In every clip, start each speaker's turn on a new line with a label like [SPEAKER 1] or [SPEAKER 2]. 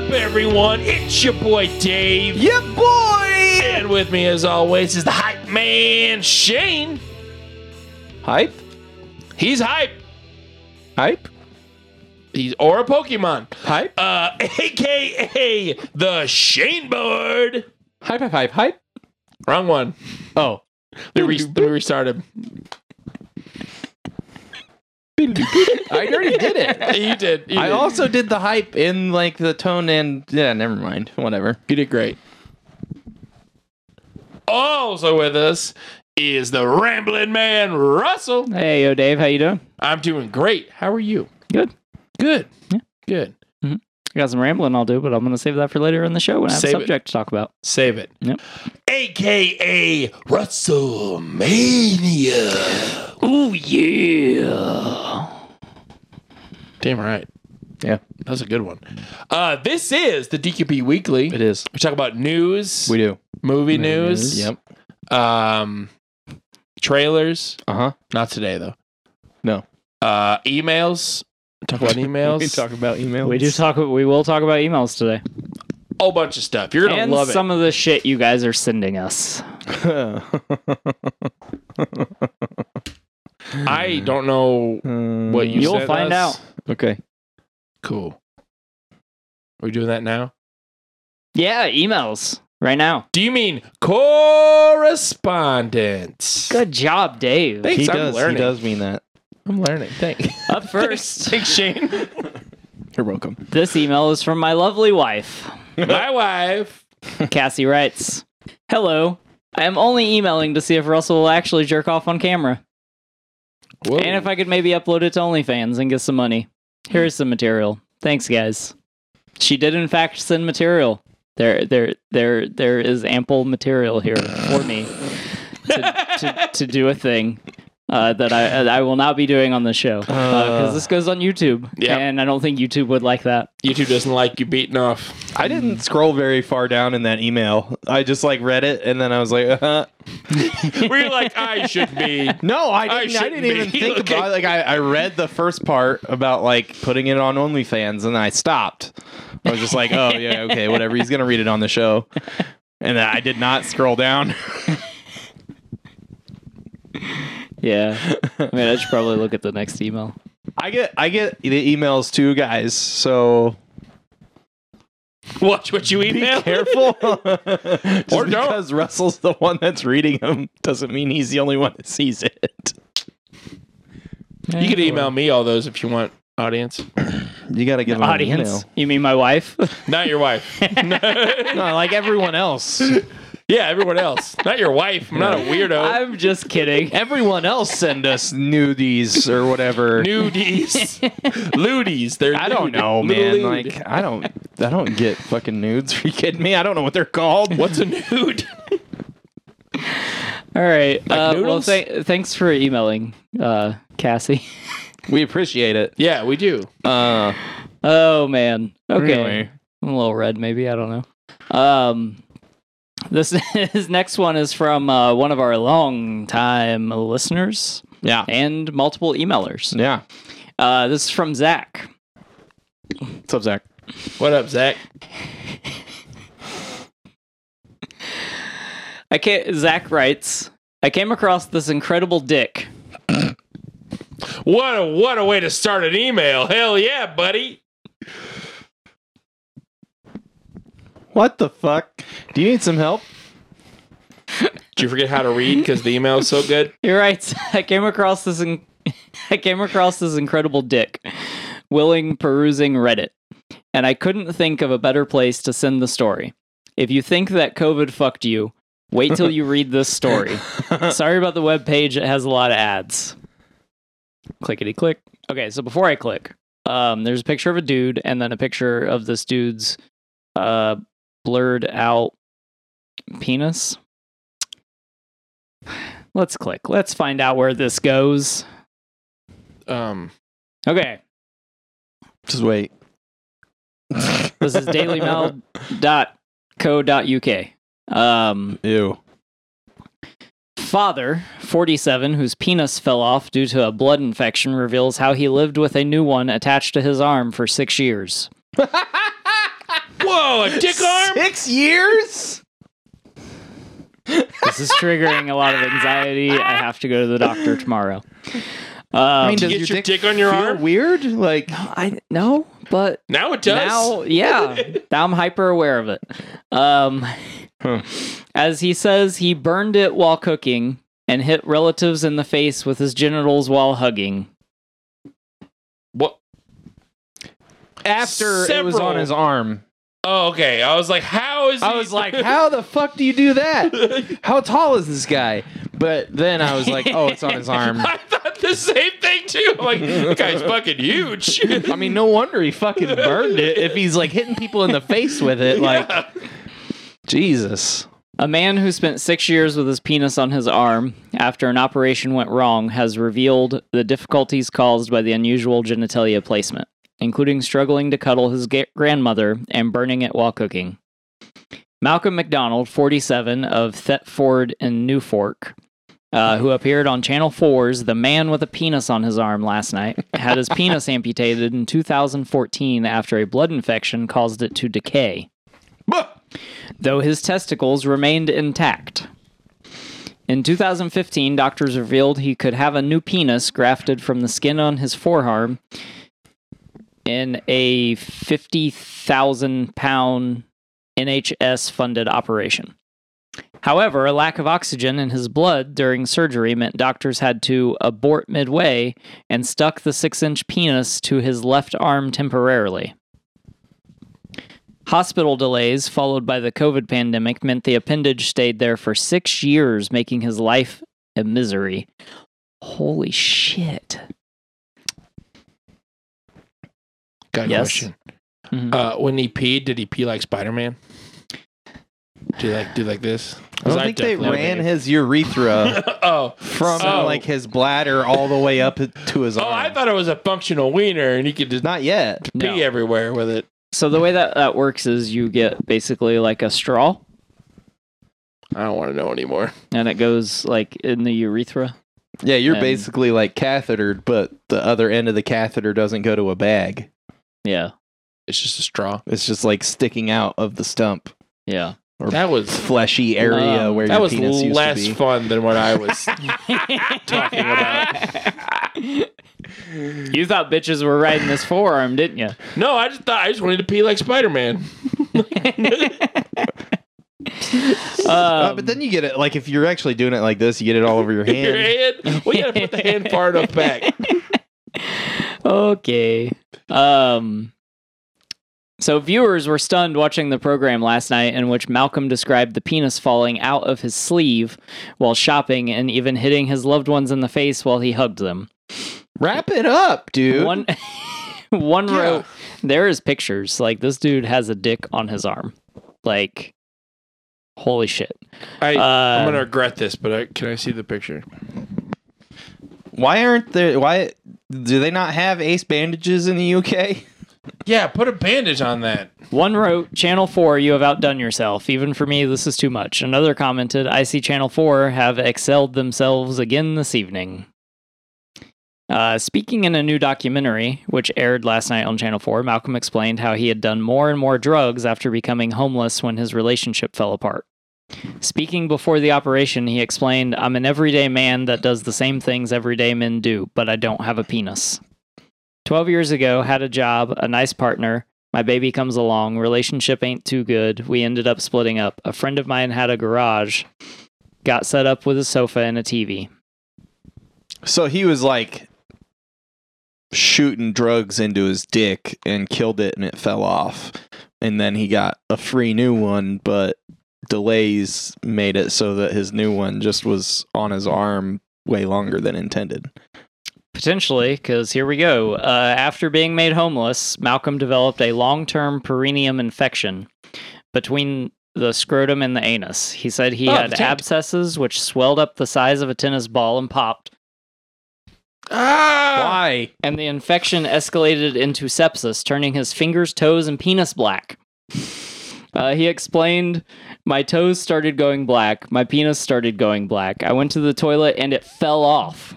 [SPEAKER 1] everyone. It's your boy Dave.
[SPEAKER 2] Yeah, boy!
[SPEAKER 1] And with me, as always, is the hype man, Shane.
[SPEAKER 2] Hype?
[SPEAKER 1] He's hype.
[SPEAKER 2] Hype?
[SPEAKER 1] He's or a Pokemon.
[SPEAKER 2] Hype?
[SPEAKER 1] Uh, AKA the Shane Board.
[SPEAKER 2] Hype, hype, hype, hype?
[SPEAKER 1] Wrong one.
[SPEAKER 2] Oh.
[SPEAKER 1] Let me, re- let me restart him.
[SPEAKER 2] I already did it.
[SPEAKER 1] You did. You
[SPEAKER 2] I
[SPEAKER 1] did.
[SPEAKER 2] also did the hype in like the tone and yeah, never mind. Whatever.
[SPEAKER 1] You did great. Also with us is the rambling man, Russell.
[SPEAKER 3] Hey, yo, Dave, how you doing?
[SPEAKER 1] I'm doing great. How are you?
[SPEAKER 3] Good.
[SPEAKER 1] Good.
[SPEAKER 3] Yeah.
[SPEAKER 1] Good.
[SPEAKER 3] I got some rambling I'll do, but I'm going to save that for later in the show when I have
[SPEAKER 1] Save it.
[SPEAKER 3] a subject to talk about.
[SPEAKER 1] Save it.
[SPEAKER 3] Yep.
[SPEAKER 1] AKA WrestleMania.
[SPEAKER 3] Ooh, yeah.
[SPEAKER 1] Damn right.
[SPEAKER 2] Yeah.
[SPEAKER 1] That's a good one. Uh, this is the DQP Weekly.
[SPEAKER 2] It is.
[SPEAKER 1] We talk about news,
[SPEAKER 2] We do.
[SPEAKER 1] movie news,
[SPEAKER 2] Yep.
[SPEAKER 1] um, trailers.
[SPEAKER 2] Uh huh.
[SPEAKER 1] Not today, though.
[SPEAKER 2] No.
[SPEAKER 1] Uh, emails. Talk about emails.
[SPEAKER 2] We talk about email.
[SPEAKER 3] We do talk. We will talk about emails today,
[SPEAKER 1] whole bunch of stuff. You're gonna
[SPEAKER 3] and
[SPEAKER 1] love
[SPEAKER 3] some of the shit you guys are sending us.
[SPEAKER 1] it. I don't know what you.
[SPEAKER 3] You'll
[SPEAKER 1] sent
[SPEAKER 3] find
[SPEAKER 1] us.
[SPEAKER 3] out.
[SPEAKER 2] Okay.
[SPEAKER 1] Cool. Are we doing that now?
[SPEAKER 3] Yeah, emails right now.
[SPEAKER 1] Do you mean correspondence?
[SPEAKER 3] Good job, Dave.
[SPEAKER 1] Thanks.
[SPEAKER 2] He
[SPEAKER 1] I'm
[SPEAKER 2] does.
[SPEAKER 1] learning.
[SPEAKER 2] He does mean that. I'm learning. Thanks.
[SPEAKER 3] Up first,
[SPEAKER 1] Thanks, Shane.
[SPEAKER 2] You're welcome.
[SPEAKER 3] this email is from my lovely wife.
[SPEAKER 1] My wife.
[SPEAKER 3] Cassie writes, "Hello." I am only emailing to see if Russell will actually jerk off on camera,
[SPEAKER 1] Whoa.
[SPEAKER 3] and if I could maybe upload it to OnlyFans and get some money. Here is some material. Thanks, guys. She did, in fact, send material. There, there, there, there is ample material here for me to, to, to do a thing uh, that I I will not be doing on the show because this goes on YouTube,
[SPEAKER 1] Yep.
[SPEAKER 3] and I don't think YouTube would like that.
[SPEAKER 1] YouTube doesn't like you beating off.
[SPEAKER 2] I didn't scroll very far down in that email. I just like read it and then I was like, uh-huh.
[SPEAKER 1] We're like, I should be.
[SPEAKER 2] No, I
[SPEAKER 1] I
[SPEAKER 2] didn't. I,
[SPEAKER 1] shouldn't
[SPEAKER 2] didn't even
[SPEAKER 1] be.
[SPEAKER 2] think
[SPEAKER 1] Okay.
[SPEAKER 2] about. Like, I, I read the first part about like putting it on OnlyFans, and I stopped. I was just like, oh yeah, okay, whatever. He's gonna read it on the show, and I did not scroll down.
[SPEAKER 3] Yeah, I mean, I should probably look at the next email.
[SPEAKER 2] I get I get the emails too, guys. So
[SPEAKER 1] Watch what you
[SPEAKER 2] be
[SPEAKER 1] email.
[SPEAKER 2] careful. Just
[SPEAKER 1] Or don't.
[SPEAKER 2] because Russell's the one that's reading them doesn't mean he's the only one that sees it.
[SPEAKER 1] You could email me all those if you want, audience.
[SPEAKER 2] You gotta give 'em an
[SPEAKER 3] audience. You mean my wife?
[SPEAKER 1] Not your wife.
[SPEAKER 2] email. No, like everyone else.
[SPEAKER 1] Yeah, everyone else. Not your wife. I'm not a weirdo.
[SPEAKER 3] I'm just kidding.
[SPEAKER 2] Everyone else send us nudies or whatever.
[SPEAKER 1] Nudies. Ludies. They're
[SPEAKER 2] I don't
[SPEAKER 1] nude.
[SPEAKER 2] know,
[SPEAKER 1] Little
[SPEAKER 2] man.
[SPEAKER 1] lewd.
[SPEAKER 2] Like, I don't, I don't get fucking nudes. Are you kidding me? I don't know what they're called.
[SPEAKER 1] what's a nude?
[SPEAKER 3] All right. uh, well,
[SPEAKER 1] noodles?
[SPEAKER 3] th- thanks for emailing, uh, Cassie.
[SPEAKER 2] We appreciate it.
[SPEAKER 1] yeah, we do.
[SPEAKER 2] Uh,
[SPEAKER 3] Oh man. Okay.
[SPEAKER 2] anyway.
[SPEAKER 3] I'm a little red, maybe. I don't know. Um, this his next one is from uh, one of our long time listeners
[SPEAKER 2] yeah,
[SPEAKER 3] and multiple emailers.
[SPEAKER 2] yeah.
[SPEAKER 3] Uh, this is from Zach.
[SPEAKER 2] What's up, Zach?
[SPEAKER 1] What up, Zach?
[SPEAKER 3] I can't. Zach writes. I came across this incredible dick.
[SPEAKER 1] What a what a way to start an email. Hell yeah, buddy.
[SPEAKER 2] What the fuck? Do you need some help?
[SPEAKER 1] Did you forget how to read because the email is so good?
[SPEAKER 3] He writes. I came across this. In- I came across this incredible dick, willing perusing Reddit, and I couldn't think of a better place to send the story. If you think that COVID fucked you, wait till you read this story. Sorry about the web page; it has a lot of ads. Clickety click. Okay, so before I click, um, there's a picture of a dude, and then a picture of this dude's uh, blurred out penis. Let's click. Let's find out where this goes.
[SPEAKER 1] Um,
[SPEAKER 3] Okay.
[SPEAKER 2] Just wait.
[SPEAKER 3] This is dailymail.co.uk. Um,
[SPEAKER 2] Ew.
[SPEAKER 3] father, 47, whose penis fell off due to a blood infection, reveals how he lived with a new one attached to his arm for six years.
[SPEAKER 1] Whoa, a dick arm?
[SPEAKER 2] Six years?
[SPEAKER 3] This is triggering a lot of anxiety. I have to go to the doctor tomorrow. Um, I
[SPEAKER 1] does get your dick on your
[SPEAKER 2] feel
[SPEAKER 1] arm?
[SPEAKER 2] Weird, like
[SPEAKER 3] no, but
[SPEAKER 1] Now it does.
[SPEAKER 3] now, yeah, now I'm hyper aware of it. Um,
[SPEAKER 2] Huh.
[SPEAKER 3] As he says, he burned it while cooking and hit relatives in the face with his genitals while hugging.
[SPEAKER 1] What?
[SPEAKER 2] after it was on
[SPEAKER 1] Several.
[SPEAKER 2] his arm.
[SPEAKER 1] Oh, okay. I was like, how is
[SPEAKER 2] I
[SPEAKER 1] he-
[SPEAKER 2] was like, how the fuck do you do that? How tall is this guy? But then I was like, oh, it's on his arm.
[SPEAKER 1] I thought the same thing too. I'm like, that guy's fucking huge.
[SPEAKER 2] I mean, no wonder he fucking burned it if he's like hitting people in the face with it. Like, Jesus.
[SPEAKER 3] A man who spent six years with his penis on his arm after an operation went wrong has revealed the difficulties caused by the unusual genitalia placement, including struggling to cuddle his ga- grandmother and burning it while cooking. Malcolm McDonald, 47, of Thetford in Newfork, uh, who appeared on Channel 4's The Man with a Penis on His Arm last night, had his penis amputated in 2014 after a blood infection caused it to decay though his testicles remained intact. In 2015, doctors revealed he could have a new penis grafted from the skin on his forearm in a 50,000 pound NHS funded operation. However, a lack of oxygen in his blood during surgery meant doctors had to abort midway and stuck the six inch penis to his left arm temporarily. Hospital delays, followed by the COVID pandemic, meant the appendage stayed there for six years, making his life a misery. Holy shit.
[SPEAKER 1] Got a
[SPEAKER 3] Yes.
[SPEAKER 1] question.
[SPEAKER 2] Mm-hmm.
[SPEAKER 3] Mhm.
[SPEAKER 1] Uh, when he peed, did he pee like Spider Man? Do you like do like this?
[SPEAKER 2] I don't think they
[SPEAKER 1] definitely
[SPEAKER 2] ran
[SPEAKER 1] did.
[SPEAKER 2] his urethra
[SPEAKER 1] oh.
[SPEAKER 2] from
[SPEAKER 1] Oh.
[SPEAKER 2] like his bladder all the way up to his
[SPEAKER 1] Oh,
[SPEAKER 2] arm.
[SPEAKER 1] I thought it was a functional wiener and he could just
[SPEAKER 2] Not yet.
[SPEAKER 1] pee
[SPEAKER 3] No.
[SPEAKER 1] everywhere with it.
[SPEAKER 3] So, the way that that works is you get basically like a straw
[SPEAKER 1] I don't want to know anymore.
[SPEAKER 3] and it goes like in the urethra.
[SPEAKER 2] Yeah, you're
[SPEAKER 3] And-
[SPEAKER 2] basically like cathetered, but the other end of the catheter doesn't go to a bag.
[SPEAKER 3] Yeah.
[SPEAKER 1] It's just a straw.
[SPEAKER 2] It's just like sticking out of the stump,
[SPEAKER 3] Yeah.
[SPEAKER 1] That was
[SPEAKER 2] fleshy area
[SPEAKER 3] Um,
[SPEAKER 2] where
[SPEAKER 1] that
[SPEAKER 2] your
[SPEAKER 1] was
[SPEAKER 2] penis used to
[SPEAKER 1] less
[SPEAKER 2] be.
[SPEAKER 1] fun than what I was.
[SPEAKER 3] Talking about You thought bitches were riding this forearm, didn't you?
[SPEAKER 1] no, I just thought I just wanted to pee like Spider Man.
[SPEAKER 3] Um,
[SPEAKER 2] Uh, but then you get it like if you're actually doing it like this, you get it all over your
[SPEAKER 1] Your
[SPEAKER 2] hand.
[SPEAKER 1] hand. Well, you gotta put the hand far enough back.
[SPEAKER 3] okay. Um so viewers were stunned watching the program last night in which Malcolm described the penis falling out of his sleeve while shopping and even hitting his loved ones in the face while he hugged them.
[SPEAKER 2] Wrap it up, dude.
[SPEAKER 3] One one
[SPEAKER 1] Yeah.
[SPEAKER 3] wrote there is pictures like this dude has a dick on his arm. Like holy shit.
[SPEAKER 1] I,
[SPEAKER 3] Um,
[SPEAKER 1] I'm gonna regret this, but I, can I see the picture?
[SPEAKER 2] Why aren't there? Why do they not have ace bandages in the UK?
[SPEAKER 1] Yeah, put a bandage on that.
[SPEAKER 3] One wrote, Channel 4, you have outdone yourself. Even for me, this is too much. Another commented, I see Channel 4 have excelled themselves again this evening. Uh, speaking in a new documentary, which aired last night on Channel 4, Malcolm explained how he had done more and more drugs after becoming homeless when his relationship fell apart. Speaking before the operation, he explained, I'm an everyday man that does the same things everyday men do, but I don't have a penis. 12 years ago, had a job, a nice partner. My baby comes along, relationship ain't too good. We ended up splitting up. A friend of mine had a garage, got set up with a sofa and a TV.
[SPEAKER 2] So he was like shooting drugs into his dick and killed it and it fell off. And then he got a free new one, but delays made it so that his new one just was on his arm way longer than intended.
[SPEAKER 3] Potentially, because here we go. Uh, after being made homeless, Malcolm developed a long term perineum infection between the scrotum and the anus. He said he
[SPEAKER 1] Oh,
[SPEAKER 3] had
[SPEAKER 1] the tent.
[SPEAKER 3] abscesses which swelled up the size of a tennis ball and popped.
[SPEAKER 1] Ah,
[SPEAKER 2] Why?
[SPEAKER 3] and the infection escalated into sepsis, turning his fingers, toes, and penis black. Uh, he explained, My toes started going black. My penis started going black. I went to the toilet and it fell off.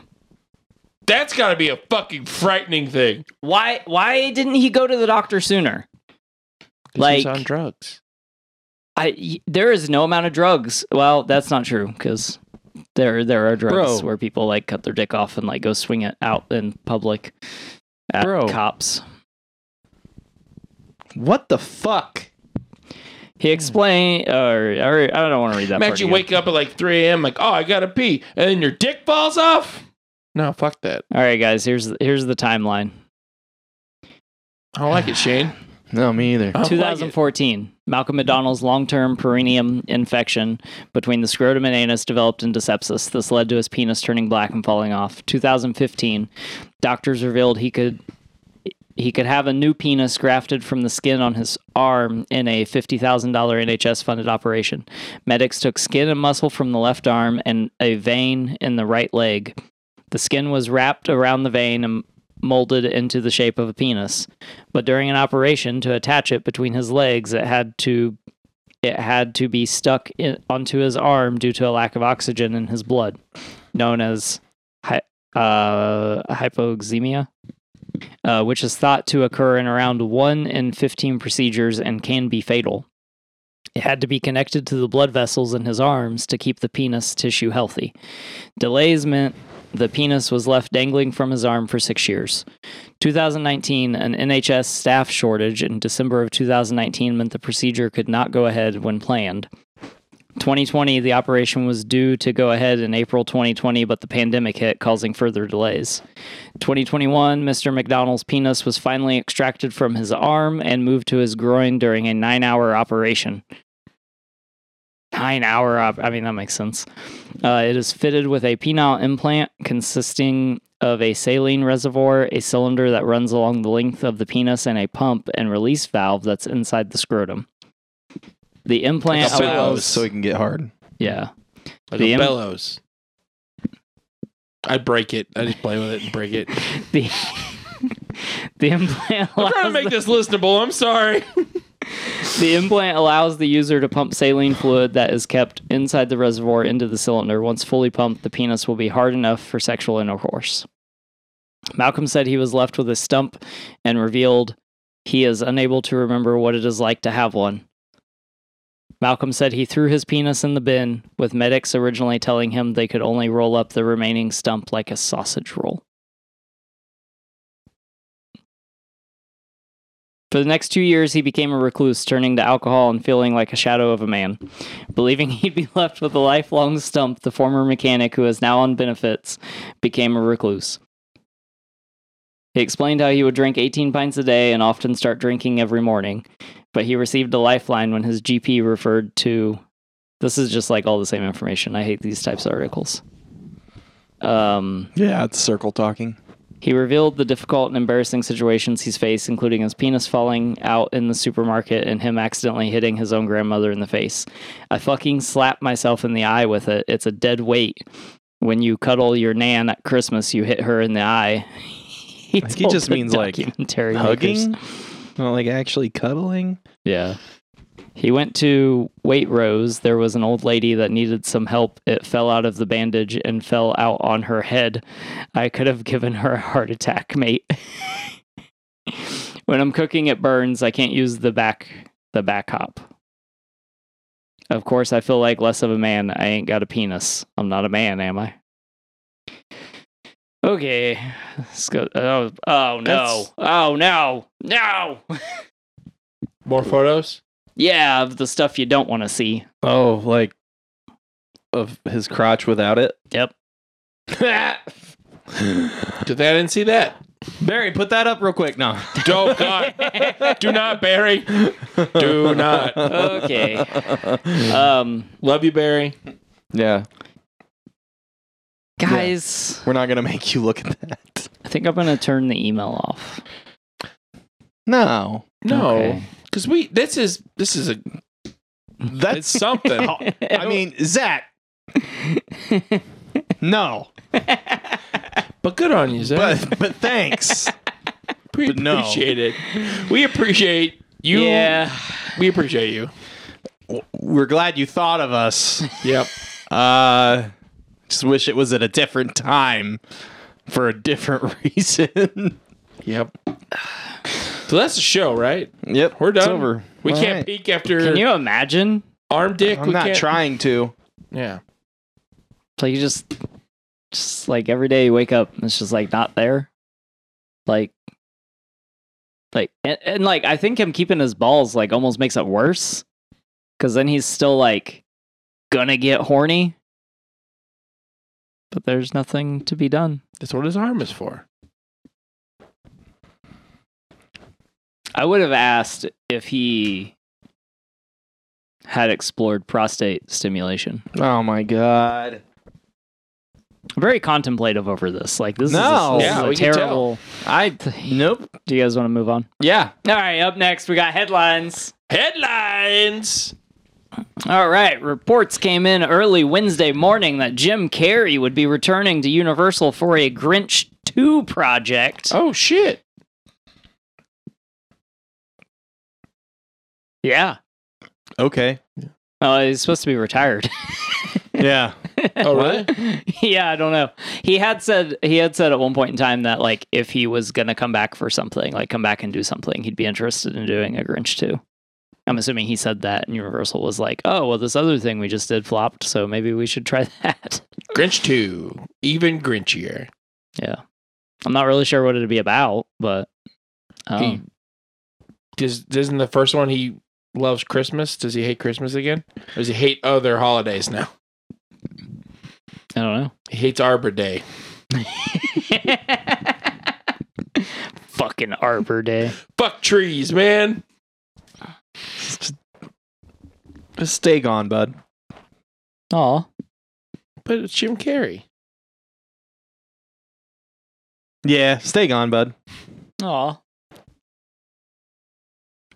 [SPEAKER 1] that's gotta be a fucking frightening thing.
[SPEAKER 3] Why, why didn't he go to the doctor sooner?
[SPEAKER 1] Like
[SPEAKER 3] Like-
[SPEAKER 1] on drugs.
[SPEAKER 3] I y- there is no amount of drugs. Well, that's not true because there there are
[SPEAKER 2] Bro.
[SPEAKER 3] drugs where people like cut their dick off and like go swing it out in public at
[SPEAKER 2] Bro.
[SPEAKER 3] cops.
[SPEAKER 2] What the fuck?
[SPEAKER 3] He explained, or, or I don't want to read that. part
[SPEAKER 1] Imagine you
[SPEAKER 3] again.
[SPEAKER 1] wake up at like 3 a.m. like, oh, I gotta pee, and then your dick falls off. No, fuck that.
[SPEAKER 3] All right, guys. Here's here's the timeline.
[SPEAKER 1] I don't like it, Shane.
[SPEAKER 2] No, me either.
[SPEAKER 1] I don't like it.
[SPEAKER 3] 2014, Malcolm McDonald's long-term perineum infection between the scrotum and anus developed into sepsis. This led to his penis turning black and falling off. 2015, doctors revealed he could he could have a new penis grafted from the skin on his arm in a $50,000 NHS-funded operation. Medics took skin and muscle from the left arm and a vein in the right leg. The skin was wrapped around the vein and molded into the shape of a penis. But during an operation to attach it between his legs, it had to it had to be stuck in, onto his arm due to a lack of oxygen in his blood, known as hy- uh, hypoxemia, uh, which is thought to occur in around one in fifteen procedures and can be fatal. It had to be connected to the blood vessels in his arms to keep the penis tissue healthy. Delays meant the penis was left dangling from his arm for six years. 2019, an NHS staff shortage in December of 2019 meant the procedure could not go ahead when planned. 2020, the operation was due to go ahead in April 2020, but the pandemic hit, causing further delays. 2021, Mr. McDonald's penis was finally extracted from his arm and moved to his groin during a nine hour operation. Nine hour op- I mean, that makes sense. Uh, it is fitted with a penile implant consisting of a saline reservoir, a cylinder that runs along the length of the penis, and a pump and release valve that's inside the scrotum. The implant
[SPEAKER 1] Like a pillow.
[SPEAKER 3] allows.
[SPEAKER 2] Bellows so he can get hard.
[SPEAKER 3] Yeah.
[SPEAKER 1] Like
[SPEAKER 3] The
[SPEAKER 1] a
[SPEAKER 3] im-
[SPEAKER 1] bellows. I break it. I just play with it and break it.
[SPEAKER 3] The the implant
[SPEAKER 1] I'm trying to
[SPEAKER 3] allows
[SPEAKER 1] make this listenable. I'm sorry.
[SPEAKER 3] the, the implant allows the user to pump saline fluid that is kept inside the reservoir into the cylinder. Once fully pumped, the penis will be hard enough for sexual intercourse. Malcolm said he was left with a stump and revealed he is unable to remember what it is like to have one. Malcolm said he threw his penis in the bin, with medics originally telling him they could only roll up the remaining stump like a sausage roll. For the next two years, he became a recluse, turning to alcohol and feeling like a shadow of a man. Believing he'd be left with a lifelong stump, the former mechanic, who is now on benefits, became a recluse. He explained how he would drink 18 pints a day and often start drinking every morning, but he received a lifeline when his GP referred to. This is just like all the same information. I hate these types of articles. Um.
[SPEAKER 2] Yeah, it's circle talking.
[SPEAKER 3] He revealed the difficult and embarrassing situations he's faced, including his penis falling out in the supermarket and him accidentally hitting his own grandmother in the face. I fucking slapped myself in the eye with it. It's a dead weight. When you cuddle your nan at Christmas, you hit her in the eye. He,
[SPEAKER 2] think he
[SPEAKER 3] told
[SPEAKER 2] just
[SPEAKER 3] the
[SPEAKER 2] means, like,
[SPEAKER 3] documentary makers.
[SPEAKER 2] Hugging? Not like actually cuddling?
[SPEAKER 3] Yeah. He went to Waitrose. There was an old lady that needed some help. It fell out of the bandage and fell out on her head. I could have given her a heart attack, mate. when I'm cooking, it burns. I can't use the back the back hop. Of course, I feel like less of a man. I ain't got a penis. I'm not a man, am I? Okay, let's go. Oh, oh no!
[SPEAKER 1] That's-
[SPEAKER 3] Oh no! No!
[SPEAKER 1] More photos?
[SPEAKER 3] Yeah, of the stuff you don't want to see.
[SPEAKER 2] Oh, like of his crotch without it?
[SPEAKER 3] Yep.
[SPEAKER 1] Did that and see that?
[SPEAKER 2] Barry, put that up real quick. No.
[SPEAKER 1] Don't God. Do not, Barry. Do not.
[SPEAKER 3] Okay. Um,
[SPEAKER 1] Love you, Barry.
[SPEAKER 2] Yeah,
[SPEAKER 3] guys,
[SPEAKER 2] we're not gonna make you look at that.
[SPEAKER 3] I think I'm gonna turn the email off.
[SPEAKER 2] No,
[SPEAKER 1] No,
[SPEAKER 3] Okay.
[SPEAKER 1] because we. This is this is a. It's
[SPEAKER 2] that's.
[SPEAKER 1] something.
[SPEAKER 2] I mean, Zach. no,
[SPEAKER 1] but good on you, Zach.
[SPEAKER 2] but but thanks.
[SPEAKER 1] we
[SPEAKER 2] but no.
[SPEAKER 1] appreciate it. We appreciate you.
[SPEAKER 3] yeah,
[SPEAKER 1] We appreciate you.
[SPEAKER 2] We're glad you thought of us.
[SPEAKER 1] Yep.
[SPEAKER 2] Uh, just wish it was at a different time for a different reason.
[SPEAKER 1] Yep. So that's the show, right?
[SPEAKER 2] Yep,
[SPEAKER 1] We're
[SPEAKER 2] It's
[SPEAKER 1] done.
[SPEAKER 2] over.
[SPEAKER 1] We
[SPEAKER 2] All
[SPEAKER 1] can't
[SPEAKER 2] right.
[SPEAKER 1] peek after
[SPEAKER 3] Can you imagine?
[SPEAKER 1] arm dick.
[SPEAKER 2] I'm
[SPEAKER 1] we
[SPEAKER 2] not
[SPEAKER 1] can't.
[SPEAKER 2] trying to.
[SPEAKER 1] Yeah.
[SPEAKER 3] Like you just, just like every day you wake up and it's just like not there. Like, like and, and like I think him keeping his balls like almost makes it worse, because then he's still like gonna get horny. But there's nothing to be done.
[SPEAKER 1] That's what his arm is for.
[SPEAKER 3] I would have asked if he had explored prostate stimulation.
[SPEAKER 2] Oh my god.
[SPEAKER 3] I'm very contemplative over this. Like this
[SPEAKER 2] No.
[SPEAKER 3] is, this
[SPEAKER 1] Yeah,
[SPEAKER 3] is
[SPEAKER 1] we
[SPEAKER 3] a
[SPEAKER 1] can tell.
[SPEAKER 3] terrible.
[SPEAKER 2] I nope.
[SPEAKER 3] Do you guys want to move on?
[SPEAKER 2] Yeah.
[SPEAKER 3] All right, up next we got headlines.
[SPEAKER 1] Headlines.
[SPEAKER 3] All right, reports came in early Wednesday morning that Jim Carrey would be returning to Universal for a Grinch 2 project.
[SPEAKER 1] Oh shit.
[SPEAKER 3] Yeah.
[SPEAKER 2] Okay.
[SPEAKER 3] Oh, he's supposed to be retired.
[SPEAKER 2] Yeah.
[SPEAKER 1] Oh really?
[SPEAKER 3] yeah, I don't know. He had said he had said at one point in time that like if he was gonna come back for something, like come back and do something, he'd be interested in doing a Grinch too. I'm assuming he said that, and Universal was like, "Oh, well, this other thing we just did flopped, so maybe we should try that."
[SPEAKER 1] Grinch two. Even Grinchier.
[SPEAKER 3] I'm not really sure what it'd be about, but
[SPEAKER 1] He-
[SPEAKER 3] um,
[SPEAKER 1] Does isn't the first one he loves Christmas? Does he hate Christmas again? Or does he hate other holidays now?
[SPEAKER 3] I don't know.
[SPEAKER 1] He hates Arbor Day.
[SPEAKER 3] Fucking Arbor Day.
[SPEAKER 1] Fuck trees, man.
[SPEAKER 2] Just stay gone, bud.
[SPEAKER 3] Oh,
[SPEAKER 1] But it's Jim Carrey.
[SPEAKER 2] Yeah, stay gone, bud.
[SPEAKER 3] oh.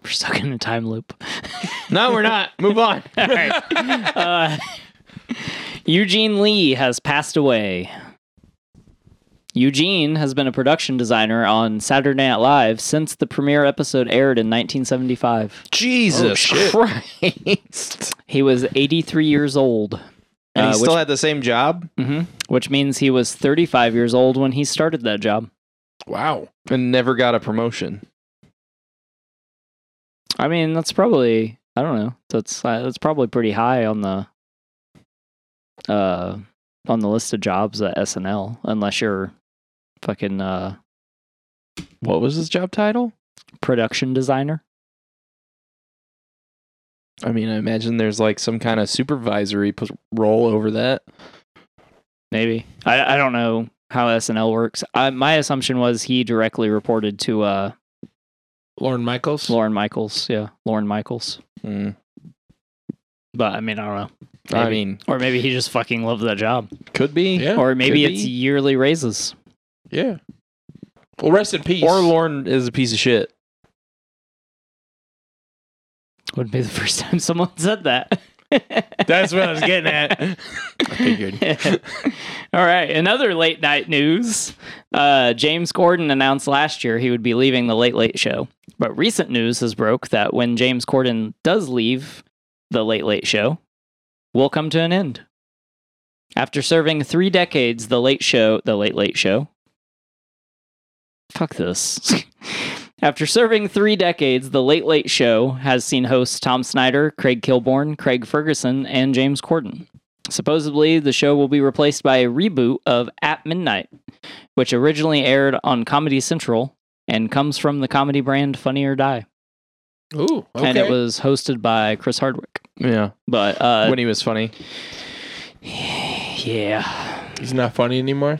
[SPEAKER 3] We're stuck in a time loop.
[SPEAKER 2] No, we're not. Move on.
[SPEAKER 3] All right. Uh, Eugene Lee has passed away. Eugene has been a production designer on Saturday Night Live since the premiere episode aired in 1975.
[SPEAKER 1] Oh,
[SPEAKER 2] Jesus
[SPEAKER 1] shit.
[SPEAKER 2] Christ.
[SPEAKER 3] He was 83 years old.
[SPEAKER 2] And
[SPEAKER 3] uh,
[SPEAKER 2] he
[SPEAKER 3] which-
[SPEAKER 2] still had the same job
[SPEAKER 3] Mhm. Which means he was 35 years old when he started that job.
[SPEAKER 1] Wow.
[SPEAKER 2] and never got a promotion.
[SPEAKER 3] I mean, that's probably I don't know. That's uh, that's probably pretty high on the uh on the list of jobs at SNL unless you're fucking uh
[SPEAKER 2] What was his job title?
[SPEAKER 3] production designer.
[SPEAKER 2] I mean, I imagine there's like some kind of supervisory pos- role over that.
[SPEAKER 3] Maybe. I I don't know how SNL works. I, my assumption was he directly reported to uh
[SPEAKER 1] Lauren Michaels.
[SPEAKER 3] Lauren Michaels, yeah, Lauren Michaels.
[SPEAKER 2] Mm.
[SPEAKER 3] But I mean, I don't know.
[SPEAKER 2] I
[SPEAKER 3] Maybe.
[SPEAKER 2] mean,
[SPEAKER 3] Or maybe he just fucking loved that job.
[SPEAKER 2] could be.
[SPEAKER 1] Yeah.
[SPEAKER 3] Or maybe
[SPEAKER 2] Could
[SPEAKER 3] it's
[SPEAKER 2] be.
[SPEAKER 3] yearly raises.
[SPEAKER 1] Yeah. Well, rest in peace.
[SPEAKER 2] Or Lauren is a piece of shit.
[SPEAKER 3] Wouldn't be the first time someone said that.
[SPEAKER 2] That's what I was getting at.
[SPEAKER 1] figured.
[SPEAKER 3] All right, another late night news. Uh, James Corden announced last year he would be leaving the Late Late Show, but recent news has broke that when James Corden does leave the Late Late Show, will come to an end. After serving three decades, the Late Show, the Late Late Show. Fuck this. After serving three decades, The Late Late Show has seen hosts Tom Snyder, Craig Kilborn, Craig Ferguson, and James Corden. Supposedly, the show will be replaced by a reboot of At Midnight, which originally aired on Comedy Central and comes from the comedy brand Funny or Die.
[SPEAKER 1] Ooh. Okay.
[SPEAKER 3] And it was hosted by Chris Hardwick.
[SPEAKER 2] Yeah.
[SPEAKER 3] But, uh,
[SPEAKER 2] when he was funny.
[SPEAKER 3] yeah.
[SPEAKER 1] He's not funny anymore.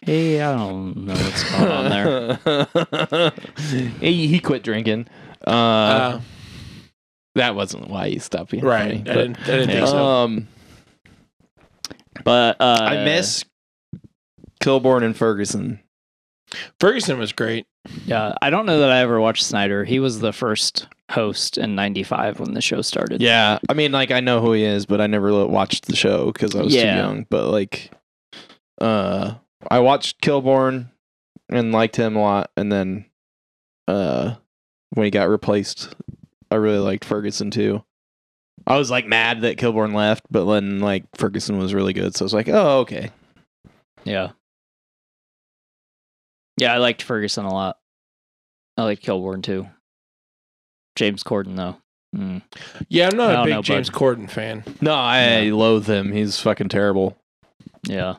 [SPEAKER 3] Hey, I don't know what's going on there.
[SPEAKER 2] he, he quit drinking. Uh,
[SPEAKER 1] Uh,
[SPEAKER 2] that wasn't why he stopped being
[SPEAKER 1] right.
[SPEAKER 2] funny,
[SPEAKER 1] I
[SPEAKER 2] but-
[SPEAKER 1] didn't, I didn't think so.
[SPEAKER 2] Um,
[SPEAKER 3] But, uh,
[SPEAKER 2] I miss Kilborn and Ferguson.
[SPEAKER 1] Ferguson was great.
[SPEAKER 3] Yeah, I don't know that I ever watched Snyder. He was the first host in '95 when the show started.
[SPEAKER 2] Yeah, I mean, like I know who he is, but I never li- watched the show because I was too
[SPEAKER 3] Yeah.
[SPEAKER 2] young. But like, uh, I watched Kilborn and liked him a lot, and then uh, when he got replaced, I really liked Ferguson too. I was like mad that Kilborn left, but then like Ferguson was really good, so I was like, oh okay,
[SPEAKER 3] yeah, yeah. I liked Ferguson a lot. I like Kilborn too. James Corden though. Mm.
[SPEAKER 1] Yeah, I'm
[SPEAKER 3] I
[SPEAKER 1] not a
[SPEAKER 3] don't
[SPEAKER 1] big
[SPEAKER 3] know, bud.
[SPEAKER 1] James Corden fan.
[SPEAKER 2] No, I
[SPEAKER 3] Yeah.
[SPEAKER 2] loathe him. He's fucking terrible.
[SPEAKER 3] Yeah.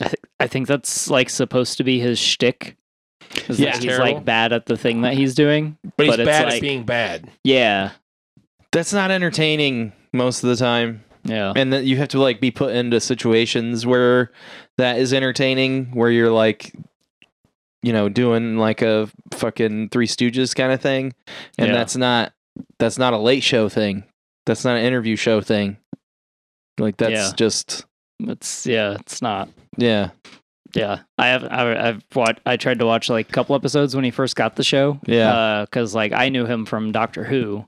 [SPEAKER 3] I, th- I think that's like supposed to be his shtick. Is
[SPEAKER 1] Yeah.
[SPEAKER 3] that he's
[SPEAKER 1] Terrible.
[SPEAKER 3] like bad at the thing that he's doing.
[SPEAKER 1] But he's
[SPEAKER 3] But it's
[SPEAKER 1] bad at
[SPEAKER 3] like-
[SPEAKER 1] being bad.
[SPEAKER 3] Yeah.
[SPEAKER 2] That's not entertaining most of the time.
[SPEAKER 3] Yeah.
[SPEAKER 2] And that you have to like be put into situations where that is entertaining, where you're like you know, doing like a fucking Three Stooges kind of thing. And
[SPEAKER 3] Yeah.
[SPEAKER 2] that's not that's not a late show thing. That's not an interview show thing. Like that's
[SPEAKER 3] Yeah.
[SPEAKER 2] just
[SPEAKER 3] It's yeah, it's not.
[SPEAKER 2] yeah.
[SPEAKER 3] Yeah. I have I, I've watched I tried to watch like a couple episodes when he first got the show.
[SPEAKER 2] Yeah.
[SPEAKER 3] Because like I knew him from Doctor Who,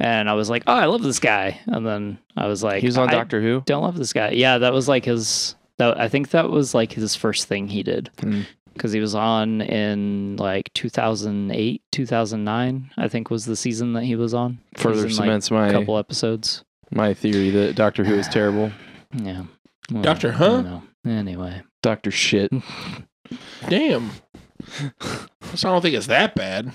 [SPEAKER 3] and I was like, oh, I love this guy. And then I was like,
[SPEAKER 2] he was on
[SPEAKER 3] I
[SPEAKER 2] Doctor Who.
[SPEAKER 3] Don't love this guy. Yeah, that was like his. That, I think that was like his first thing he did
[SPEAKER 2] Hmm.
[SPEAKER 3] because he was on in like 2008, 2009. I think was the season that he was on. He was
[SPEAKER 2] Further
[SPEAKER 3] in, like,
[SPEAKER 2] cements
[SPEAKER 3] a
[SPEAKER 2] my
[SPEAKER 3] couple episodes.
[SPEAKER 2] my theory that Doctor Who is terrible.
[SPEAKER 3] Yeah. Well,
[SPEAKER 1] Doctor
[SPEAKER 3] I
[SPEAKER 1] Huh?
[SPEAKER 3] don't know. Anyway.
[SPEAKER 2] Doctor shit.
[SPEAKER 1] Damn. So I don't think it's that bad.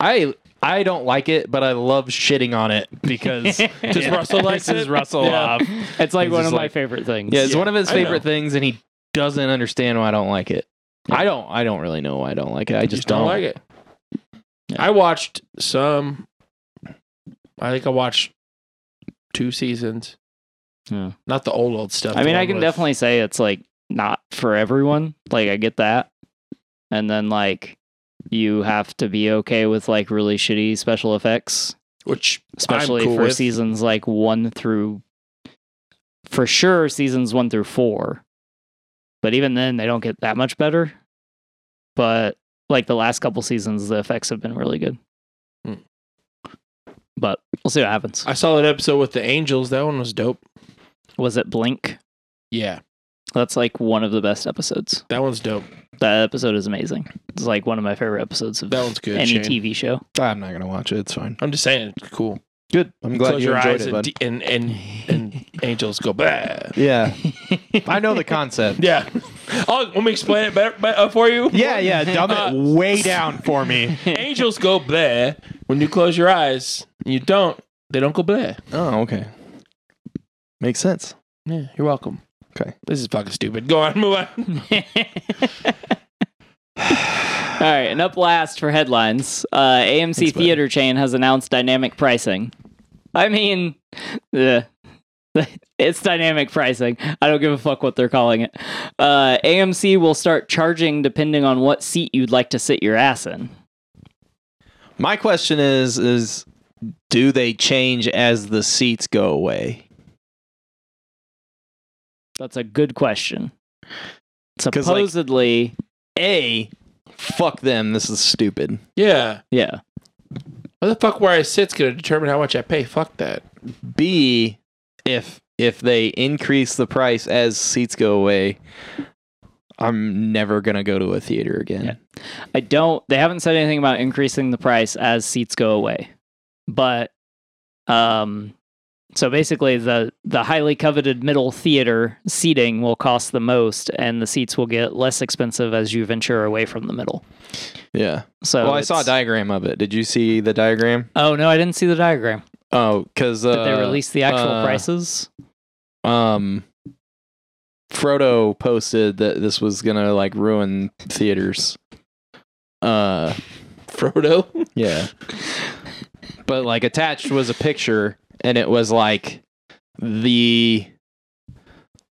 [SPEAKER 2] I I don't like it, but I love shitting on it because
[SPEAKER 1] Just Russell likes
[SPEAKER 2] pisses
[SPEAKER 1] it.
[SPEAKER 2] Russell
[SPEAKER 3] Yeah.
[SPEAKER 2] off.
[SPEAKER 3] It's like
[SPEAKER 2] He's
[SPEAKER 3] one
[SPEAKER 2] just
[SPEAKER 3] of my
[SPEAKER 2] like-
[SPEAKER 3] favorite things.
[SPEAKER 2] Yeah, it's
[SPEAKER 1] Yeah,
[SPEAKER 2] one of his
[SPEAKER 1] I know.
[SPEAKER 2] favorite things, and he doesn't understand why I don't like it.
[SPEAKER 3] Yeah.
[SPEAKER 2] I don't. I don't really know why I don't like it. I
[SPEAKER 1] You
[SPEAKER 2] just don't,
[SPEAKER 1] like it. I watched some. I think I watched two seasons.
[SPEAKER 3] Yeah.
[SPEAKER 1] Not the old old stuff.
[SPEAKER 3] I
[SPEAKER 1] the
[SPEAKER 3] mean, I
[SPEAKER 1] one
[SPEAKER 3] can
[SPEAKER 1] with-
[SPEAKER 3] definitely say it's like not for everyone. Like, I get that. And then, like, you have to be okay with like really shitty special effects,
[SPEAKER 1] which
[SPEAKER 3] especially
[SPEAKER 1] cool
[SPEAKER 3] for
[SPEAKER 1] with.
[SPEAKER 3] seasons like one through, for sure, seasons one through four. But even then, they don't get that much better. But like the last couple seasons, the effects have been really good.
[SPEAKER 1] Hmm.
[SPEAKER 3] But we'll see what happens.
[SPEAKER 1] I saw that episode with the Angels. That one was dope.
[SPEAKER 3] Was it Blink?
[SPEAKER 1] Yeah,
[SPEAKER 3] That's like one of the best episodes.
[SPEAKER 1] that one's dope.
[SPEAKER 3] That episode is amazing. It's like one of my favorite episodes of
[SPEAKER 1] That one's good.
[SPEAKER 3] any
[SPEAKER 1] Shane.
[SPEAKER 3] TV show.
[SPEAKER 2] I'm not gonna watch it. It's fine.
[SPEAKER 1] I'm just saying, it's cool.
[SPEAKER 2] Good. I'm glad
[SPEAKER 1] Close
[SPEAKER 2] you
[SPEAKER 1] your
[SPEAKER 2] enjoyed
[SPEAKER 1] eyes
[SPEAKER 2] it,
[SPEAKER 1] and,
[SPEAKER 2] bud.
[SPEAKER 1] d- and and and angels go bah.
[SPEAKER 2] yeah, I know the concept.
[SPEAKER 1] Yeah. I'll, let me explain it better, better uh, for you.
[SPEAKER 2] Yeah, yeah. Dumb it
[SPEAKER 1] Uh,
[SPEAKER 2] way down for me.
[SPEAKER 1] Angels go blah when you close your eyes. You don't. They don't go blah.
[SPEAKER 2] oh, okay. Makes sense.
[SPEAKER 1] Yeah, you're welcome.
[SPEAKER 2] Okay.
[SPEAKER 1] This is fucking stupid. Go on, move on.
[SPEAKER 3] All right, and up last for headlines, uh, AMC
[SPEAKER 2] Thanks, buddy.
[SPEAKER 3] Theater Chain has announced dynamic pricing. I mean, ugh. it's dynamic pricing. I don't give a fuck what they're calling it. Uh, AMC will start charging depending on what seat you'd like to sit your ass in.
[SPEAKER 2] My question is: is do they change as the seats go away?
[SPEAKER 3] That's a good question.
[SPEAKER 2] 'Cause, like-
[SPEAKER 3] Supposedly,
[SPEAKER 2] A, fuck them. This is stupid.
[SPEAKER 1] Yeah.
[SPEAKER 3] yeah.
[SPEAKER 1] What the fuck where I sit's gonna determine how much I pay. Fuck that.
[SPEAKER 2] B, if if they increase the price as seats go away, I'm never gonna go to a theater again.
[SPEAKER 3] I don't. They haven't said anything about increasing the price as seats go away, but um, so basically the the highly coveted middle theater seating will cost the most, and the seats will get less expensive as you venture away from the middle.
[SPEAKER 2] Yeah.
[SPEAKER 3] So
[SPEAKER 2] well, I saw a
[SPEAKER 3] it's-
[SPEAKER 2] diagram of it. Did you see the diagram?
[SPEAKER 3] Oh no, I didn't see the diagram.
[SPEAKER 2] Oh, because uh,
[SPEAKER 3] Did they release the actual
[SPEAKER 2] uh,
[SPEAKER 3] prices?
[SPEAKER 2] Um, Frodo posted that this was gonna like ruin theaters. Uh,
[SPEAKER 1] Frodo.
[SPEAKER 2] Yeah. but like attached was a picture and it was like the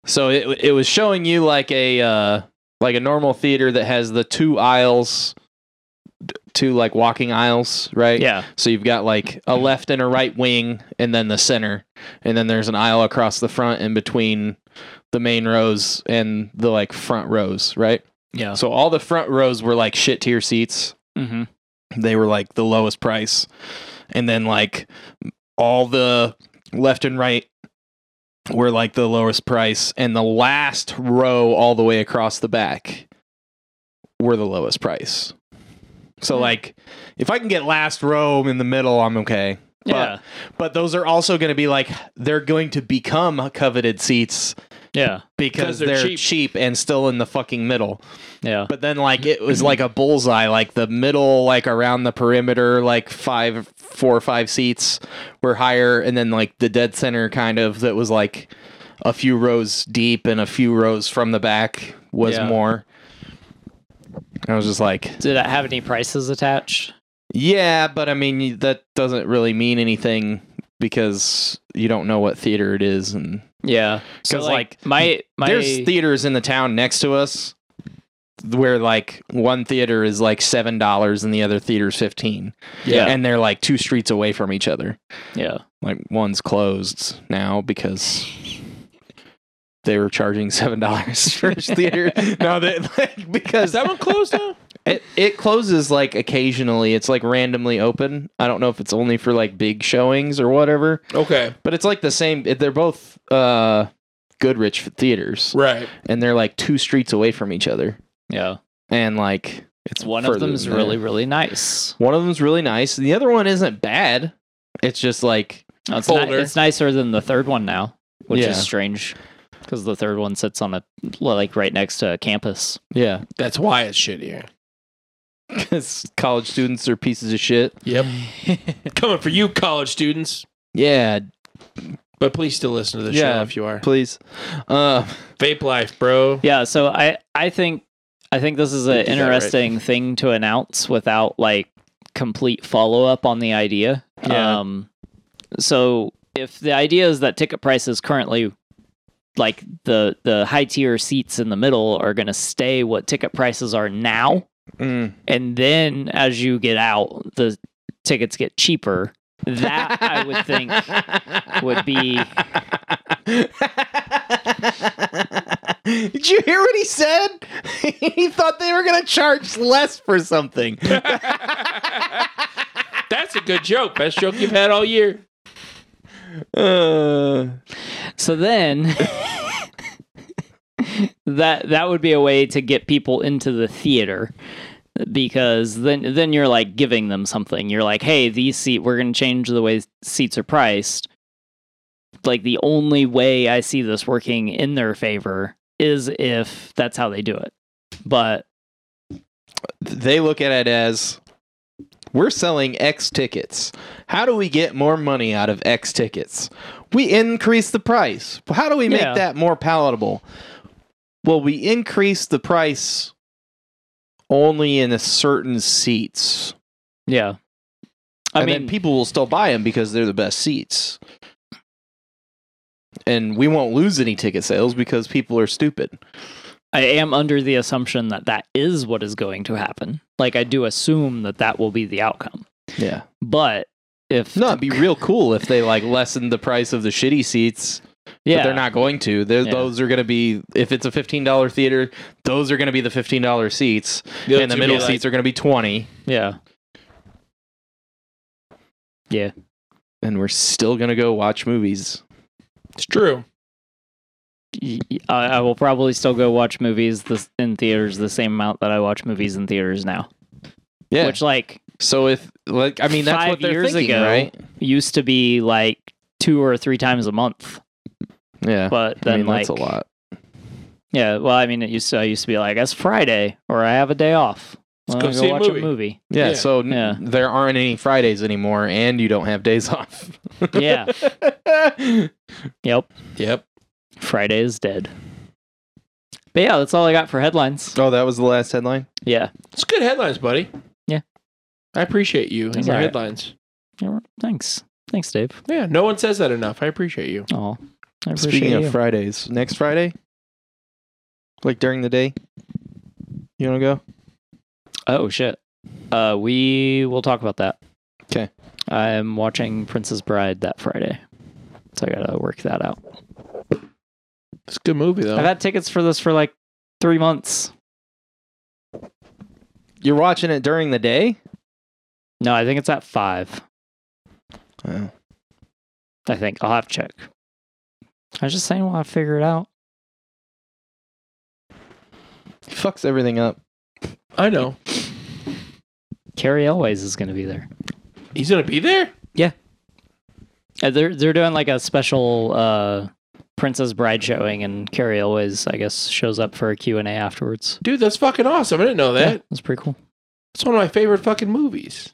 [SPEAKER 2] so it it was showing you like a uh like a normal theater that has the two aisles d- two like walking aisles, right?
[SPEAKER 3] Yeah,
[SPEAKER 2] So you've got like a left and a right wing and then the center and then there's an aisle across the front in between the main rows and the like front rows, right?
[SPEAKER 3] yeah.
[SPEAKER 2] So all the front rows were like shit tier seats
[SPEAKER 3] hmm
[SPEAKER 2] they were like the lowest price and then like all the left and right were like the lowest price and the last row all the way across the back were the
[SPEAKER 1] Hmm.
[SPEAKER 2] lowest price so like if i can get last row in the middle i'm okay
[SPEAKER 3] Yeah.
[SPEAKER 2] But those are also going to be like they're going to become coveted seats
[SPEAKER 3] Yeah.
[SPEAKER 1] 'Cause
[SPEAKER 2] because
[SPEAKER 1] they're
[SPEAKER 2] they're,
[SPEAKER 1] cheap.
[SPEAKER 2] cheap. and still in the fucking middle.
[SPEAKER 3] Yeah.
[SPEAKER 2] But then like it was like a bullseye, like the middle, like around the perimeter, like five, four or five seats were higher, and then like the dead center kind of that was like a few rows deep and a few rows from the back was
[SPEAKER 3] Yeah.
[SPEAKER 2] more. I was just like,
[SPEAKER 3] Did it have any prices attached?
[SPEAKER 2] yeah, but I mean you- that doesn't really mean anything because you don't know what theater it is, and
[SPEAKER 3] Yeah.
[SPEAKER 2] 'Cause, like,
[SPEAKER 3] my my
[SPEAKER 2] there's theaters in the town next to us where like one theater is like seven dollars and the other theater's fifteen,
[SPEAKER 3] yeah
[SPEAKER 2] and they're like two streets away from each other.
[SPEAKER 3] yeah
[SPEAKER 2] Like one's closed now because. They were charging seven dollars for each theater. no, they, like because
[SPEAKER 1] Is that one closed now?
[SPEAKER 2] It it closes like occasionally. It's like randomly open. I don't know if it's only for like big showings or whatever,
[SPEAKER 1] Okay.
[SPEAKER 2] but it's like the same. They're both uh Goodrich theaters,
[SPEAKER 1] Right.
[SPEAKER 2] and they're like two streets away from each other.
[SPEAKER 3] yeah.
[SPEAKER 2] And like it's
[SPEAKER 3] One
[SPEAKER 2] further
[SPEAKER 3] of them's
[SPEAKER 2] than that.
[SPEAKER 3] really really nice.
[SPEAKER 2] one of them's really nice. The other one isn't bad. It's just like
[SPEAKER 3] No, it's, ni-
[SPEAKER 1] Older.
[SPEAKER 3] it's nicer than the third one now, which
[SPEAKER 2] Yeah.
[SPEAKER 3] is strange because the third one sits on a like right next to a campus.
[SPEAKER 2] yeah,
[SPEAKER 1] That's why it's shittier.
[SPEAKER 2] because college students are pieces of shit.
[SPEAKER 1] Yep. Coming for you, college students.
[SPEAKER 2] Yeah,
[SPEAKER 1] But please still listen to the
[SPEAKER 2] Yeah.
[SPEAKER 1] show if you are.
[SPEAKER 2] please. Uh,
[SPEAKER 1] Vape life, bro.
[SPEAKER 3] Yeah, so I I think I think this is an
[SPEAKER 1] Did that right.
[SPEAKER 3] interesting thing to announce without like complete follow up on the idea.
[SPEAKER 2] Yeah.
[SPEAKER 3] Um so if the idea is that ticket prices currently like the the high tier seats in the middle are going to stay what ticket prices are now,
[SPEAKER 2] mm.
[SPEAKER 3] and then as you get out the tickets get cheaper that i would think would be
[SPEAKER 2] Did you hear what he said? he thought they were going to charge less for something.
[SPEAKER 1] That's a good joke. Best joke you've had all year.
[SPEAKER 2] Uh,
[SPEAKER 3] so then that that would be a way to get people into the theater because then then you're like giving them something you're like hey these seat we're going to change the way seats are priced like the only way i see this working in their favor is if that's how they do it but
[SPEAKER 2] they look at it as we're selling X tickets. How do we get more money out of X tickets? We increase the price. How do we make
[SPEAKER 3] Yeah.
[SPEAKER 2] that more palatable? Well, we increase the price only in a certain seats.
[SPEAKER 3] yeah i
[SPEAKER 2] and
[SPEAKER 3] mean
[SPEAKER 2] then people will still buy them because they're the best seats. And we won't lose any ticket sales because people are stupid.
[SPEAKER 3] I am under the assumption that that is what is going to happen. Like I do assume that that will be the outcome.
[SPEAKER 2] Yeah.
[SPEAKER 3] But if
[SPEAKER 2] No, it'd be real cool if they like lessened the price of the shitty seats.
[SPEAKER 3] yeah,
[SPEAKER 2] But they're not going to. They're,
[SPEAKER 3] Yeah.
[SPEAKER 2] Those are going to be, if it's a $15 theater, those are going to be the $15 seats. and the middle seats are going to be 20
[SPEAKER 3] yeah,
[SPEAKER 2] And we're still going to go watch movies.
[SPEAKER 1] It's true.
[SPEAKER 3] Y- y- I, I will probably still go watch movies this, in theaters the same amount that I watch movies in theaters now.
[SPEAKER 2] Yeah.
[SPEAKER 3] Which like
[SPEAKER 2] so if, like, I mean, that's
[SPEAKER 3] Five
[SPEAKER 2] what they're
[SPEAKER 3] years
[SPEAKER 2] thinking,
[SPEAKER 3] ago-
[SPEAKER 2] right?
[SPEAKER 3] used to be like two or three times a month,
[SPEAKER 2] Yeah.
[SPEAKER 3] but
[SPEAKER 2] I
[SPEAKER 3] then
[SPEAKER 2] mean,
[SPEAKER 3] like
[SPEAKER 2] that's a lot.
[SPEAKER 3] yeah. Well, I mean, it used to I used to be like it's Friday or I have a day off. Let's
[SPEAKER 1] go see a
[SPEAKER 3] watch
[SPEAKER 1] movie."
[SPEAKER 3] a movie.
[SPEAKER 2] Yeah,
[SPEAKER 1] Yeah.
[SPEAKER 2] so n-
[SPEAKER 3] Yeah.
[SPEAKER 2] there aren't any Fridays anymore, and you don't have days off.
[SPEAKER 3] Yeah. Yep.
[SPEAKER 1] Yep.
[SPEAKER 3] Friday is dead. But yeah, that's all I got for headlines.
[SPEAKER 2] oh, that was the last headline.
[SPEAKER 3] Yeah.
[SPEAKER 1] It's good headlines, buddy.
[SPEAKER 3] Yeah.
[SPEAKER 1] I appreciate you and
[SPEAKER 3] It's
[SPEAKER 1] your
[SPEAKER 3] all right.
[SPEAKER 1] headlines.
[SPEAKER 3] Yeah, Thanks. Thanks, Dave.
[SPEAKER 1] Yeah, no one says that enough. I appreciate you.
[SPEAKER 3] Oh, I appreciate
[SPEAKER 2] Speaking
[SPEAKER 3] you.
[SPEAKER 2] of Fridays, next Friday, like during the day, you want to go?
[SPEAKER 3] oh shit. Uh, we will talk about that.
[SPEAKER 2] 'Kay.
[SPEAKER 3] I'm watching Princess Bride that Friday, so I gotta work that out.
[SPEAKER 1] It's a good movie
[SPEAKER 2] Oh.
[SPEAKER 1] though.
[SPEAKER 3] I've had tickets for this for like three months.
[SPEAKER 2] You're watching it during the day.
[SPEAKER 3] No, I think it's at five.
[SPEAKER 2] Oh.
[SPEAKER 3] I think I'll have to check. I was just saying, well, I figure it out.
[SPEAKER 2] He fucks everything up.
[SPEAKER 1] I know.
[SPEAKER 3] Carrie Elways is gonna be there.
[SPEAKER 1] He's gonna be there.
[SPEAKER 3] Uh, They're they're doing like a special uh, Princess Bride showing, and Carrie always, I guess, shows up for a Q and A afterwards.
[SPEAKER 1] Dude, that's fucking awesome. I didn't know
[SPEAKER 3] Yeah,
[SPEAKER 1] that.
[SPEAKER 3] that's pretty cool.
[SPEAKER 1] It's one of my favorite fucking movies.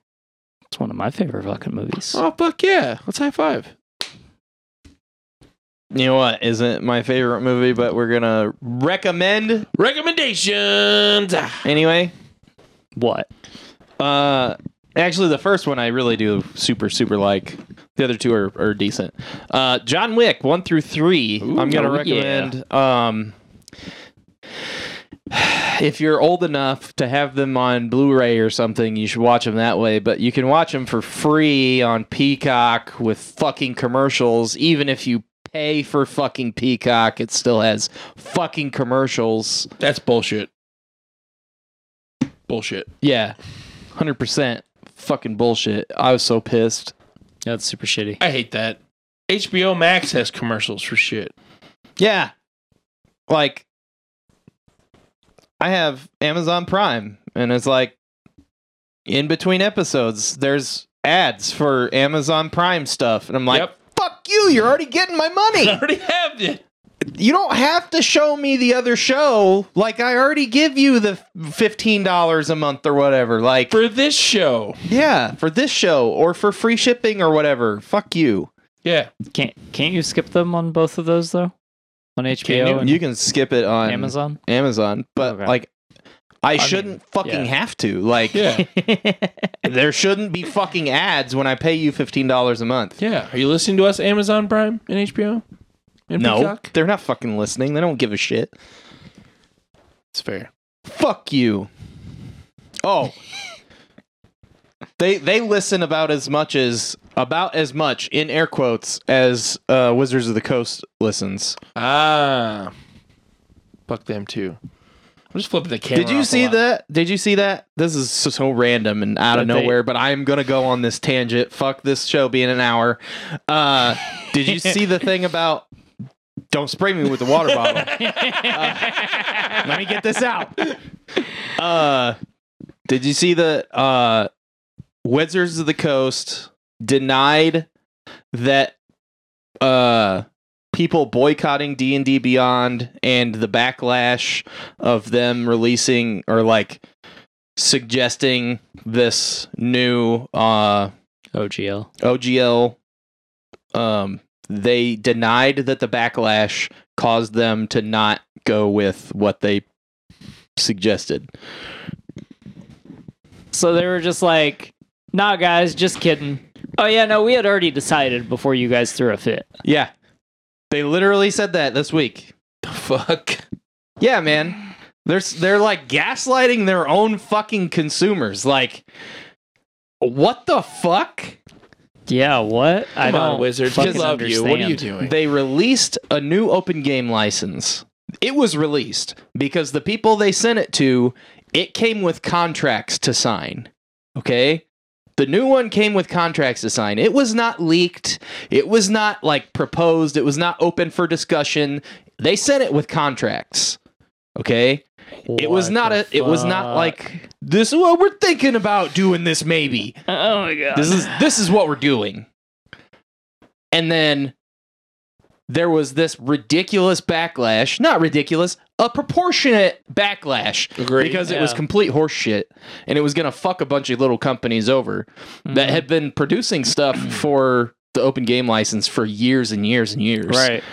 [SPEAKER 3] It's one of my favorite fucking movies.
[SPEAKER 1] Oh fuck yeah. Let's high five.
[SPEAKER 2] You know what isn't my favorite movie, but we're gonna recommend
[SPEAKER 1] Recommendations. Ah.
[SPEAKER 2] anyway.
[SPEAKER 3] What?
[SPEAKER 2] Uh, actually, the first one I really do super super like. The other two are, are decent. Uh, John Wick one through three.
[SPEAKER 1] Ooh,
[SPEAKER 2] I'm gonna
[SPEAKER 3] oh,
[SPEAKER 2] recommend. Um, if you're old enough to have them on Blu-ray or something, you should watch them that way. But you can watch them for free on Peacock with fucking commercials. Even if you pay for fucking Peacock, it still has fucking commercials.
[SPEAKER 1] That's bullshit. Bullshit.
[SPEAKER 2] Yeah, hundred percent. Fucking bullshit. I was so pissed.
[SPEAKER 3] That's super shitty.
[SPEAKER 1] I hate that. HBO Max has commercials for shit.
[SPEAKER 2] Yeah. Like I have Amazon Prime and it's like in between episodes there's ads for Amazon Prime stuff and I'm like
[SPEAKER 1] Yep.
[SPEAKER 2] fuck you you're already getting my
[SPEAKER 1] I
[SPEAKER 2] money.
[SPEAKER 1] already have it.
[SPEAKER 2] you don't have to show me the other show like I already give you the $15 a month or whatever like
[SPEAKER 1] For this show.
[SPEAKER 2] yeah for this show or for free shipping or whatever. Fuck you.
[SPEAKER 1] Yeah.
[SPEAKER 3] Can't can't you skip them on both of those though? On HBO
[SPEAKER 1] you?
[SPEAKER 3] and
[SPEAKER 2] You can skip it on
[SPEAKER 3] Amazon.
[SPEAKER 2] Amazon, but
[SPEAKER 3] Okay.
[SPEAKER 2] like I,
[SPEAKER 3] mean,
[SPEAKER 2] shouldn't fucking
[SPEAKER 3] yeah.
[SPEAKER 2] have to. Like
[SPEAKER 1] Yeah.
[SPEAKER 2] there shouldn't be fucking ads when I pay you $15 a month.
[SPEAKER 1] Yeah. Are you listening to us, Amazon Prime and HBO? And
[SPEAKER 2] no,
[SPEAKER 1] Peacock?
[SPEAKER 2] they're not fucking listening. They don't give a shit.
[SPEAKER 1] It's fair.
[SPEAKER 2] Fuck you. Oh. they they listen about as much as about as much in air quotes as uh, Wizards of the Coast listens.
[SPEAKER 1] Ah. Fuck them too. I'm just flipping the camera.
[SPEAKER 2] Did you
[SPEAKER 1] off a
[SPEAKER 2] see
[SPEAKER 1] lot.
[SPEAKER 2] that? Did you see that? This is so, so random and out of
[SPEAKER 3] That they-
[SPEAKER 2] nowhere, but I'm gonna go on this tangent. Fuck this show being an hour. Uh, did you see the thing about? Don't spray me with the water bottle. Uh, let me get this out. Uh, did you see the uh, Wizards of the Coast denied that uh, people boycotting D and D Beyond and the backlash of them releasing or like suggesting this new uh,
[SPEAKER 3] OGL.
[SPEAKER 2] OGL. Um, they denied that the backlash caused them to not go with what they suggested.
[SPEAKER 3] So they were just like, "Nah, guys, just kidding." Oh yeah, no, we had already decided before you guys threw a fit.
[SPEAKER 2] Yeah. They literally said that this week.
[SPEAKER 1] The fuck.
[SPEAKER 2] Yeah, man. They're s- they're like gaslighting their own fucking consumers. Like what the fuck?
[SPEAKER 3] Yeah, what? I
[SPEAKER 1] Come
[SPEAKER 3] don't
[SPEAKER 1] on, Wizards. We
[SPEAKER 3] fucking
[SPEAKER 1] love you. What are you
[SPEAKER 3] understand.
[SPEAKER 1] doing?
[SPEAKER 2] They released a new open game license. It was released because the people they sent it to, it came with contracts to sign. Okay? The new one came with contracts to sign. It was not leaked. It was not like proposed. It was not open for discussion. They sent it with contracts. Okay? it was
[SPEAKER 3] What
[SPEAKER 2] not a
[SPEAKER 3] the
[SPEAKER 2] it was
[SPEAKER 3] fuck?
[SPEAKER 2] not like this is what we're thinking about doing this maybe
[SPEAKER 3] Oh my god.
[SPEAKER 2] this is this is what we're doing and then there was this ridiculous backlash not ridiculous a proportionate backlash
[SPEAKER 1] Agreed.
[SPEAKER 2] because it was
[SPEAKER 3] Yeah.
[SPEAKER 2] complete horseshit and it was going to fuck a bunch of little companies over
[SPEAKER 3] Hmm.
[SPEAKER 2] that
[SPEAKER 3] Mm-hmm.
[SPEAKER 2] had been producing stuff for the open game license for years and years and years
[SPEAKER 3] right.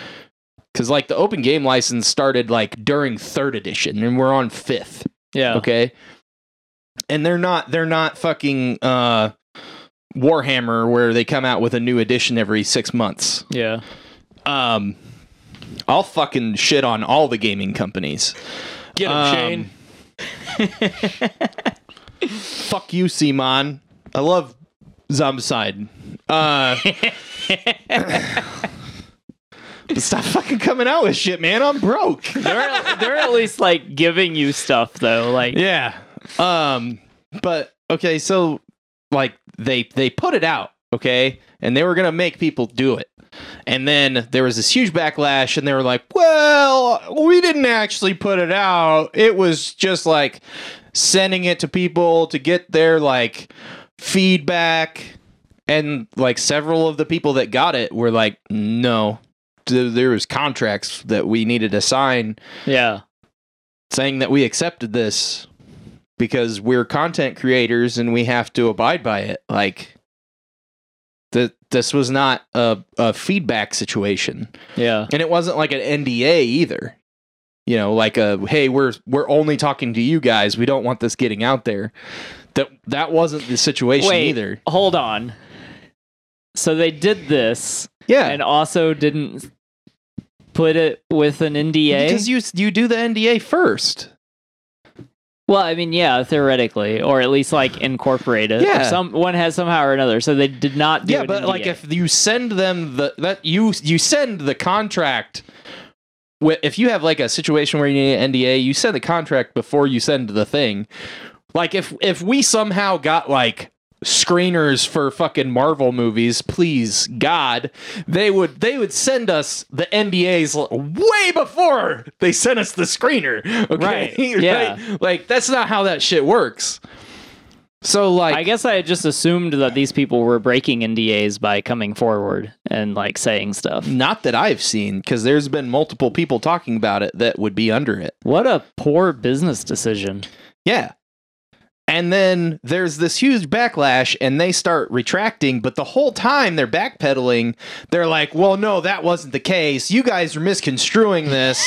[SPEAKER 2] because like the open game license started like during third edition and we're on fifth
[SPEAKER 3] Yeah.
[SPEAKER 2] okay and they're not they're not fucking uh warhammer where they come out with a new edition every six months
[SPEAKER 3] Yeah.
[SPEAKER 2] um i'll fucking shit on all the gaming companies
[SPEAKER 1] Get him, Shane.
[SPEAKER 2] Um, fuck you simon i love zombicide uh but stop fucking coming out with shit man i'm broke
[SPEAKER 3] they're, they're at least like giving you stuff though. Like
[SPEAKER 2] Yeah. Um but okay, so like they they put it out, okay? And they were going to make people do it. And then there was this huge backlash and they were like, "Well, we didn't actually put it out. It was just like sending it to people to get their like feedback." and like several of the people that got it were like, no, Th- there was contracts that we needed to sign
[SPEAKER 3] Yeah.
[SPEAKER 2] saying that we accepted this because we're content creators and we have to abide by it. Like that, this was not a, a feedback situation,
[SPEAKER 3] Yeah.
[SPEAKER 2] and it wasn't like an NDA either. You know, like a hey, we're we're only talking to you guys. We don't want this getting out there. That that wasn't the situation
[SPEAKER 3] Wait.
[SPEAKER 2] either.
[SPEAKER 3] Hold on. So they did this
[SPEAKER 2] Yeah,
[SPEAKER 3] and also didn't put it with an NDA.
[SPEAKER 2] because you you do the NDA first.
[SPEAKER 3] well, I mean, yeah, theoretically, or at least like incorporate it.
[SPEAKER 2] Yeah.
[SPEAKER 3] Or some one has somehow or another. So they did not do E
[SPEAKER 2] yeah
[SPEAKER 3] an
[SPEAKER 2] but like
[SPEAKER 3] NDA.
[SPEAKER 2] if you send them the that you you send the contract wi- if you have like a situation where you need an nda you send the contract before you send the thing like if if we somehow got like screeners for fucking marvel movies please god they would they would send us the ndas l- way before they sent us the screener okay
[SPEAKER 3] Right, yeah.
[SPEAKER 2] Right? like that's not how that shit works so like
[SPEAKER 3] I guess I had just assumed that these people were breaking NDAs by coming forward and like saying stuff.
[SPEAKER 2] Not that I've seen, because there's been multiple people talking about it that would be under it.
[SPEAKER 3] What a poor business decision.
[SPEAKER 2] Yeah. And then there's this huge backlash, and they start retracting, but the whole time they're backpedaling, they're like, well, no, that wasn't the case. You guys are misconstruing this.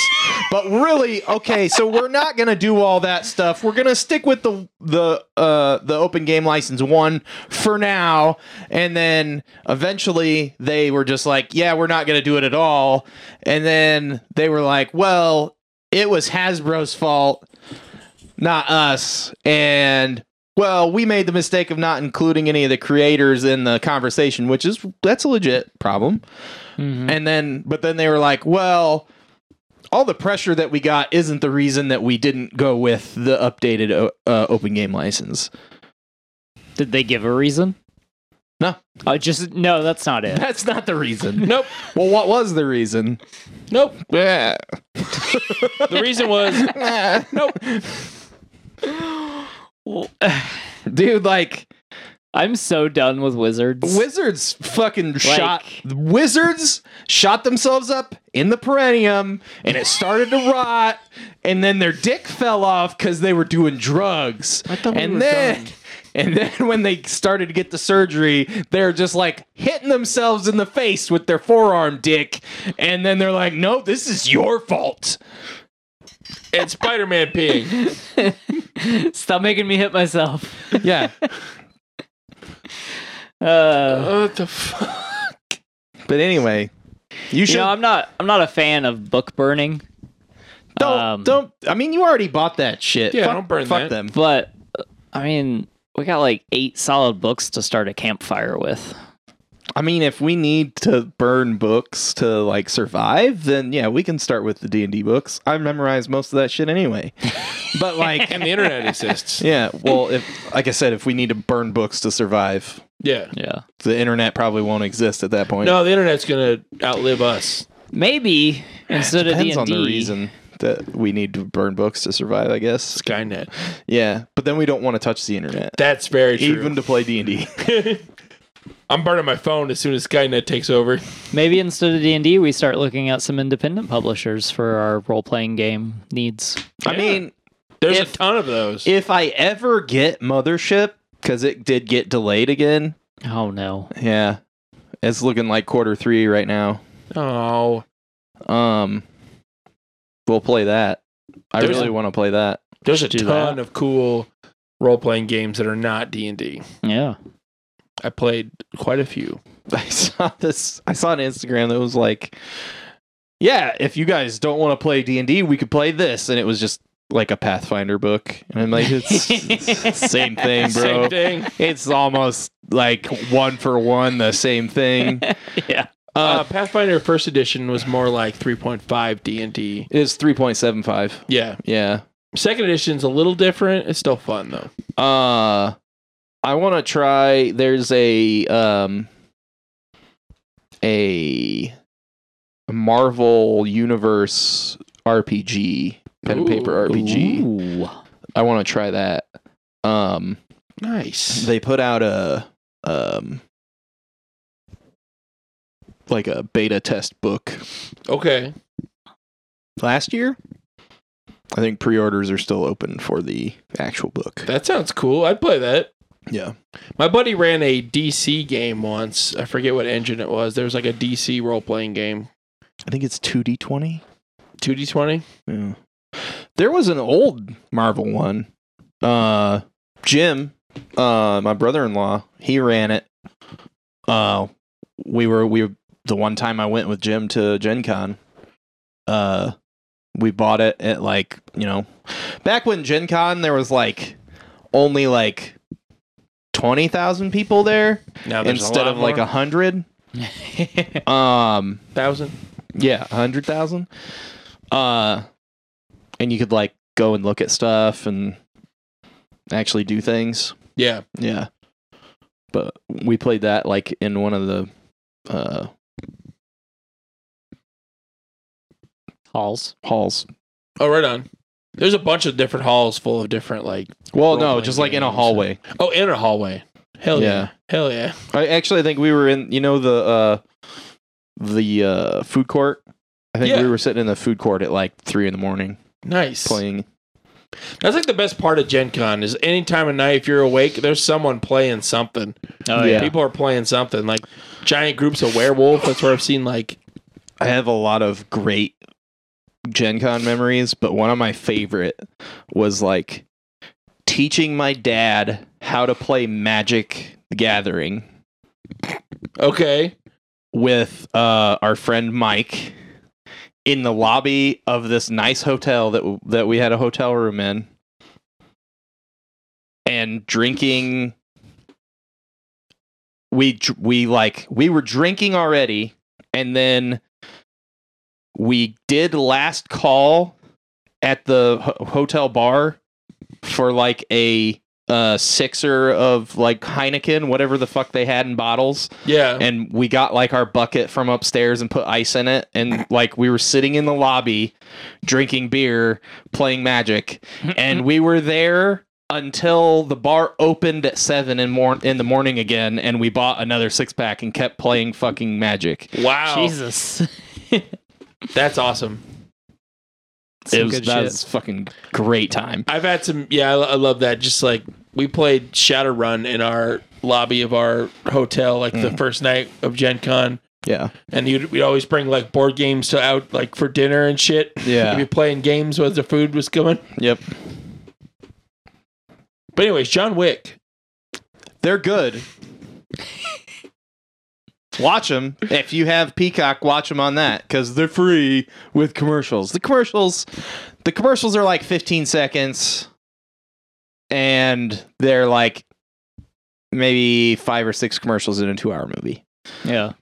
[SPEAKER 2] but really, okay, so we're not going to do all that stuff. We're going to stick with the, the, uh, the open game license one for now. And then eventually they were just like, yeah, we're not going to do it at all. And then they were like, well, it was Hasbro's fault not us. And well, we made the mistake of not including any of the creators in the conversation, which is that's a legit problem. And then but then they were like, well, all the pressure that we got isn't the reason that we didn't go with the updated o- uh, open game license.
[SPEAKER 3] Did they give a reason?
[SPEAKER 2] No.
[SPEAKER 3] Oh, just no, that's not it.
[SPEAKER 2] That's not the reason.
[SPEAKER 1] Nope.
[SPEAKER 2] well, what was the reason?
[SPEAKER 1] Nope.
[SPEAKER 2] Yeah.
[SPEAKER 1] The reason was
[SPEAKER 2] nope. Dude, like
[SPEAKER 3] I'm so done with wizards.
[SPEAKER 2] Wizards fucking shot Wizards shot themselves up in the perennium and it started to rot and then their dick fell off cuz they were doing drugs.
[SPEAKER 1] I thought we
[SPEAKER 2] and
[SPEAKER 1] were
[SPEAKER 2] then
[SPEAKER 1] done.
[SPEAKER 2] and then when they started to get the surgery, they're just like hitting themselves in the face with their forearm dick and then they're like, "No, this is your fault."
[SPEAKER 1] and Spider Man peeing.
[SPEAKER 3] Stop making me hit myself.
[SPEAKER 2] Yeah.
[SPEAKER 3] Uh,
[SPEAKER 1] Uh, what the fuck?
[SPEAKER 2] but anyway, you should
[SPEAKER 3] you know, I'm not. I'm not a fan of book burning,
[SPEAKER 2] don't
[SPEAKER 3] um,
[SPEAKER 2] don't I mean, you already bought that shit.
[SPEAKER 1] Yeah,
[SPEAKER 2] fuck,
[SPEAKER 1] don't burn
[SPEAKER 2] fuck
[SPEAKER 1] that.
[SPEAKER 2] them.
[SPEAKER 3] but uh, I mean, we got like eight solid books to start a campfire with.
[SPEAKER 2] I mean, if we need to burn books to like survive, then yeah, we can start with the D and D books. I memorized most of that shit anyway. but like,
[SPEAKER 1] And the internet exists.
[SPEAKER 2] yeah, well, if like I said, if we need to burn books to survive,
[SPEAKER 1] Yeah.
[SPEAKER 3] Yeah.
[SPEAKER 2] the internet probably won't exist at that point.
[SPEAKER 1] No, the internet's gonna outlive us.
[SPEAKER 3] Maybe instead of D
[SPEAKER 2] depends
[SPEAKER 3] and
[SPEAKER 2] on the
[SPEAKER 3] D,
[SPEAKER 2] reason that we need to burn books to survive. I guess.
[SPEAKER 1] Skynet.
[SPEAKER 2] Yeah, but then we don't want to touch the internet,
[SPEAKER 1] That's very true.
[SPEAKER 2] even to play D and D.
[SPEAKER 1] I'm burning my phone as soon as Skynet takes over.
[SPEAKER 3] maybe instead of D and D, we start looking at some independent publishers for our role playing game needs.
[SPEAKER 2] I
[SPEAKER 1] Yeah.
[SPEAKER 2] mean,
[SPEAKER 1] There's
[SPEAKER 2] If-
[SPEAKER 1] a ton of those.
[SPEAKER 2] if I ever get Mothership, because it did get delayed again.
[SPEAKER 3] Oh no.
[SPEAKER 2] Yeah. It's looking like quarter three right now.
[SPEAKER 1] oh,
[SPEAKER 2] Um we'll play that. I
[SPEAKER 1] There's-
[SPEAKER 2] really want to play that.
[SPEAKER 1] there's a
[SPEAKER 3] Do
[SPEAKER 1] ton
[SPEAKER 3] that.
[SPEAKER 1] of cool role playing games that are not D and D.
[SPEAKER 3] Yeah.
[SPEAKER 1] I played quite a few.
[SPEAKER 2] I saw this I saw on Instagram that was like Yeah, if you guys don't want to play D and D, we could play this. And it was just like a Pathfinder book. And I'm like, it's, it's the same thing, bro.
[SPEAKER 1] Same thing.
[SPEAKER 2] It's almost like one for one the same thing.
[SPEAKER 3] Yeah.
[SPEAKER 1] Uh, Pathfinder First Edition was more like 3.5 D and D.
[SPEAKER 2] It's three point seven five.
[SPEAKER 1] Yeah,
[SPEAKER 2] Yeah.
[SPEAKER 1] second edition's a little different. It's still fun though.
[SPEAKER 2] Uh I want to try there's a um a Marvel Universe RPG, pen and paper
[SPEAKER 1] Ooh.
[SPEAKER 2] RPG.
[SPEAKER 3] Ooh.
[SPEAKER 2] I want to try that. Um
[SPEAKER 1] Nice.
[SPEAKER 2] they put out a um like a beta test book
[SPEAKER 1] Okay.
[SPEAKER 2] last year. I think pre-orders are still open for the actual book.
[SPEAKER 1] That sounds cool. I'd play that.
[SPEAKER 2] Yeah.
[SPEAKER 1] My buddy ran a DC game once. I forget what engine it was. There was like a DC role playing game.
[SPEAKER 2] I think it's 2D20.
[SPEAKER 1] 2D20?
[SPEAKER 2] Yeah. There was an old Marvel one. Uh Jim, uh my brother-in-law, he ran it. Uh we were we were, the one time I went with Jim to Gen Con. Uh we bought it at like, you know, back when Gen Con there was like only like 20,000 people there
[SPEAKER 1] Now
[SPEAKER 2] instead of like a 100.
[SPEAKER 3] yeah,
[SPEAKER 2] Um
[SPEAKER 1] thousand.
[SPEAKER 2] yeah, a hundred thousand. Uh, and you could like go and look at stuff and actually do things.
[SPEAKER 1] Yeah.
[SPEAKER 2] Yeah. But we played that like in one of the uh
[SPEAKER 3] halls.
[SPEAKER 2] halls.
[SPEAKER 1] Oh, right on. There's a bunch of different halls full of different like.
[SPEAKER 2] Well, no,
[SPEAKER 1] Role-playing
[SPEAKER 2] just like in a
[SPEAKER 1] games.
[SPEAKER 2] hallway.
[SPEAKER 1] Oh, in a hallway. Hell yeah.
[SPEAKER 2] Yeah.
[SPEAKER 1] Hell yeah.
[SPEAKER 2] I actually think we were in you know the uh the uh food court. I think
[SPEAKER 1] Yeah.
[SPEAKER 2] we were sitting in the food court at like three in the morning
[SPEAKER 1] Nice.
[SPEAKER 2] playing.
[SPEAKER 1] That's like the best part of Gen Con is any time of night if you're awake, there's someone playing something.
[SPEAKER 3] Oh
[SPEAKER 2] Yeah.
[SPEAKER 1] People are playing something like giant groups of werewolf. That's where I've seen like
[SPEAKER 2] I have a lot of great Gen Con memories, but one of my favorite was like teaching my dad how to play Magic the Gathering
[SPEAKER 1] okay,
[SPEAKER 2] with uh, our friend Mike in the lobby of this nice hotel that w- that we had a hotel room in and drinking we dr- we like we were drinking already and then we did last call at the ho- hotel bar for like a uh sixer of like Heineken whatever the fuck they had in bottles
[SPEAKER 1] yeah,
[SPEAKER 2] and we got like our bucket from upstairs and put ice in it and like we were sitting in the lobby drinking beer playing magic and we were there until the bar opened at 7 in, mor- in the morning again and we bought another six pack and kept playing fucking magic
[SPEAKER 1] wow,
[SPEAKER 3] Jesus,
[SPEAKER 1] that's awesome.
[SPEAKER 3] Some
[SPEAKER 2] it was
[SPEAKER 3] good
[SPEAKER 2] that
[SPEAKER 3] shit.
[SPEAKER 2] was fucking great time
[SPEAKER 1] I've had some. Yeah, I, lo- I love that. Just like we played Shadowrun in our lobby of our hotel, like
[SPEAKER 3] Mm.
[SPEAKER 1] the first night of Gen Con,
[SPEAKER 2] yeah
[SPEAKER 1] and you'd, we'd always bring like board games to out like for dinner and shit.
[SPEAKER 2] Yeah.
[SPEAKER 1] we'd be playing games while the food was coming.
[SPEAKER 2] yep
[SPEAKER 1] But anyways, John Wick.
[SPEAKER 2] they're good watch them if you have peacock watch them on that because they're free with commercials the commercials the commercials are like 15 seconds and they're like maybe five or six commercials in a two hour movie
[SPEAKER 3] yeah,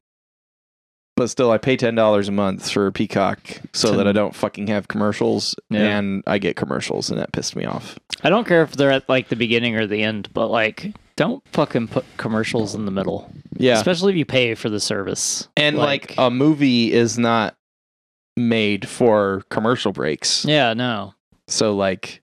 [SPEAKER 2] but still i pay $10 a month for peacock so that i don't fucking have commercials
[SPEAKER 3] Yeah.
[SPEAKER 2] and i get commercials and that pissed me off
[SPEAKER 3] I don't care if they're at like the beginning or the end, but like, don't fucking put commercials in the middle,
[SPEAKER 2] yeah
[SPEAKER 3] especially if you pay for the service.
[SPEAKER 2] and like, a movie is not made for commercial breaks
[SPEAKER 3] yeah, no,
[SPEAKER 2] So like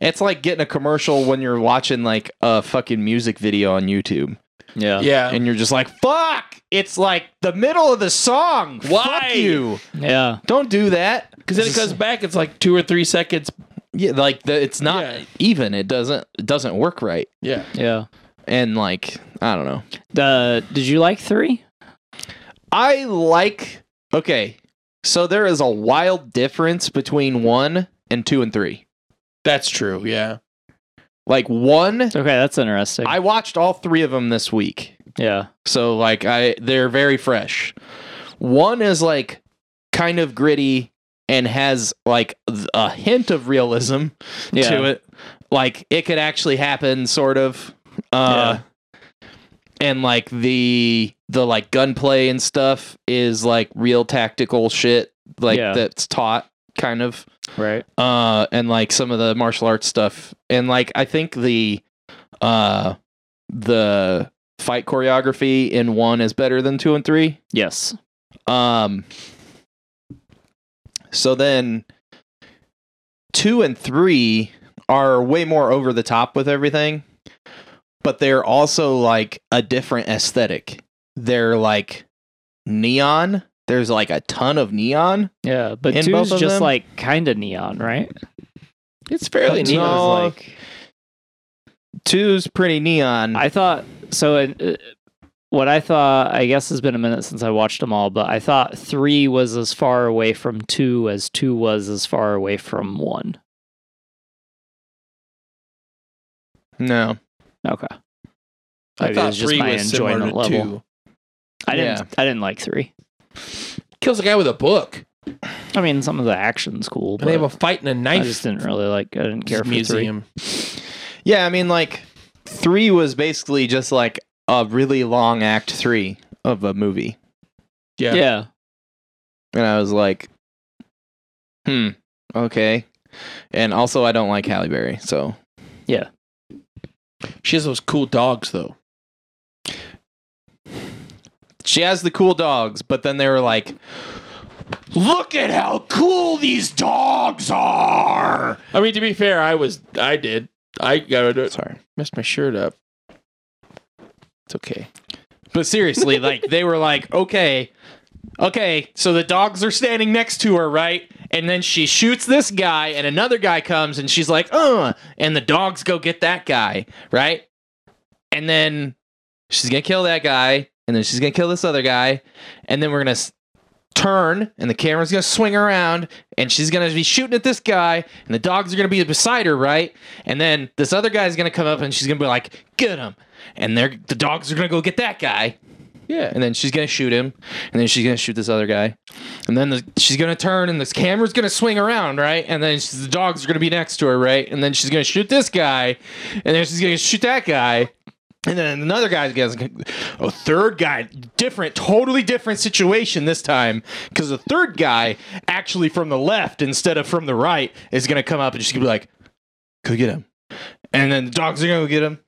[SPEAKER 2] it's like getting a commercial when you're watching like a fucking music video on YouTube
[SPEAKER 3] yeah,
[SPEAKER 1] Yeah,
[SPEAKER 2] and you're just like fuck it's like the middle of the song
[SPEAKER 1] Why?
[SPEAKER 2] fuck you
[SPEAKER 3] yeah.
[SPEAKER 2] don't do that
[SPEAKER 1] because then it comes back. It's like two or three seconds.
[SPEAKER 2] yeah like the, it's not
[SPEAKER 1] Yeah.
[SPEAKER 2] even it doesn't it doesn't work right
[SPEAKER 1] Yeah,
[SPEAKER 3] yeah.
[SPEAKER 2] and like I don't know
[SPEAKER 3] Uh, did you like three?
[SPEAKER 2] I like okay so there is a wild difference between 1 and 2 and 3
[SPEAKER 1] that's true. Yeah,
[SPEAKER 2] like 1
[SPEAKER 3] Okay, that's interesting.
[SPEAKER 2] I watched all 3 of them this week
[SPEAKER 3] yeah,
[SPEAKER 2] So like I they're very fresh. One is like kind of gritty and has like th- a hint of realism
[SPEAKER 3] yeah.
[SPEAKER 2] to it. Like it could actually happen sort of uh and like the the like gunplay and stuff is like real tactical shit like
[SPEAKER 3] Yeah.
[SPEAKER 2] that's taught kind of
[SPEAKER 3] Right.
[SPEAKER 2] uh and like some of the martial arts stuff and like i think the uh the fight choreography in one is better than two and three
[SPEAKER 3] Yes.
[SPEAKER 2] um so then two and three are way more over the top with everything but they're also like a different aesthetic they're like neon. There's like a ton of neon.
[SPEAKER 3] Yeah, but
[SPEAKER 2] In both
[SPEAKER 3] two's
[SPEAKER 2] of
[SPEAKER 3] just
[SPEAKER 2] them?
[SPEAKER 3] like kind of neon, right?
[SPEAKER 1] It's fairly
[SPEAKER 3] But
[SPEAKER 1] neat.
[SPEAKER 3] neon's
[SPEAKER 2] No.
[SPEAKER 3] like
[SPEAKER 2] Two's pretty neon.
[SPEAKER 3] I thought so. Uh, what I thought, I guess, has been a minute since I watched them all, but I thought three was as far away from two as two was as far away from one.
[SPEAKER 2] no.
[SPEAKER 3] Okay,
[SPEAKER 1] I
[SPEAKER 3] Maybe
[SPEAKER 1] thought
[SPEAKER 3] it's just
[SPEAKER 1] three
[SPEAKER 3] my
[SPEAKER 1] was similar to
[SPEAKER 3] enjoyment level.
[SPEAKER 1] two.
[SPEAKER 3] I didn't.
[SPEAKER 2] Yeah.
[SPEAKER 3] I didn't like three.
[SPEAKER 1] Kills a guy with a book.
[SPEAKER 3] I mean, some of the action's cool,
[SPEAKER 1] And they have a
[SPEAKER 3] but
[SPEAKER 1] fight and a
[SPEAKER 3] I
[SPEAKER 1] knife.
[SPEAKER 3] just didn't really like. I didn't care for three.
[SPEAKER 1] museum.
[SPEAKER 2] Yeah, I mean like three was basically just like a really long act three of a movie.
[SPEAKER 1] Yeah.
[SPEAKER 3] yeah,
[SPEAKER 2] And I was like, hmm, okay. And also I don't like Halle Berry, so
[SPEAKER 1] She has those cool dogs though.
[SPEAKER 2] she has the cool dogs, but then they were like Look at how cool these dogs are.
[SPEAKER 1] I mean, to be fair, I was I did. I got
[SPEAKER 2] Sorry.
[SPEAKER 1] messed my shirt up. It's okay.
[SPEAKER 2] But seriously, like they were like, okay, okay, so the dogs are standing next to her, right? And then she shoots this guy, and another guy comes, and she's like, uh, and the dogs go get that guy, right? And then she's gonna kill that guy, and then she's gonna kill this other guy, and then we're gonna s- turn, and the camera's gonna swing around, and she's gonna be shooting at this guy, and the dogs are gonna be beside her, right? And then this other guy's gonna come up, and she's gonna be like, get him. And they're, the dogs are gonna go get that guy,
[SPEAKER 1] Yeah.
[SPEAKER 2] and then she's gonna shoot him, and then she's gonna shoot this other guy, and then the, she's gonna turn, and this camera's gonna swing around, right? And then she's, the dogs are gonna be next to her, right? And then she's gonna shoot this guy, and then she's gonna shoot that guy, and then another guy's gonna, a third guy, different, totally different situation this time, because the third guy, actually from the left instead of from the right, is gonna come up and she's gonna be like, "Go get him," and then the dogs are gonna go get him,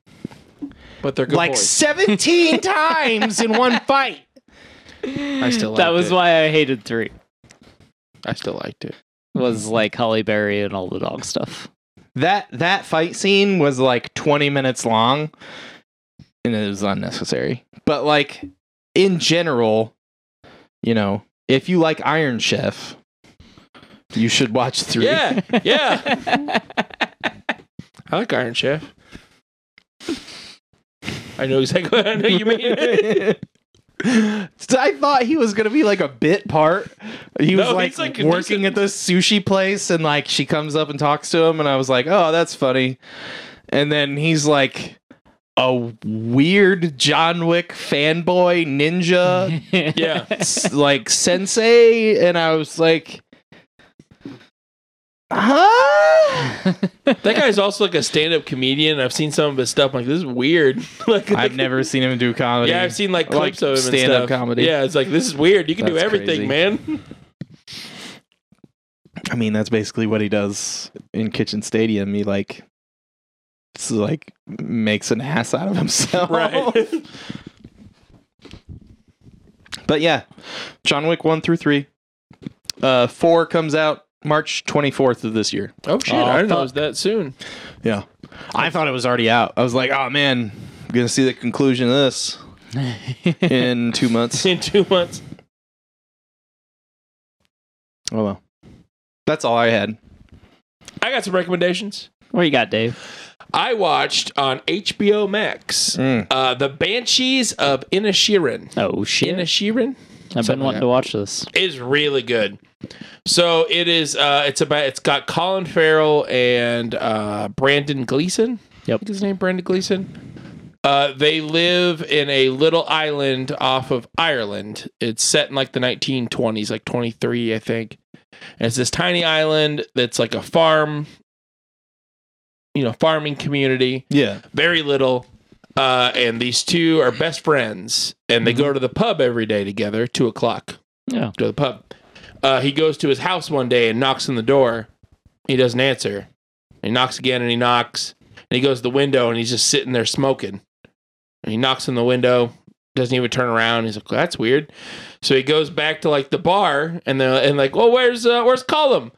[SPEAKER 1] But they're good
[SPEAKER 2] like
[SPEAKER 1] boys.
[SPEAKER 2] seventeen times in one fight.
[SPEAKER 1] I still liked
[SPEAKER 3] that was
[SPEAKER 1] it.
[SPEAKER 3] why I hated three.
[SPEAKER 1] I still liked it.
[SPEAKER 3] Was like Holly Berry and all the dog stuff.
[SPEAKER 2] that that fight scene was like 20 minutes long and it was unnecessary but like in general you know if you like iron chef you should watch three
[SPEAKER 1] Yeah. Yeah. I like Iron Chef. I know exactly what I know you mean.
[SPEAKER 2] So I thought he was gonna be like a bit part. He was
[SPEAKER 1] No,
[SPEAKER 2] like,
[SPEAKER 1] he's, like, a
[SPEAKER 2] working
[SPEAKER 1] decent-
[SPEAKER 2] at this sushi place, and like she comes up and talks to him, and I was like, "Oh, that's funny." And then he's like a weird John Wick fanboy ninja,
[SPEAKER 1] yeah.
[SPEAKER 2] s- like sensei, and I was like, "Huh."
[SPEAKER 1] That guy's also like a stand-up comedian. I've seen some of his stuff. I'm like, this is weird. like,
[SPEAKER 2] I've never seen him do comedy.
[SPEAKER 1] Yeah, I've seen like
[SPEAKER 2] Like
[SPEAKER 1] clips of him and
[SPEAKER 2] stand-up
[SPEAKER 1] stuff.
[SPEAKER 2] comedy.
[SPEAKER 1] Yeah, it's like this is weird. You can do
[SPEAKER 2] That's crazy.
[SPEAKER 1] everything, man.
[SPEAKER 2] I mean, that's basically what he does in Kitchen Stadium. He like, s- like makes an ass out of himself.
[SPEAKER 1] Right.
[SPEAKER 2] but yeah, John Wick one through three. Uh, four comes out March twenty fourth of this year.
[SPEAKER 1] oh shit!
[SPEAKER 3] Oh,
[SPEAKER 1] I didn't know
[SPEAKER 3] fuck.
[SPEAKER 1] it was that soon.
[SPEAKER 2] Yeah, I thought it was already out. I was like, oh man, I'm gonna see the conclusion of this in two months.
[SPEAKER 1] In two months.
[SPEAKER 2] Oh well, that's all I had.
[SPEAKER 1] I got some recommendations.
[SPEAKER 3] what you got, Dave?
[SPEAKER 1] I watched on HBO Max
[SPEAKER 2] Mm.
[SPEAKER 1] uh, the Banshees of Inishirin.
[SPEAKER 3] Oh shit!
[SPEAKER 1] Inishirin
[SPEAKER 3] I've been
[SPEAKER 1] something like
[SPEAKER 3] wanting to watch this.
[SPEAKER 1] is really good. So it is. Uh, it's about. It's got Colin Farrell and uh, Brandon Gleason.
[SPEAKER 3] Yep.
[SPEAKER 1] I think his name Brandon Gleason. Uh, they live in a little island off of Ireland. It's set in like the 1920s, like 23, I think. And it's this tiny island that's like a farm, you know, farming community
[SPEAKER 2] Yeah,
[SPEAKER 1] very little. Uh, and these two are best friends, and they go to the pub every day together, two o'clock.
[SPEAKER 3] Yeah.
[SPEAKER 1] Go to the pub. Uh, he goes to his house one day and knocks on the door. He doesn't answer. He knocks again and he knocks. And he goes to the window and he's just sitting there smoking. And he knocks on the window, doesn't even turn around. He's like, "That's weird." So he goes back to like the bar and they're and like, "Well, where's uh, where's Colum?"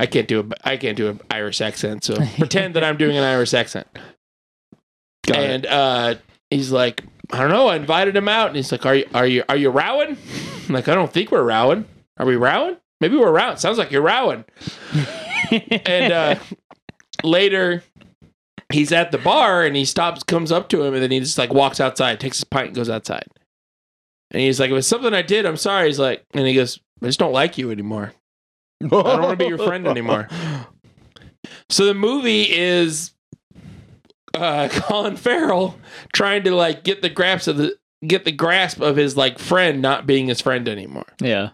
[SPEAKER 1] I can't do a I can't do an Irish accent, so pretend that I'm doing an Irish accent
[SPEAKER 2] got it.
[SPEAKER 1] and uh, he's like, I don't know. I invited him out, and he's like, "Are you are you are you rowing?" I'm like, "I don't think we're rowing. Are we rowing? Maybe we're rowing. Sounds like you're rowing." and uh, later, he's at the bar, and he stops, comes up to him, and then he just like walks outside, takes his pint, and goes outside. And he's like, "It was something I did. I'm sorry." He's like, and he goes, "I just don't like you anymore."
[SPEAKER 2] I
[SPEAKER 1] don't wanna be your friend anymore. So the movie is uh, Colin Farrell trying to like get the grasp of the get the grasp of his like friend not being his friend anymore,
[SPEAKER 3] yeah.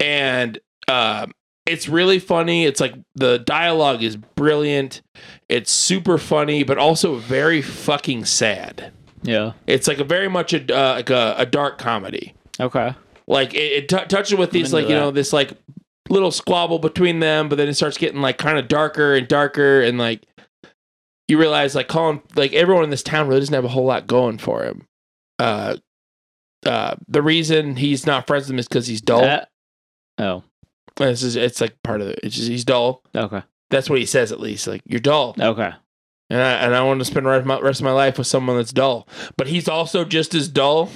[SPEAKER 1] and um, it's really funny. It's like the dialogue is brilliant. It's super funny, but also very fucking sad.
[SPEAKER 3] Yeah.
[SPEAKER 1] It's like a very much a uh, like a, a dark comedy
[SPEAKER 3] Okay.
[SPEAKER 1] like it, it t- touches with these
[SPEAKER 3] into
[SPEAKER 1] like you
[SPEAKER 3] that.
[SPEAKER 1] know this like little squabble between them but then it starts getting like kind of darker and darker and like you realize like colin like everyone in this town really doesn't have a whole lot going for him uh uh the reason he's not friends with him is because he's dull
[SPEAKER 3] That- oh.
[SPEAKER 1] this is it's like part of it it's just he's dull
[SPEAKER 3] Okay.
[SPEAKER 1] that's what he says at least like you're dull
[SPEAKER 3] Okay.
[SPEAKER 1] and i, and I want to spend the rest of my- rest of my life with someone that's dull but he's also just as dull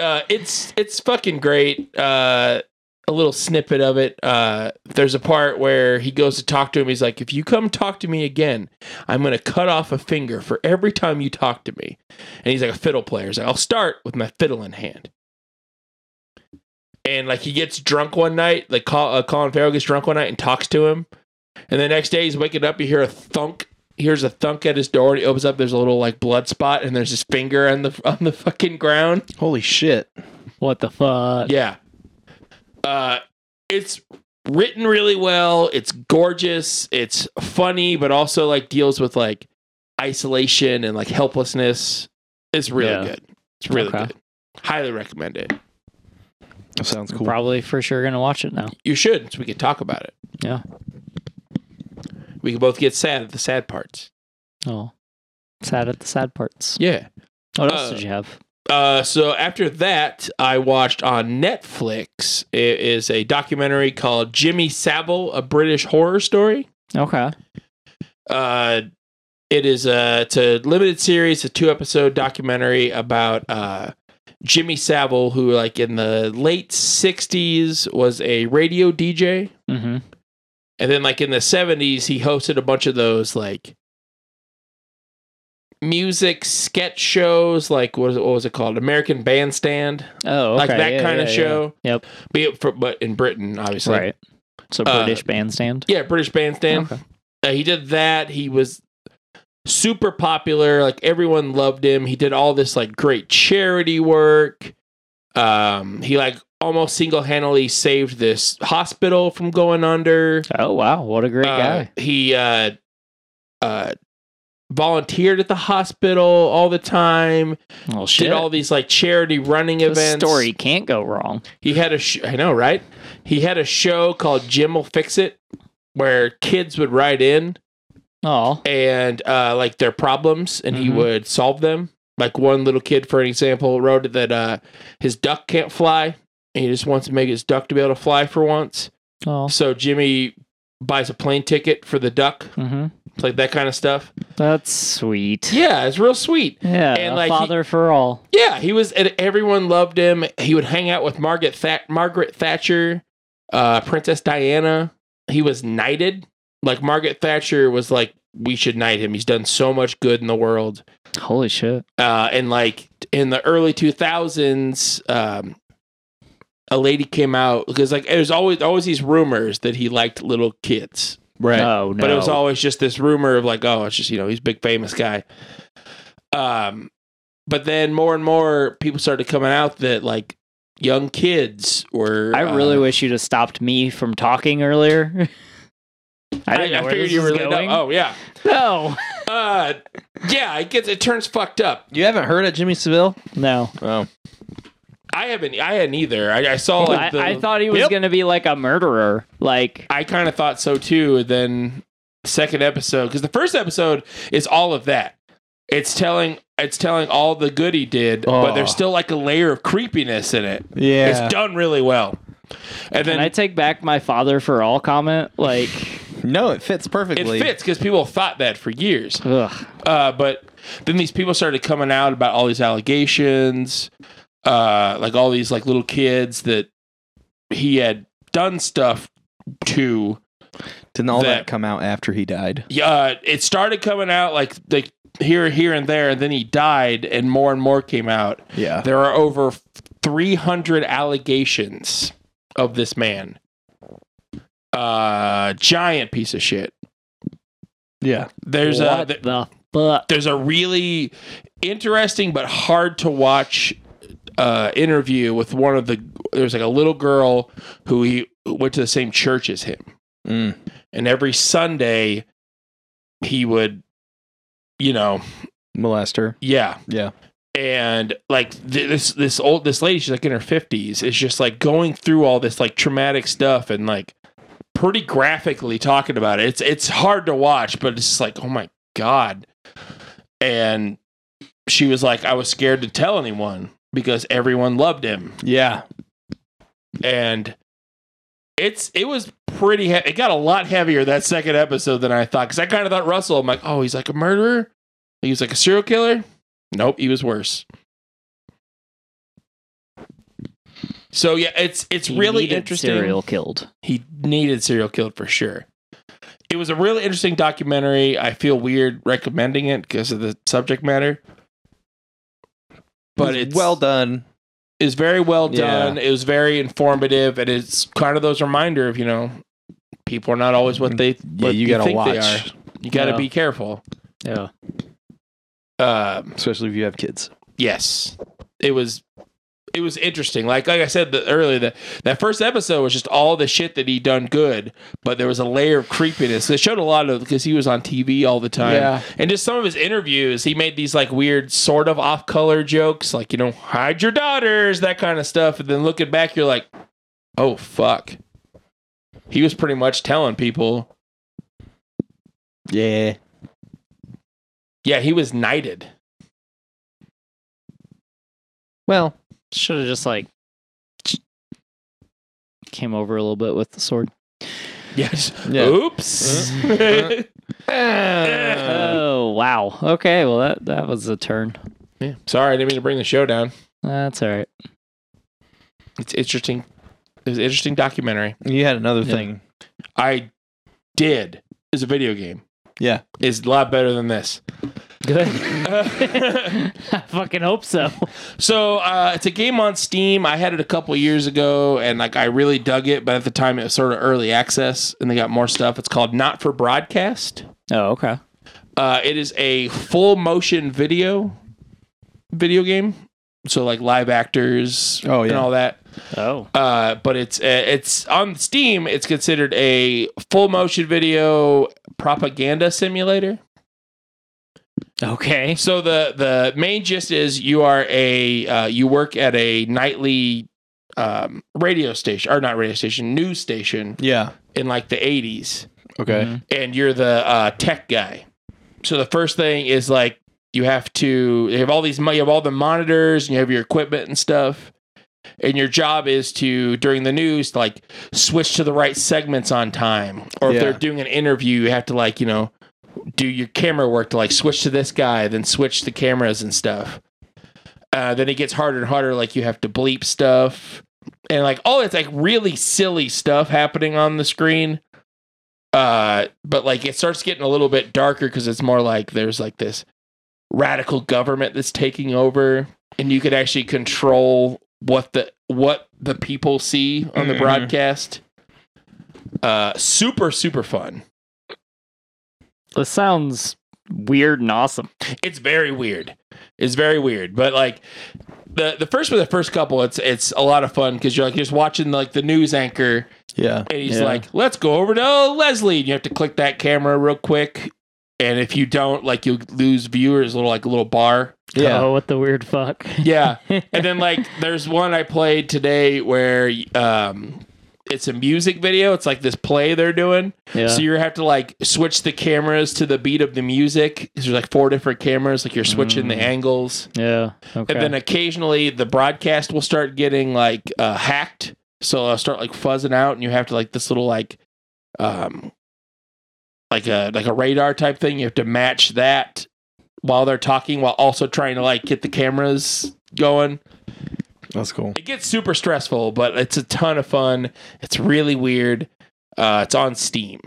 [SPEAKER 1] uh, it's it's fucking great. Uh, a little snippet of it. Uh, there's a part where he goes to talk to him. He's like, "If you come talk to me again, I'm gonna cut off a finger for every time you talk to me." And he's like a fiddle player. He's like, "I'll start with my fiddle in hand." And like he gets drunk one night. Like Col- uh, Colin Farrell gets drunk one night and talks to him. And the next day he's waking up. You hear a thunk. He hears a thunk at his door. And he opens up. There's a little like blood spot, and there's his finger on the on the fucking ground.
[SPEAKER 2] Holy shit.
[SPEAKER 3] what the fuck?
[SPEAKER 1] Yeah. Uh, it's written really well. It's gorgeous. It's funny, but also like deals with like isolation and like helplessness. It's really
[SPEAKER 3] Yeah.
[SPEAKER 1] good. It's really
[SPEAKER 3] Okay.
[SPEAKER 1] good. Highly recommend it.
[SPEAKER 2] That sounds cool.
[SPEAKER 3] Probably for sure gonna watch it now.
[SPEAKER 1] You should, so we could talk about it.
[SPEAKER 3] Yeah.
[SPEAKER 1] We can both get sad at the sad parts.
[SPEAKER 3] Oh. Sad at the sad parts.
[SPEAKER 1] Yeah.
[SPEAKER 3] What
[SPEAKER 1] Uh,
[SPEAKER 3] else did you have?
[SPEAKER 1] Uh, so after that, I watched on Netflix. It is a documentary called Jimmy Savile: A British Horror Story.
[SPEAKER 3] Okay.
[SPEAKER 1] Uh, it is a it's a limited series, a two episode documentary about uh, Jimmy Savile, who like in the late '60s was a radio DJ,
[SPEAKER 3] Mm-hmm.
[SPEAKER 1] and then like in the '70s he hosted a bunch of those like music sketch shows, like what was it, what was it called, American Bandstand,
[SPEAKER 3] Oh,
[SPEAKER 1] like
[SPEAKER 3] okay,
[SPEAKER 1] that
[SPEAKER 3] yeah,
[SPEAKER 1] kind of
[SPEAKER 3] yeah,
[SPEAKER 1] show.
[SPEAKER 3] yeah. Yep.
[SPEAKER 1] Be it for, but in Britain, obviously,
[SPEAKER 3] Right. So
[SPEAKER 1] Uh,
[SPEAKER 3] British bandstand.
[SPEAKER 1] yeah, British Bandstand.
[SPEAKER 3] Okay.
[SPEAKER 1] Uh, he did that. He was super popular. Like everyone loved him. He did all this like great charity work. Um, he like almost single handedly saved this hospital from going under.
[SPEAKER 3] Oh wow, what a great
[SPEAKER 1] Uh,
[SPEAKER 3] guy.
[SPEAKER 1] He uh, uh, volunteered at the hospital all the time.
[SPEAKER 3] Well shit.
[SPEAKER 1] Did all these like charity running
[SPEAKER 3] This
[SPEAKER 1] events.
[SPEAKER 3] story can't go wrong.
[SPEAKER 1] He had a sh- I know, right? He had a show called Jim Will Fix It, where kids would write in
[SPEAKER 3] Oh.
[SPEAKER 1] and uh, like their problems, and he
[SPEAKER 3] Mhm.
[SPEAKER 1] would solve them. Like one little kid, for an example, wrote that uh, his duck can't fly, and he just wants to make his duck to be able to fly for once.
[SPEAKER 3] Oh.
[SPEAKER 1] So Jimmy buys a plane ticket for the duck,
[SPEAKER 3] Mm-hmm.
[SPEAKER 1] It's like that kind of stuff.
[SPEAKER 3] That's sweet.
[SPEAKER 1] Yeah, it's real sweet.
[SPEAKER 3] Yeah,
[SPEAKER 1] And,
[SPEAKER 3] a
[SPEAKER 1] like, he-
[SPEAKER 3] father for all.
[SPEAKER 1] Yeah, he was, and everyone loved him. He would hang out with Margaret Tha- Margaret Thatcher, uh, Princess Diana. He was knighted. Like Margaret Thatcher was like, we should knight him. He's done so much good in the world.
[SPEAKER 3] Holy shit.
[SPEAKER 1] uh, and like in the early 2000s um, a lady came out because like there's always always these rumors that he liked little kids
[SPEAKER 2] Right.
[SPEAKER 3] Oh no.
[SPEAKER 1] but it was always just this rumor of like oh it's just you know he's a big famous guy um but then more and more people started coming out that like young kids were
[SPEAKER 3] I really
[SPEAKER 1] uh,
[SPEAKER 3] wish you'd have stopped me from talking earlier. I
[SPEAKER 1] I,
[SPEAKER 3] didn't know
[SPEAKER 1] I
[SPEAKER 3] where
[SPEAKER 1] figured
[SPEAKER 3] this
[SPEAKER 1] you
[SPEAKER 3] was
[SPEAKER 1] were really
[SPEAKER 3] going.
[SPEAKER 1] know. Oh yeah,
[SPEAKER 3] No,
[SPEAKER 1] uh, yeah. It gets it turns fucked up.
[SPEAKER 2] You haven't heard of Jimmy Seville?
[SPEAKER 3] no.
[SPEAKER 2] Oh.
[SPEAKER 1] I haven't. I hadn't either. I, I saw Oh, like
[SPEAKER 3] I,
[SPEAKER 1] the,
[SPEAKER 3] I thought he was
[SPEAKER 1] Yep.
[SPEAKER 3] gonna be like a murderer. Like,
[SPEAKER 1] I kind of thought so too. And then second episode, because the first episode is all of that. It's telling it's telling all the good he did, but
[SPEAKER 2] Oh.
[SPEAKER 1] there's still like a layer of creepiness in it.
[SPEAKER 2] Yeah.
[SPEAKER 1] It's done really well. And
[SPEAKER 3] can I
[SPEAKER 1] then
[SPEAKER 3] take back my father for all comment? Like,
[SPEAKER 2] No, it fits
[SPEAKER 1] It
[SPEAKER 2] perfectly.
[SPEAKER 1] fits because people thought that for years.
[SPEAKER 3] Ugh.
[SPEAKER 1] Uh, but then these people started coming out about all these allegations, uh, like all these like little kids that he had done stuff to.
[SPEAKER 2] Didn't all that
[SPEAKER 1] That-
[SPEAKER 2] come out after he died?
[SPEAKER 1] Yeah, uh, it started coming out like like here, here, and there, and then he died, and more and more came out.
[SPEAKER 2] Yeah.
[SPEAKER 1] There are over 300 allegations of this man. Uh, giant piece of shit.
[SPEAKER 2] Yeah.
[SPEAKER 1] There's a
[SPEAKER 3] what
[SPEAKER 1] th-
[SPEAKER 3] the fuck?
[SPEAKER 1] there's a really interesting but hard to watch uh, interview with one of the there's like a little girl who he who went to the same church as him,
[SPEAKER 2] Mm.
[SPEAKER 1] and every Sunday he would, you know,
[SPEAKER 2] Molester.
[SPEAKER 1] yeah,
[SPEAKER 2] Yeah.
[SPEAKER 1] and like th- this this old this lady she's like in her 50s is just like going through all this like traumatic stuff and like pretty graphically talking about it it's it's hard to watch but it's just like oh my god and she was like i was scared to tell anyone because everyone loved him
[SPEAKER 2] Yeah.
[SPEAKER 1] and it's it was pretty he- it got a lot heavier that second episode than i thought because i kind of thought russell i'm like oh he's like a murderer he was like a serial killer nope he was worse so yeah it's it's
[SPEAKER 3] He
[SPEAKER 1] really
[SPEAKER 3] needed
[SPEAKER 1] interesting
[SPEAKER 3] Serial killed.
[SPEAKER 1] he needed serial killed for sure it was a really interesting documentary i feel weird recommending it because of the subject matter but it's
[SPEAKER 2] well done.
[SPEAKER 1] is very well
[SPEAKER 2] Yeah.
[SPEAKER 1] done. It was very informative, and it's kind of those reminder of you know, people are not always what they
[SPEAKER 2] Mm, Yeah,
[SPEAKER 1] what
[SPEAKER 2] you gotta
[SPEAKER 1] think they
[SPEAKER 2] watch,
[SPEAKER 1] are. You gotta
[SPEAKER 3] Yeah.
[SPEAKER 1] be careful.
[SPEAKER 3] Yeah.
[SPEAKER 1] Um,
[SPEAKER 2] especially if you have kids.
[SPEAKER 1] yes, it was. It was interesting. Like like I said the, earlier, that that first episode was just all the shit that he done good, but there was a layer of creepiness. It showed a lot of because he was on TV all the time,
[SPEAKER 2] Yeah.
[SPEAKER 1] and just some of his interviews, he made these like weird sort of off color jokes, like you know hide your daughters, that kind of stuff. And then looking back, you're like, oh fuck, he was pretty much telling people,
[SPEAKER 2] Yeah.
[SPEAKER 1] yeah, he was knighted.
[SPEAKER 2] Well,
[SPEAKER 3] Should have just like came over a little bit with the sword.
[SPEAKER 1] Yes.
[SPEAKER 2] Yeah. Uh-huh.
[SPEAKER 1] Oops. Uh,
[SPEAKER 3] oh wow. Okay. Well, that that was a turn.
[SPEAKER 1] Yeah. Sorry, I didn't mean to bring the show down.
[SPEAKER 3] That's all right.
[SPEAKER 1] It's interesting. It was an interesting documentary.
[SPEAKER 2] you had another
[SPEAKER 3] Yeah.
[SPEAKER 2] thing.
[SPEAKER 1] I did. It's a video game.
[SPEAKER 2] Yeah.
[SPEAKER 1] It's a lot better than this.
[SPEAKER 3] Good. I fucking hope so.
[SPEAKER 1] so uh, it's a game on Steam. I had it a couple years ago, and like I really dug it. But at the time, it was sort of early access, and they got more stuff. It's called Not for Broadcast.
[SPEAKER 3] Oh, okay.
[SPEAKER 1] Uh, it is a full motion video video game. So like live actors
[SPEAKER 2] Oh, yeah.
[SPEAKER 1] and all that.
[SPEAKER 3] Oh.
[SPEAKER 1] Uh, but it's uh, it's on Steam. It's considered a full motion video propaganda simulator.
[SPEAKER 3] Okay.
[SPEAKER 1] So the the main gist is you are a uh, you work at a nightly um, radio station or not radio station news station
[SPEAKER 2] Yeah. Mm-hmm.
[SPEAKER 1] in like the eighties,
[SPEAKER 3] Mhm.
[SPEAKER 1] and you're the uh, tech guy. So the first thing is like you have to you have all these mo- you have all the monitors and you have your equipment and stuff. And your job is to during the news to like switch to the right segments on time, or
[SPEAKER 2] Yeah.
[SPEAKER 1] if they're doing an interview, you have to like you know do your camera work to like switch to this guy, then switch the cameras and stuff. Uh, then it gets harder and harder. Like you have to bleep stuff, and like all it's like really silly stuff happening on the screen. Uh, but like it starts getting a little bit darker because it's more like there's like this radical government that's taking over, and you could actually control what the what the people see on the
[SPEAKER 2] Mhm.
[SPEAKER 1] broadcast. Uh, super super fun.
[SPEAKER 3] This sounds weird and awesome.
[SPEAKER 1] it's very weird. It's very weird, but like the the first with the first couple, it's it's a lot of fun because you're like just watching like the news anchor,
[SPEAKER 2] Yeah.
[SPEAKER 1] and he's
[SPEAKER 3] Yeah.
[SPEAKER 1] like, "Let's go over to Leslie," and you have to click that camera real quick, and if you don't, like you lose viewers, little like little bar,
[SPEAKER 2] Yeah.
[SPEAKER 3] Oh, what the weird fuck.
[SPEAKER 1] yeah. and then like there's one I played today where um it's a music video, it's like this play they're doing,
[SPEAKER 3] Yeah.
[SPEAKER 1] so you have to like switch the cameras to the beat of the music. 'cause There's like four different cameras, like you're switching the
[SPEAKER 3] Mm.
[SPEAKER 1] angles.
[SPEAKER 3] yeah. Okay.
[SPEAKER 1] And then occasionally the broadcast will start getting like uh, hacked. So I'll start like fuzzing out and you have to like this little like um like a like a radar type thing. You have to match that while they're talking, while also trying to like get the cameras going.
[SPEAKER 2] That's cool.
[SPEAKER 1] It gets super stressful, but it's a ton of fun. It's really weird. Uh, it's on Steam.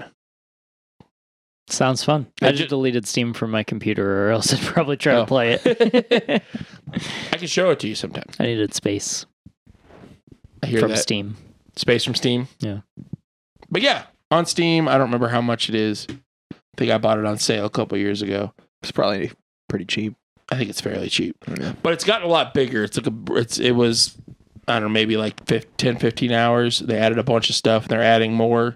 [SPEAKER 4] Sounds fun.
[SPEAKER 1] I
[SPEAKER 4] I
[SPEAKER 1] ju-
[SPEAKER 4] just deleted Steam from my computer, or else I'd probably try
[SPEAKER 1] Oh.
[SPEAKER 4] to play it.
[SPEAKER 1] I can show it to you sometime.
[SPEAKER 4] I needed space
[SPEAKER 1] I hear
[SPEAKER 4] from
[SPEAKER 1] that
[SPEAKER 4] Steam.
[SPEAKER 1] space from Steam.
[SPEAKER 4] Yeah.
[SPEAKER 1] but yeah, on Steam. I don't remember how much it is. I think I bought it on sale a couple years ago.
[SPEAKER 2] It's probably pretty cheap.
[SPEAKER 1] I think it's fairly cheap.
[SPEAKER 2] Yeah.
[SPEAKER 1] but it's gotten a lot bigger. It's like a, it's it was I don't know maybe like 15, 10 15 hours. They added a bunch of stuff and they're adding more.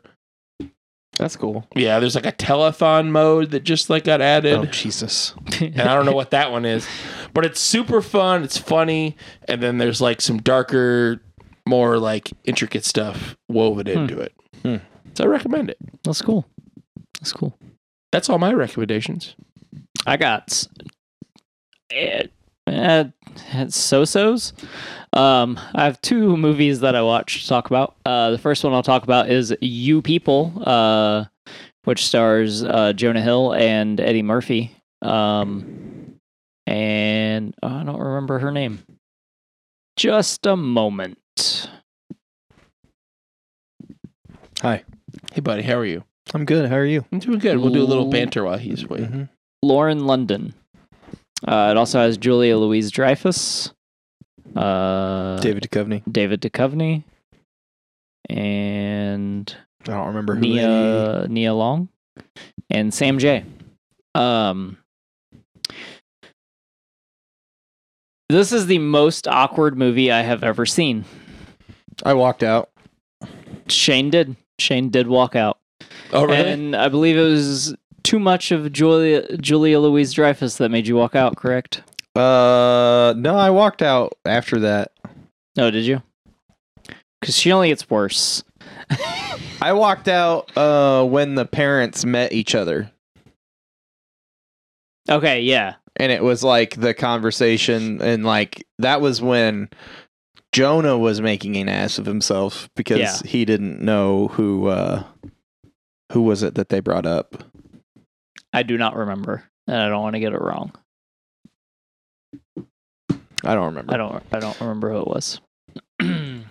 [SPEAKER 2] That's cool.
[SPEAKER 1] Yeah, there's like a telethon mode that just like got added.
[SPEAKER 2] Oh Jesus!
[SPEAKER 1] And I don't know what that one is, but it's super fun. It's funny, and then there's like some darker, more like intricate stuff woven into it.
[SPEAKER 2] Hmm.
[SPEAKER 1] So I recommend it.
[SPEAKER 4] That's cool. That's cool.
[SPEAKER 1] That's all my recommendations.
[SPEAKER 3] I got s- eh, eh, so-sos. Um, I have two movies that I watched to talk about. Uh, the first one I'll talk about is You People, uh, which stars uh, Jonah Hill and Eddie Murphy. Um, and oh, I don't remember her name. Just a moment.
[SPEAKER 1] Hey, buddy, how are you?
[SPEAKER 2] I'm good. How are you?
[SPEAKER 1] I'm doing good. We'll do a little
[SPEAKER 3] Ooh.
[SPEAKER 1] banter while he's waiting.
[SPEAKER 2] Mhm.
[SPEAKER 3] Lauren London. Uh, it also has Julia Louise Dreyfus. Uh,
[SPEAKER 2] David Duchovny.
[SPEAKER 3] David Duchovny and
[SPEAKER 2] I don't remember who. they-
[SPEAKER 3] Nia Nia Long and Sam J. Um, this is the most awkward movie I have ever seen.
[SPEAKER 2] I walked out.
[SPEAKER 3] Shane did. Shane did walk out,
[SPEAKER 1] Oh, really?
[SPEAKER 3] and I believe it was too much of Julia Julia Louise Dreyfus that made you walk out. Correct?
[SPEAKER 2] Uh, no, I walked out after that.
[SPEAKER 3] No, Oh, did you? Because she only gets worse.
[SPEAKER 2] I walked out uh when the parents met each other,
[SPEAKER 3] Okay, yeah.
[SPEAKER 2] and it was like the conversation, and like that was when Jonah was making an ass of himself because
[SPEAKER 3] Yeah.
[SPEAKER 2] he didn't know who uh who was it that they brought up.
[SPEAKER 3] I do not remember, and I don't want to get it wrong.
[SPEAKER 2] I don't remember.
[SPEAKER 3] I don't I don't remember who it was. uh,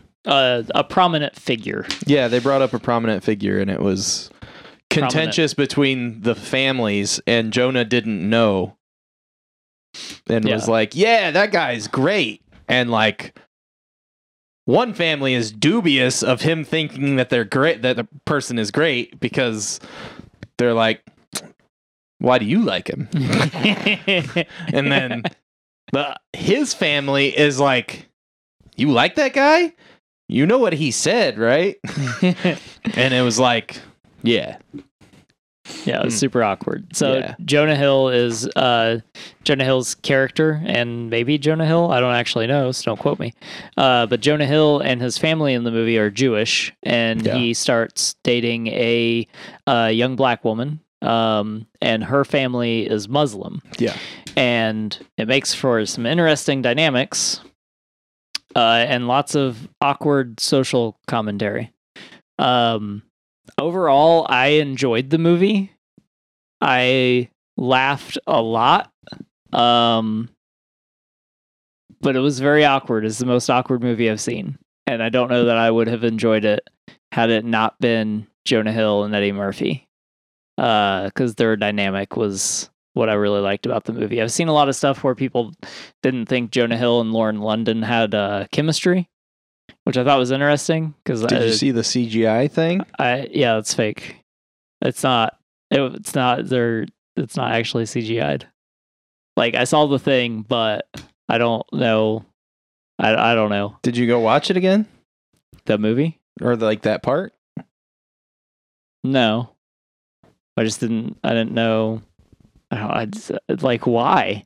[SPEAKER 3] a prominent figure.
[SPEAKER 2] Yeah, they brought up a prominent figure, and it was contentious between the families, and Jonah didn't know, and was
[SPEAKER 3] Yeah.
[SPEAKER 2] like, "Yeah, that guy's great," and like. One family is dubious of him thinking that they're great, that the person is great, because they're like, "Why do you like him?" and then the his family is like, "You like that guy? You know what he said, right?" and it was like, "Yeah,
[SPEAKER 3] yeah, it was super awkward. So
[SPEAKER 2] Yeah.
[SPEAKER 3] Jonah Hill is uh, Jonah Hill's character, and maybe Jonah Hill. I don't actually know, so don't quote me. Uh, but Jonah Hill and his family in the movie are Jewish, and
[SPEAKER 2] Yeah.
[SPEAKER 3] he starts dating a uh, young black woman, um, and her family is Muslim.
[SPEAKER 2] Yeah.
[SPEAKER 3] and it makes for some interesting dynamics, uh, and lots of awkward social commentary. Um, overall, I enjoyed the movie. I laughed a lot. Um, but it was very awkward. It's the most awkward movie I've seen. And I don't know that I would have enjoyed it had it not been Jonah Hill and Eddie Murphy. Because their dynamic was what I really liked about the movie. I've seen a lot of stuff where people didn't think Jonah Hill and Lauren London had uh, chemistry, which I thought was interesting. Because
[SPEAKER 2] did you see the CGI thing?
[SPEAKER 3] I yeah, it's fake. It's not. It, it's not. They're. It's not actually CGI'd. Like I saw the thing, but I don't know. I I don't know
[SPEAKER 2] Did you go watch it again
[SPEAKER 3] the movie.
[SPEAKER 2] or like that part?"
[SPEAKER 3] No, I just didn't. I didn't know. I don't. I just, like why.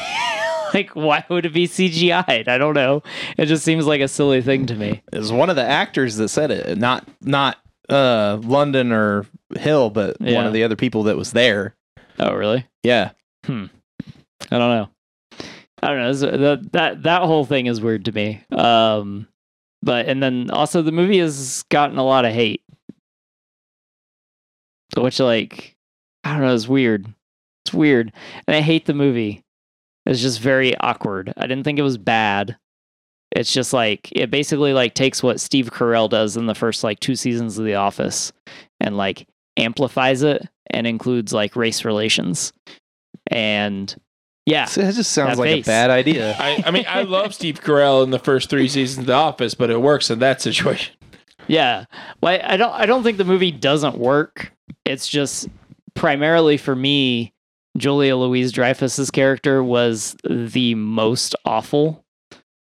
[SPEAKER 3] like why would it be CGI'd? I don't know. It just seems like a silly thing to me.
[SPEAKER 2] It was one of the actors that said it, not not uh London or Hill, but one
[SPEAKER 3] Yeah.
[SPEAKER 2] of the other people that was there.
[SPEAKER 3] Oh really?
[SPEAKER 2] Yeah,
[SPEAKER 3] I don't know. I don't know. It's- That that that whole thing is weird to me. Um, but and then also the movie has gotten a lot of hate. which like I don't know, it's weird. It's weird, and I hate the movie. It's just very awkward. I didn't think it was bad. It's just like it basically like takes what Steve Carell does in the first like two seasons of The Office, and like amplifies it and includes like race relations, and yeah,
[SPEAKER 2] So that just sounds
[SPEAKER 3] That
[SPEAKER 2] like
[SPEAKER 3] face.
[SPEAKER 2] a bad idea.
[SPEAKER 1] I, I mean, I love Steve Carell in the first three seasons of The Office, but it works in that situation.
[SPEAKER 3] Yeah. Well, I I don't I don't think the movie doesn't work. It's just primarily for me, Julia Louise Dreyfus's character was the most awful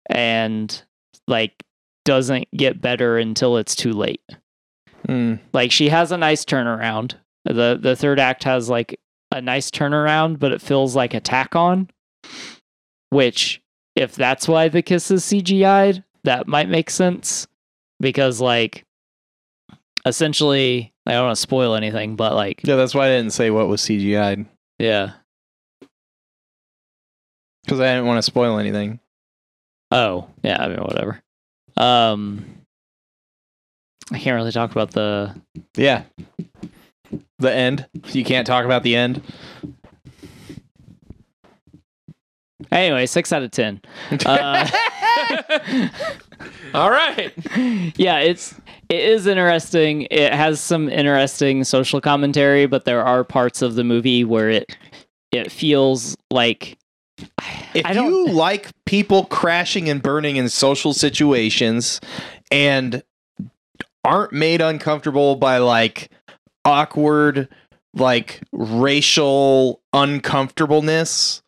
[SPEAKER 3] and like doesn't get better until it's too late.
[SPEAKER 2] Mm.
[SPEAKER 3] Like she has a nice turnaround. The the third act has like a nice turnaround, but it feels like a tack on. Which, if that's why the kiss is CGI'd, that might make sense. Because like essentially I don't want to spoil anything, but like
[SPEAKER 2] Yeah, that's why I didn't say what was CGI'd
[SPEAKER 3] yeah.
[SPEAKER 2] because I didn't want to spoil anything.
[SPEAKER 3] Oh, yeah, I mean whatever. Um I can't really talk about the
[SPEAKER 2] Yeah. The end. You can't talk about the end.
[SPEAKER 3] anyway, six out of ten. Uh,
[SPEAKER 1] All right.
[SPEAKER 3] yeah, it's it is interesting. It has some interesting social commentary, but there are parts of the movie where it it feels like
[SPEAKER 2] If
[SPEAKER 3] I don't-
[SPEAKER 2] you like people crashing and burning in social situations and aren't made uncomfortable by like awkward, like racial uncomfortableness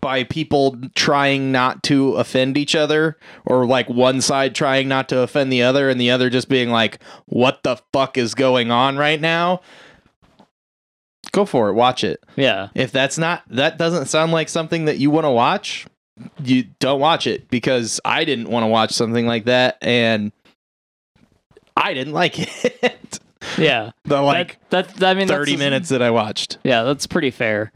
[SPEAKER 2] by people trying not to offend each other or like one side trying not to offend the other and the other just being like what the fuck is going on right now go for it watch it
[SPEAKER 3] yeah,
[SPEAKER 2] if that's not that doesn't sound like something that you want to watch, you don't watch it because I didn't want to watch something like that and I didn't like it.
[SPEAKER 3] yeah.
[SPEAKER 2] the like
[SPEAKER 3] that, that I mean that's
[SPEAKER 2] 30
[SPEAKER 3] just-
[SPEAKER 2] minutes that I watched.
[SPEAKER 3] Yeah, that's pretty fair.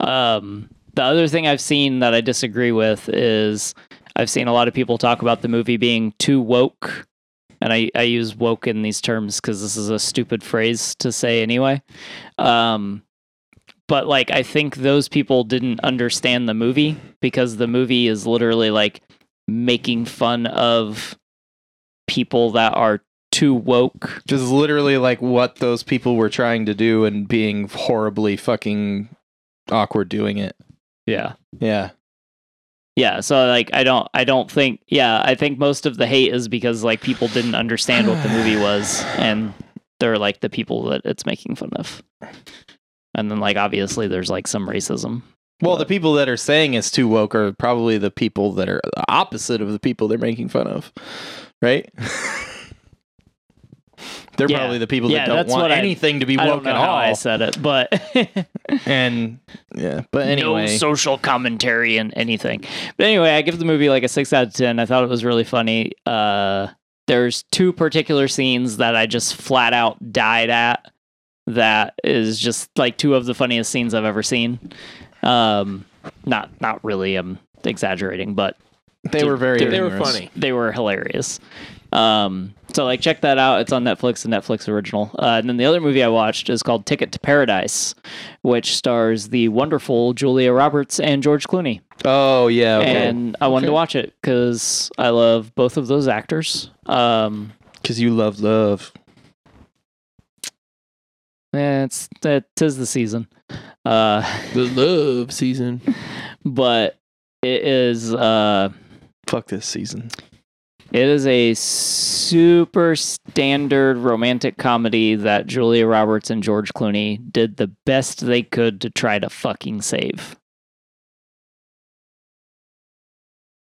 [SPEAKER 3] Um, the other thing I've seen that I disagree with is I've seen a lot of people talk about the movie being too woke. And I, I use woke in these terms because this is a stupid phrase to say anyway. Um, but like, I think those people didn't understand the movie because the movie is literally like making fun of people that are too woke.
[SPEAKER 2] Just literally like what those people were trying to do and being horribly fucking awkward doing it.
[SPEAKER 3] Yeah.
[SPEAKER 2] Yeah.
[SPEAKER 3] Yeah, so like I don't I don't think yeah, I think most of the hate is because like people didn't understand what the movie was and they're like the people that it's making fun of. And then like obviously there's like some racism.
[SPEAKER 2] Well, the people that are saying it's too woke are probably the people that are the opposite of the people they're making fun of, right? they're
[SPEAKER 3] Yeah.
[SPEAKER 2] probably the people
[SPEAKER 3] Yeah,
[SPEAKER 2] that don't
[SPEAKER 3] that's
[SPEAKER 2] want
[SPEAKER 3] what I-
[SPEAKER 2] anything to be
[SPEAKER 3] I
[SPEAKER 2] woke
[SPEAKER 3] don't
[SPEAKER 2] at
[SPEAKER 3] know how I
[SPEAKER 2] all.
[SPEAKER 3] said it, but
[SPEAKER 2] And yeah, but anyway,
[SPEAKER 3] no social commentary and anything. But anyway, I give the movie like a six out of ten. I thought it was really funny. Uh, there's two particular scenes that I just flat out died at. That is just like two of the funniest scenes I've ever seen. Um, not not really. I'm exaggerating, but
[SPEAKER 2] they were very
[SPEAKER 1] They were
[SPEAKER 2] humorous.
[SPEAKER 1] funny.
[SPEAKER 3] they were hilarious. Um, so like check that out. It's on Netflix, a Netflix original. Uh, and then the other movie I watched is called Ticket to Paradise, which stars the wonderful Julia Roberts and George Clooney.
[SPEAKER 2] Oh yeah, okay.
[SPEAKER 3] And I wanted to watch it because I love both of those actors. Um,
[SPEAKER 2] Because you love love.
[SPEAKER 3] yeah, it's it is the season. Uh,
[SPEAKER 1] The love season.
[SPEAKER 3] but it is uh,
[SPEAKER 2] Fuck this season.
[SPEAKER 3] It is a super standard romantic comedy that Julia Roberts and George Clooney did the best they could to try to fucking save.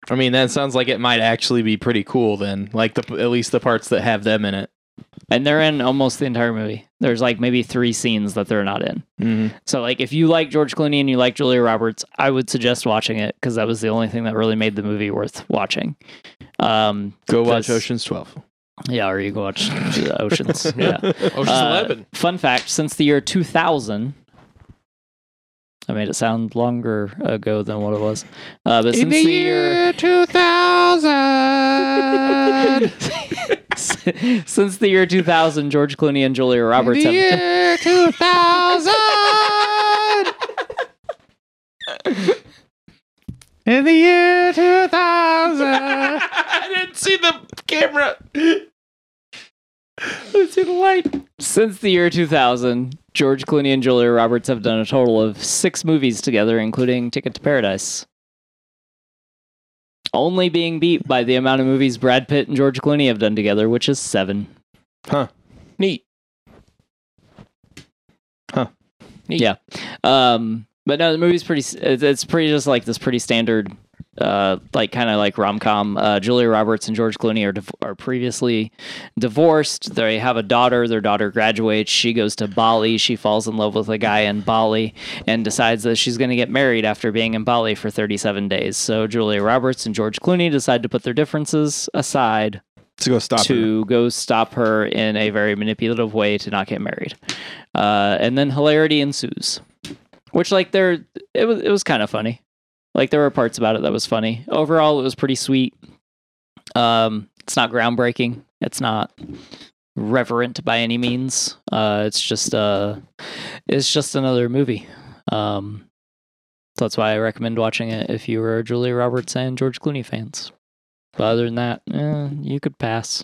[SPEAKER 2] I mean, that sounds like it might actually be pretty cool. Then, like the at least the parts that have them in it.
[SPEAKER 3] And they're in almost the entire movie. There's like maybe three scenes that they're not in.
[SPEAKER 2] Mm-hmm.
[SPEAKER 3] So, like, if you like George Clooney and you like Julia Roberts, I would suggest watching it because that was the only thing that really made the movie worth watching. Um,
[SPEAKER 2] Go watch
[SPEAKER 3] Because-
[SPEAKER 2] Ocean's Twelve.
[SPEAKER 3] yeah, or you can watch the Oceans. Yeah.
[SPEAKER 1] Ocean's
[SPEAKER 3] Uh,
[SPEAKER 1] Eleven.
[SPEAKER 3] Fun fact: since the year 2000, I made it sound longer ago than what it was. Uh, but since the year
[SPEAKER 2] two thousand.
[SPEAKER 3] s- Since the year 2000, George Clooney and Julia Roberts have.
[SPEAKER 2] year 2000. In the year 2000.
[SPEAKER 1] I didn't see the camera. I didn't see the light.
[SPEAKER 3] Since the year 2000, George Clooney and Julia Roberts have done a total of six movies together, including Ticket to Paradise. Only being beat by the amount of movies Brad Pitt and George Clooney have done together, which is seven.
[SPEAKER 2] Huh.
[SPEAKER 1] Neat.
[SPEAKER 3] Yeah. Um, but no, the movie's pretty. s- It's it's pretty just like this pretty standard, uh, like kind of like rom com. Uh, Julia Roberts and George Clooney are div- are previously divorced. They have a daughter. Their daughter graduates. She goes to Bali. She falls in love with a guy in Bali and decides that she's going to get married after being in Bali for thirty seven days. So Julia Roberts and George Clooney decide to put their differences aside
[SPEAKER 2] To go stop her.
[SPEAKER 3] to go stop her in a very manipulative way to not get married. Uh, and then hilarity ensues, which like there, it was it was kind of funny. Like there were parts about it that was funny. Overall, it was pretty sweet. Um, it's not groundbreaking. It's not reverent by any means. Uh, it's just uh, it's just another movie. Um, so that's why I recommend watching it if you were Julia Roberts and George Clooney fans. But other than that, eh, you could pass.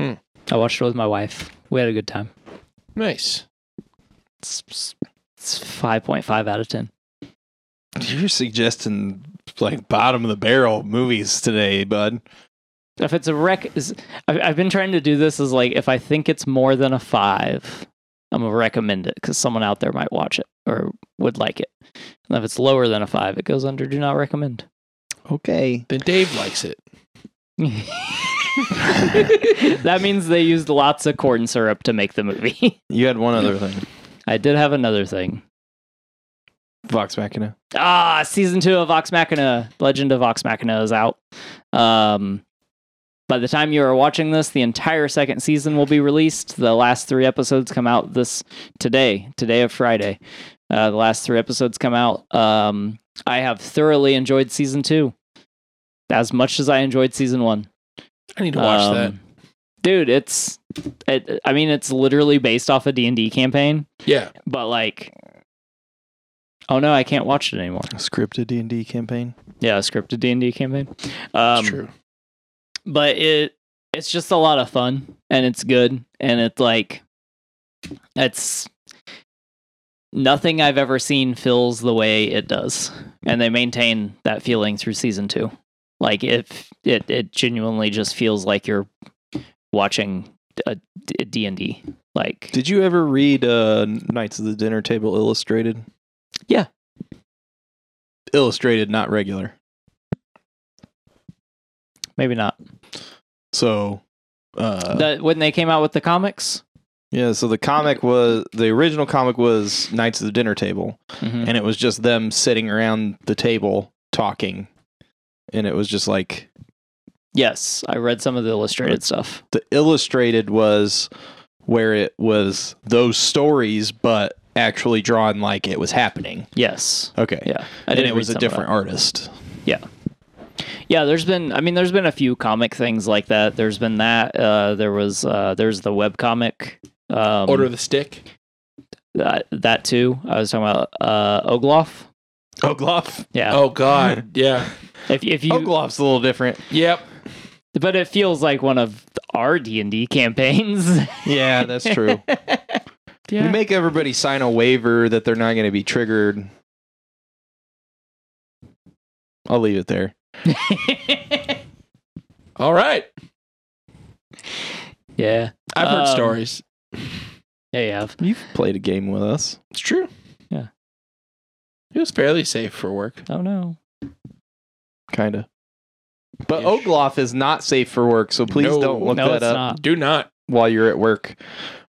[SPEAKER 1] Hmm.
[SPEAKER 3] I watched it with my wife. We had a good time.
[SPEAKER 1] Nice.
[SPEAKER 3] It's, it's 5.5 out of 10.
[SPEAKER 2] You're suggesting like bottom of the barrel movies today, bud.
[SPEAKER 3] If it's a rec, is, I- I've been trying to do this as like if I think it's more than a five, I'm gonna recommend it because someone out there might watch it or would like it. And if it's lower than a five, it goes under do not recommend.
[SPEAKER 2] Okay.
[SPEAKER 1] Then Dave likes it.
[SPEAKER 3] that means they used lots of corn syrup to make the movie.
[SPEAKER 2] You had one other thing.
[SPEAKER 3] I did have another thing.
[SPEAKER 2] Vox Machina.
[SPEAKER 3] Ah, season two of Vox Machina, Legend of Vox Machina is out. Um, by the time you are watching this, the entire second season will be released. The last three episodes come out this today, today of Friday. Uh, the last three episodes come out. Um, I have thoroughly enjoyed season two as much as I enjoyed season one.
[SPEAKER 1] I need to watch
[SPEAKER 3] Um,
[SPEAKER 1] that.
[SPEAKER 3] dude. It's, it, I mean, it's literally based off a D and D campaign,
[SPEAKER 1] Yeah.
[SPEAKER 3] but like, oh no, I can't watch it anymore.
[SPEAKER 2] Scripted D&D campaign.
[SPEAKER 3] yeah a scripted d&d campaign um
[SPEAKER 1] It's true.
[SPEAKER 3] but it it's just a lot of fun and it's good and it's like it's nothing i've ever seen feels the way it does and they maintain that feeling through season two like if it it genuinely just feels like you're watching a, a d&d like
[SPEAKER 2] Did you ever read uh, Knights of the Dinner Table Illustrated?
[SPEAKER 3] Yeah.
[SPEAKER 2] Illustrated, not regular.
[SPEAKER 3] maybe not
[SPEAKER 2] So, uh,
[SPEAKER 3] The- when they came out with the comics
[SPEAKER 2] yeah. So the comic was the original comic was Knights of the Dinner Table,
[SPEAKER 3] Mhm.
[SPEAKER 2] and it was just them sitting around the table talking, and it was just like
[SPEAKER 3] yes i read some of the illustrated stuff
[SPEAKER 2] the illustrated was where it was those stories, but actually drawn like it was happening.
[SPEAKER 3] yes
[SPEAKER 2] Okay.
[SPEAKER 3] yeah I
[SPEAKER 2] And
[SPEAKER 3] did
[SPEAKER 2] it
[SPEAKER 3] read
[SPEAKER 2] was a
[SPEAKER 3] some of that.
[SPEAKER 2] different artist.
[SPEAKER 3] Yeah, there's been I mean there's been a few comic things like that. There's been that uh there was uh there's the web comic um
[SPEAKER 1] Order of the stick.
[SPEAKER 3] that, that too. I was talking about uh Ogloff.
[SPEAKER 2] Ogloff.
[SPEAKER 3] Yeah.
[SPEAKER 1] Oh God. yeah.
[SPEAKER 3] If if you
[SPEAKER 2] Ogloff's a little different.
[SPEAKER 1] Yep.
[SPEAKER 3] but it feels like one of our D&D campaigns.
[SPEAKER 2] Yeah, that's true. We make everybody sign a waiver that they're not going to be triggered. I'll leave it there.
[SPEAKER 1] All right.
[SPEAKER 3] yeah.
[SPEAKER 1] I've heard
[SPEAKER 3] Um,
[SPEAKER 1] stories.
[SPEAKER 3] Yeah, you have.
[SPEAKER 2] You've played a game with us.
[SPEAKER 1] It's true.
[SPEAKER 3] Yeah.
[SPEAKER 1] It was fairly safe for work.
[SPEAKER 3] Oh no.
[SPEAKER 2] Kind of. But
[SPEAKER 1] Ish.
[SPEAKER 2] Ogloff is not safe for work, so please
[SPEAKER 1] No.
[SPEAKER 2] don't look
[SPEAKER 3] no,
[SPEAKER 2] that
[SPEAKER 3] it's
[SPEAKER 2] up
[SPEAKER 3] not.
[SPEAKER 1] Do not.
[SPEAKER 2] while you're at work.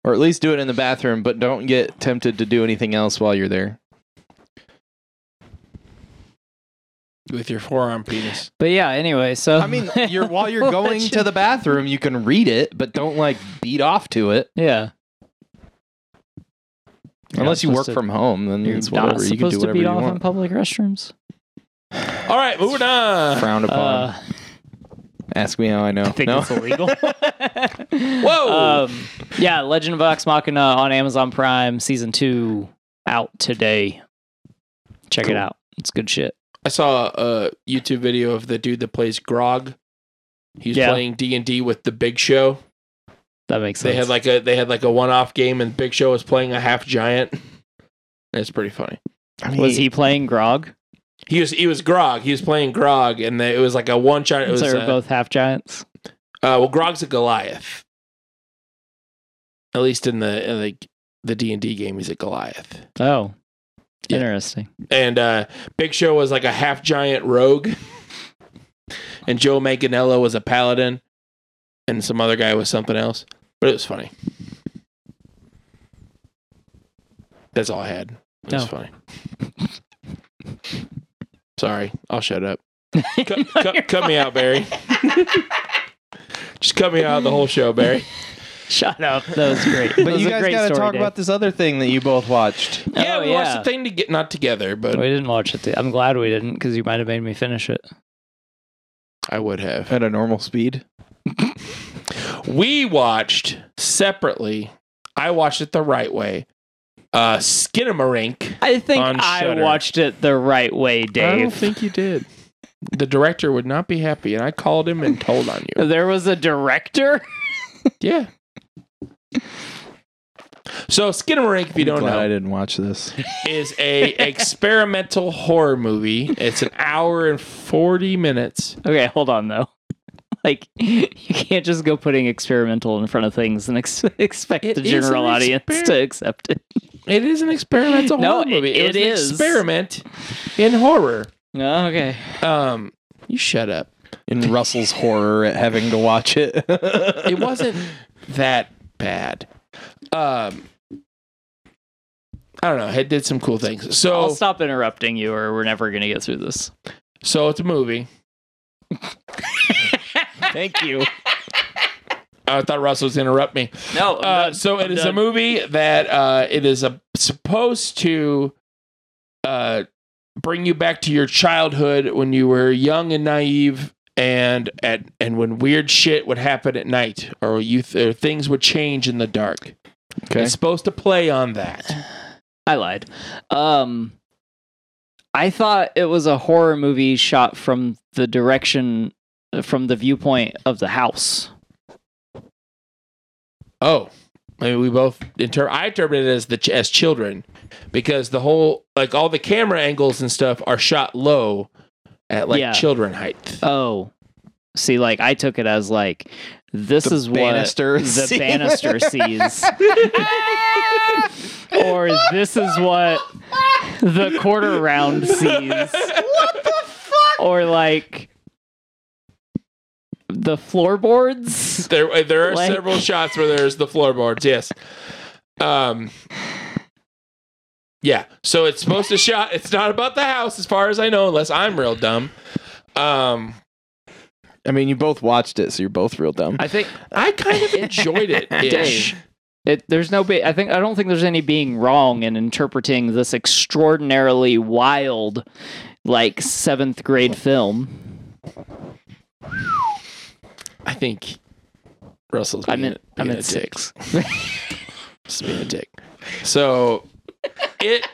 [SPEAKER 2] Or at least do it in the bathroom, but don't get tempted to do anything else while you're there.
[SPEAKER 1] With your forearm penis.
[SPEAKER 3] But yeah, anyway, so
[SPEAKER 2] I mean, you're while you're going
[SPEAKER 3] What
[SPEAKER 2] to the bathroom, you can read it, but don't like beat off to it.
[SPEAKER 3] you- Yeah. You're not
[SPEAKER 2] Unless you
[SPEAKER 3] supposed
[SPEAKER 2] work
[SPEAKER 3] to-
[SPEAKER 2] from home, then
[SPEAKER 3] You're
[SPEAKER 2] it's
[SPEAKER 3] not
[SPEAKER 2] whatever. You can
[SPEAKER 3] supposed
[SPEAKER 2] do
[SPEAKER 3] to
[SPEAKER 2] whatever
[SPEAKER 3] beat
[SPEAKER 2] you
[SPEAKER 3] off in
[SPEAKER 2] want.
[SPEAKER 3] public restrooms.
[SPEAKER 1] All right, moving on.
[SPEAKER 2] Frowned upon.
[SPEAKER 3] Uh,
[SPEAKER 2] Ask me how I know.
[SPEAKER 4] I think
[SPEAKER 2] no?
[SPEAKER 4] it's illegal.
[SPEAKER 1] Whoa!
[SPEAKER 3] Um, yeah, Legend of Vox Machina on Amazon Prime season two out today. Check
[SPEAKER 2] Cool.
[SPEAKER 3] it out. It's good shit.
[SPEAKER 1] I saw a YouTube video of the dude that plays Grog. He was
[SPEAKER 3] Yeah.
[SPEAKER 1] playing D and D with the Big Show.
[SPEAKER 4] that makes sense.
[SPEAKER 1] They had like a they had like a one off game, and Big Show was playing a half giant. That's pretty funny.
[SPEAKER 2] I mean,
[SPEAKER 3] Was he playing Grog?
[SPEAKER 1] He was he was Grog. He was playing Grog, and they, it was like a one giant. It was
[SPEAKER 4] so
[SPEAKER 1] uh,
[SPEAKER 4] they're both half giants.
[SPEAKER 1] Uh, well, Grog's a Goliath. At least in the in the the D and D game, he's a Goliath,
[SPEAKER 4] Oh,
[SPEAKER 1] Yeah.
[SPEAKER 4] interesting.
[SPEAKER 1] and uh, Big Show was like a half giant rogue, and Joe Manganiello was a paladin, and some other guy was something else. But it was funny. That's all I had. It was
[SPEAKER 4] No.
[SPEAKER 1] funny. Sorry, I'll shut up. Cut, cut, cut me out, Barry. Just cut me out of the whole show, Barry.
[SPEAKER 4] Shut up. That was great.
[SPEAKER 2] But you guys got to talk about this other thing that you both watched.
[SPEAKER 1] Yeah,
[SPEAKER 4] Oh,
[SPEAKER 1] we
[SPEAKER 4] yeah. Oh,
[SPEAKER 1] watched the thing to get not together, but
[SPEAKER 4] We didn't watch it. I'm glad we didn't because you might have made me finish it.
[SPEAKER 1] I would have.
[SPEAKER 2] At a normal speed.
[SPEAKER 1] We watched separately. I watched it the right way. Uh Skinamarink.
[SPEAKER 3] I think
[SPEAKER 1] On
[SPEAKER 3] I
[SPEAKER 1] Shudder.
[SPEAKER 3] watched it the right way,
[SPEAKER 1] I don't
[SPEAKER 3] Dave.
[SPEAKER 1] think you did. The director would not be happy, and I called him and told on you.
[SPEAKER 3] There was a director.
[SPEAKER 1] Yeah. So Skinamarink, if you
[SPEAKER 2] I'm
[SPEAKER 1] don't
[SPEAKER 2] glad I
[SPEAKER 1] know,
[SPEAKER 2] didn't watch this.
[SPEAKER 1] is a experimental horror movie. It's an hour and forty minutes.
[SPEAKER 3] Okay, hold on though. Like you can't just go putting experimental in front of things and ex- expect
[SPEAKER 1] It
[SPEAKER 3] the
[SPEAKER 1] is
[SPEAKER 3] general
[SPEAKER 1] an
[SPEAKER 3] audience
[SPEAKER 1] exper-
[SPEAKER 3] to accept it.
[SPEAKER 1] It is an experimental
[SPEAKER 3] No,
[SPEAKER 1] horror movie.
[SPEAKER 3] it-
[SPEAKER 1] was
[SPEAKER 3] it
[SPEAKER 1] an
[SPEAKER 3] is.
[SPEAKER 1] experiment in horror. Oh,
[SPEAKER 3] Okay.
[SPEAKER 1] Um, you shut up.
[SPEAKER 2] In Russell's horror at having to watch it.
[SPEAKER 1] It wasn't that bad. Um, I don't know. It did some cool things.
[SPEAKER 3] I'll
[SPEAKER 1] So,
[SPEAKER 3] stop interrupting you, or we're never gonna get through this.
[SPEAKER 1] so it's a movie.
[SPEAKER 3] Thank you.
[SPEAKER 1] I thought Russell was gonna interrupt me.
[SPEAKER 3] No. I'm
[SPEAKER 1] Uh,
[SPEAKER 3] done.
[SPEAKER 1] so
[SPEAKER 3] I'm
[SPEAKER 1] it is a
[SPEAKER 3] done.
[SPEAKER 1] movie that uh, it is a, supposed to uh, bring you back to your childhood when you were young and naive, and at and when weird shit would happen at night, or you th- or things would change in the dark.
[SPEAKER 2] okay.
[SPEAKER 1] It's supposed to play on that.
[SPEAKER 3] I lied. Um, I thought it was a horror movie shot from the direction, from the viewpoint of the house.
[SPEAKER 1] Oh, I mean, we both inter- I interpreted it as the ch- as children because the whole like all the camera angles and stuff are shot low at like
[SPEAKER 3] Yeah.
[SPEAKER 1] children height.
[SPEAKER 3] Oh, see, like I took it as like this
[SPEAKER 2] The
[SPEAKER 3] is
[SPEAKER 2] banister
[SPEAKER 3] what the
[SPEAKER 2] scene.
[SPEAKER 3] banister sees,
[SPEAKER 4] Or this is what
[SPEAKER 3] the quarter round sees, or like the floorboards.
[SPEAKER 1] There, there are
[SPEAKER 3] Like-
[SPEAKER 1] several shots where there's the floorboards. Yes. Um. Yeah. So it's supposed to shot. It's not about the house, as far as I know, unless I'm real dumb. Um.
[SPEAKER 2] I mean, you both watched it, so you're both real dumb.
[SPEAKER 1] I think I kind of enjoyed it. Ish.
[SPEAKER 3] It, there's no. Ba- I think I don't think there's any being wrong in interpreting this extraordinarily wild, like seventh grade film.
[SPEAKER 1] I think Russell's.
[SPEAKER 3] I'm
[SPEAKER 1] being
[SPEAKER 3] in.
[SPEAKER 1] a-
[SPEAKER 3] I'm
[SPEAKER 1] being
[SPEAKER 3] in
[SPEAKER 1] a dick.
[SPEAKER 3] six.
[SPEAKER 1] Just being a dick. So it.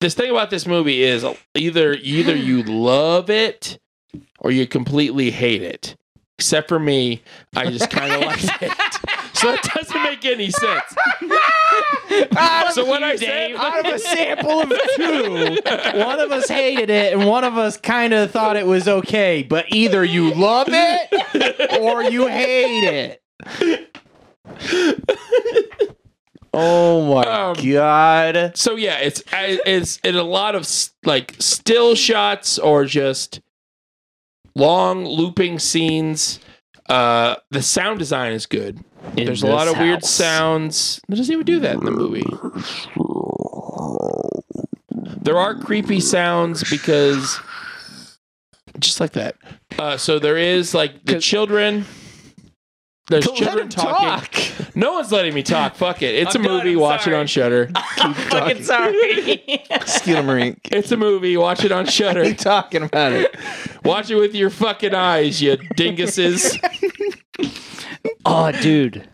[SPEAKER 1] This thing about this movie is either either you love it or you completely hate it. Except for me, I just kind of liked it. So it doesn't make any sense. Ah, so when I say
[SPEAKER 2] out of a sample of two, one of us hated it and one of us kind of thought it was okay. But either you love it or you hate it. Oh my
[SPEAKER 1] Um,
[SPEAKER 2] god!
[SPEAKER 1] so yeah, it's I- it's in a lot of s- like still shots or just long looping scenes. Uh, the sound design is good.
[SPEAKER 3] In
[SPEAKER 1] There's a lot
[SPEAKER 3] this
[SPEAKER 1] of weird
[SPEAKER 3] house.
[SPEAKER 1] sounds. They doesn't even do that in the movie. There are creepy sounds because just like that. Uh, so there is like the children. There's
[SPEAKER 2] Let
[SPEAKER 1] children
[SPEAKER 2] him
[SPEAKER 1] talking.
[SPEAKER 2] talk.
[SPEAKER 1] No one's letting me talk. Fuck it. It's a
[SPEAKER 3] I'm done,
[SPEAKER 1] movie.
[SPEAKER 3] I'm
[SPEAKER 1] Watch it
[SPEAKER 3] sorry.
[SPEAKER 1] on Shutter.
[SPEAKER 3] Fucking sorry.
[SPEAKER 2] Skidamrink.
[SPEAKER 1] It's a movie. Watch it on Shutter.
[SPEAKER 2] Keep talking about it.
[SPEAKER 1] Watch it with your fucking eyes, you dinguses.
[SPEAKER 4] Oh, dude.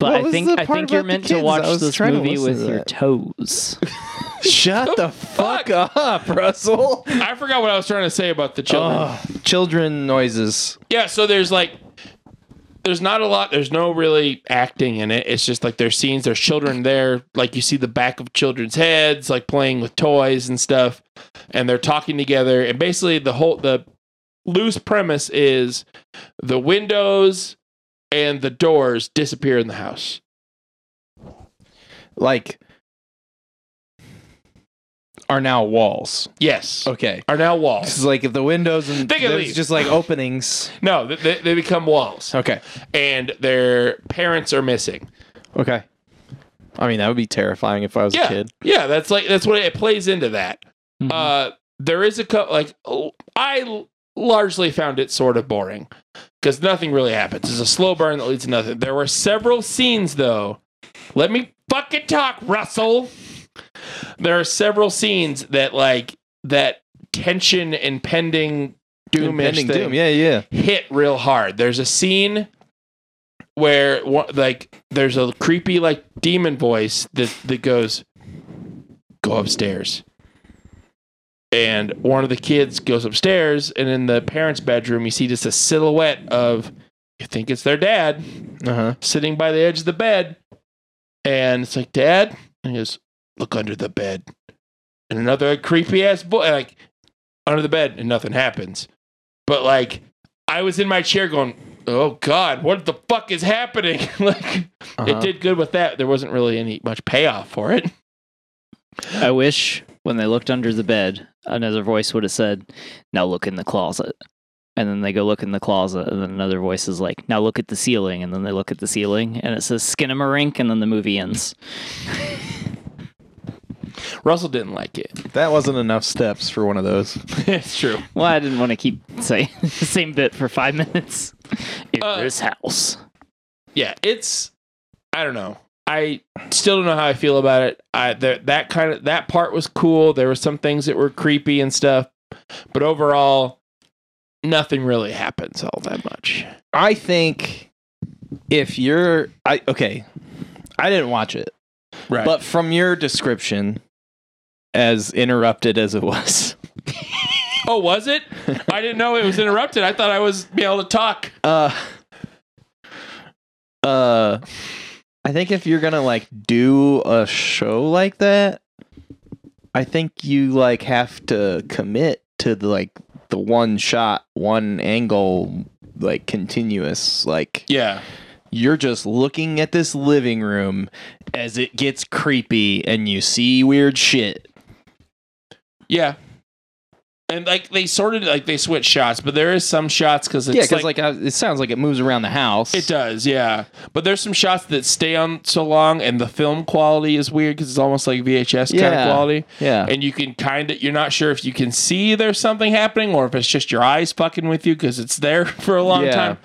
[SPEAKER 4] But
[SPEAKER 2] What
[SPEAKER 4] I
[SPEAKER 2] was
[SPEAKER 4] think
[SPEAKER 2] the
[SPEAKER 4] I
[SPEAKER 2] part
[SPEAKER 4] think you're
[SPEAKER 2] about the
[SPEAKER 4] meant
[SPEAKER 2] kids?
[SPEAKER 4] to
[SPEAKER 2] I
[SPEAKER 4] watch
[SPEAKER 2] was
[SPEAKER 4] this
[SPEAKER 2] trying to
[SPEAKER 4] movie
[SPEAKER 2] listen
[SPEAKER 4] with
[SPEAKER 2] to
[SPEAKER 4] your
[SPEAKER 2] that.
[SPEAKER 4] toes.
[SPEAKER 2] Shut the fuck up, Russell.
[SPEAKER 1] I forgot what I was trying to say about the children.
[SPEAKER 2] Ugh. children noises.
[SPEAKER 1] Yeah, so there's like there's not a lot there's no really acting in it. It's just like there's scenes, there's children there, like you see the back of children's heads, like playing with toys and stuff, and they're talking together. And basically the whole the loose premise is the windows and the doors disappear in the house.
[SPEAKER 2] Like are now walls.
[SPEAKER 1] Yes.
[SPEAKER 2] Okay.
[SPEAKER 1] Are now
[SPEAKER 2] This
[SPEAKER 1] walls.
[SPEAKER 2] is like if the windows and
[SPEAKER 1] They can
[SPEAKER 2] there's
[SPEAKER 1] leave.
[SPEAKER 2] just like openings.
[SPEAKER 1] No, they- they, they become walls.
[SPEAKER 2] Okay.
[SPEAKER 1] And their parents are missing.
[SPEAKER 2] Okay. I mean, that would be terrifying if I was
[SPEAKER 1] yeah,
[SPEAKER 2] a kid.
[SPEAKER 1] Yeah, that's like that's what it, it plays into that.
[SPEAKER 3] Mm-hmm.
[SPEAKER 4] Mhm.
[SPEAKER 1] Uh, there is a couple like oh, I l- largely found it sort of boring because nothing really happens. It's a slow burn that leads to nothing. There were several scenes though. Let me fucking talk, Russell. There are several scenes that like that tension impending doom
[SPEAKER 2] Impending
[SPEAKER 1] thing
[SPEAKER 2] doom. Yeah, yeah.
[SPEAKER 1] hit real hard. There's a scene where wha- like there's a creepy like demon voice that that goes go upstairs. And one of the kids goes upstairs and in the parents' bedroom you see just a silhouette of you think it's their dad
[SPEAKER 2] Uh huh.
[SPEAKER 1] sitting by the edge of the bed. And it's like, Dad? And he goes, Look under the bed. And another creepy ass boy, like, under the bed, and nothing happens. But, like, I was in my chair going, Oh God, what the fuck is happening? like,
[SPEAKER 2] Uh-huh.
[SPEAKER 1] it did good with that. There wasn't really any much payoff for it.
[SPEAKER 3] I wish when they looked under the bed, another voice would have said, Now look in the closet. And then they go look in the closet, and then another voice is like, Now look at the ceiling. And then they look at the ceiling, and it says Skinamarink, and then the movie ends.
[SPEAKER 1] Russell didn't like it.
[SPEAKER 2] That wasn't enough steps for one of those.
[SPEAKER 1] it's true.
[SPEAKER 3] Well, I didn't want to keep saying the same bit for five minutes in
[SPEAKER 1] Uh,
[SPEAKER 3] this house.
[SPEAKER 1] yeah, it's I don't know. I still don't know how I feel about it. I there that kind of that part was cool. There were some things that were creepy and stuff, but overall, nothing really happens all that much.
[SPEAKER 2] I think if you're, I okay, I didn't watch it,
[SPEAKER 1] Right.
[SPEAKER 2] but from your description, as interrupted as it was,
[SPEAKER 1] oh, was it? I didn't know it was interrupted. I thought I was being able to talk.
[SPEAKER 2] uh, uh, I think if you're gonna like do a show like that, I think you like have to commit to the like the one shot, one angle, like continuous, like
[SPEAKER 1] Yeah.
[SPEAKER 2] you're just looking at this living room as it gets creepy and you see weird shit.
[SPEAKER 1] Yeah. And like they sorted like they switch shots, but there is some shots because it's
[SPEAKER 2] yeah, because
[SPEAKER 1] like,
[SPEAKER 2] like, I it sounds like it moves around the house.
[SPEAKER 1] It does, yeah. But there's some shots that stay on so long, and the film quality is weird because it's almost like VHS kind of
[SPEAKER 2] Yeah.
[SPEAKER 1] quality.
[SPEAKER 2] Yeah,
[SPEAKER 1] And you can kind of, you're not sure if you can see there's something happening or if it's just your eyes fucking with you because it's there for a long
[SPEAKER 2] Yeah.
[SPEAKER 1] time.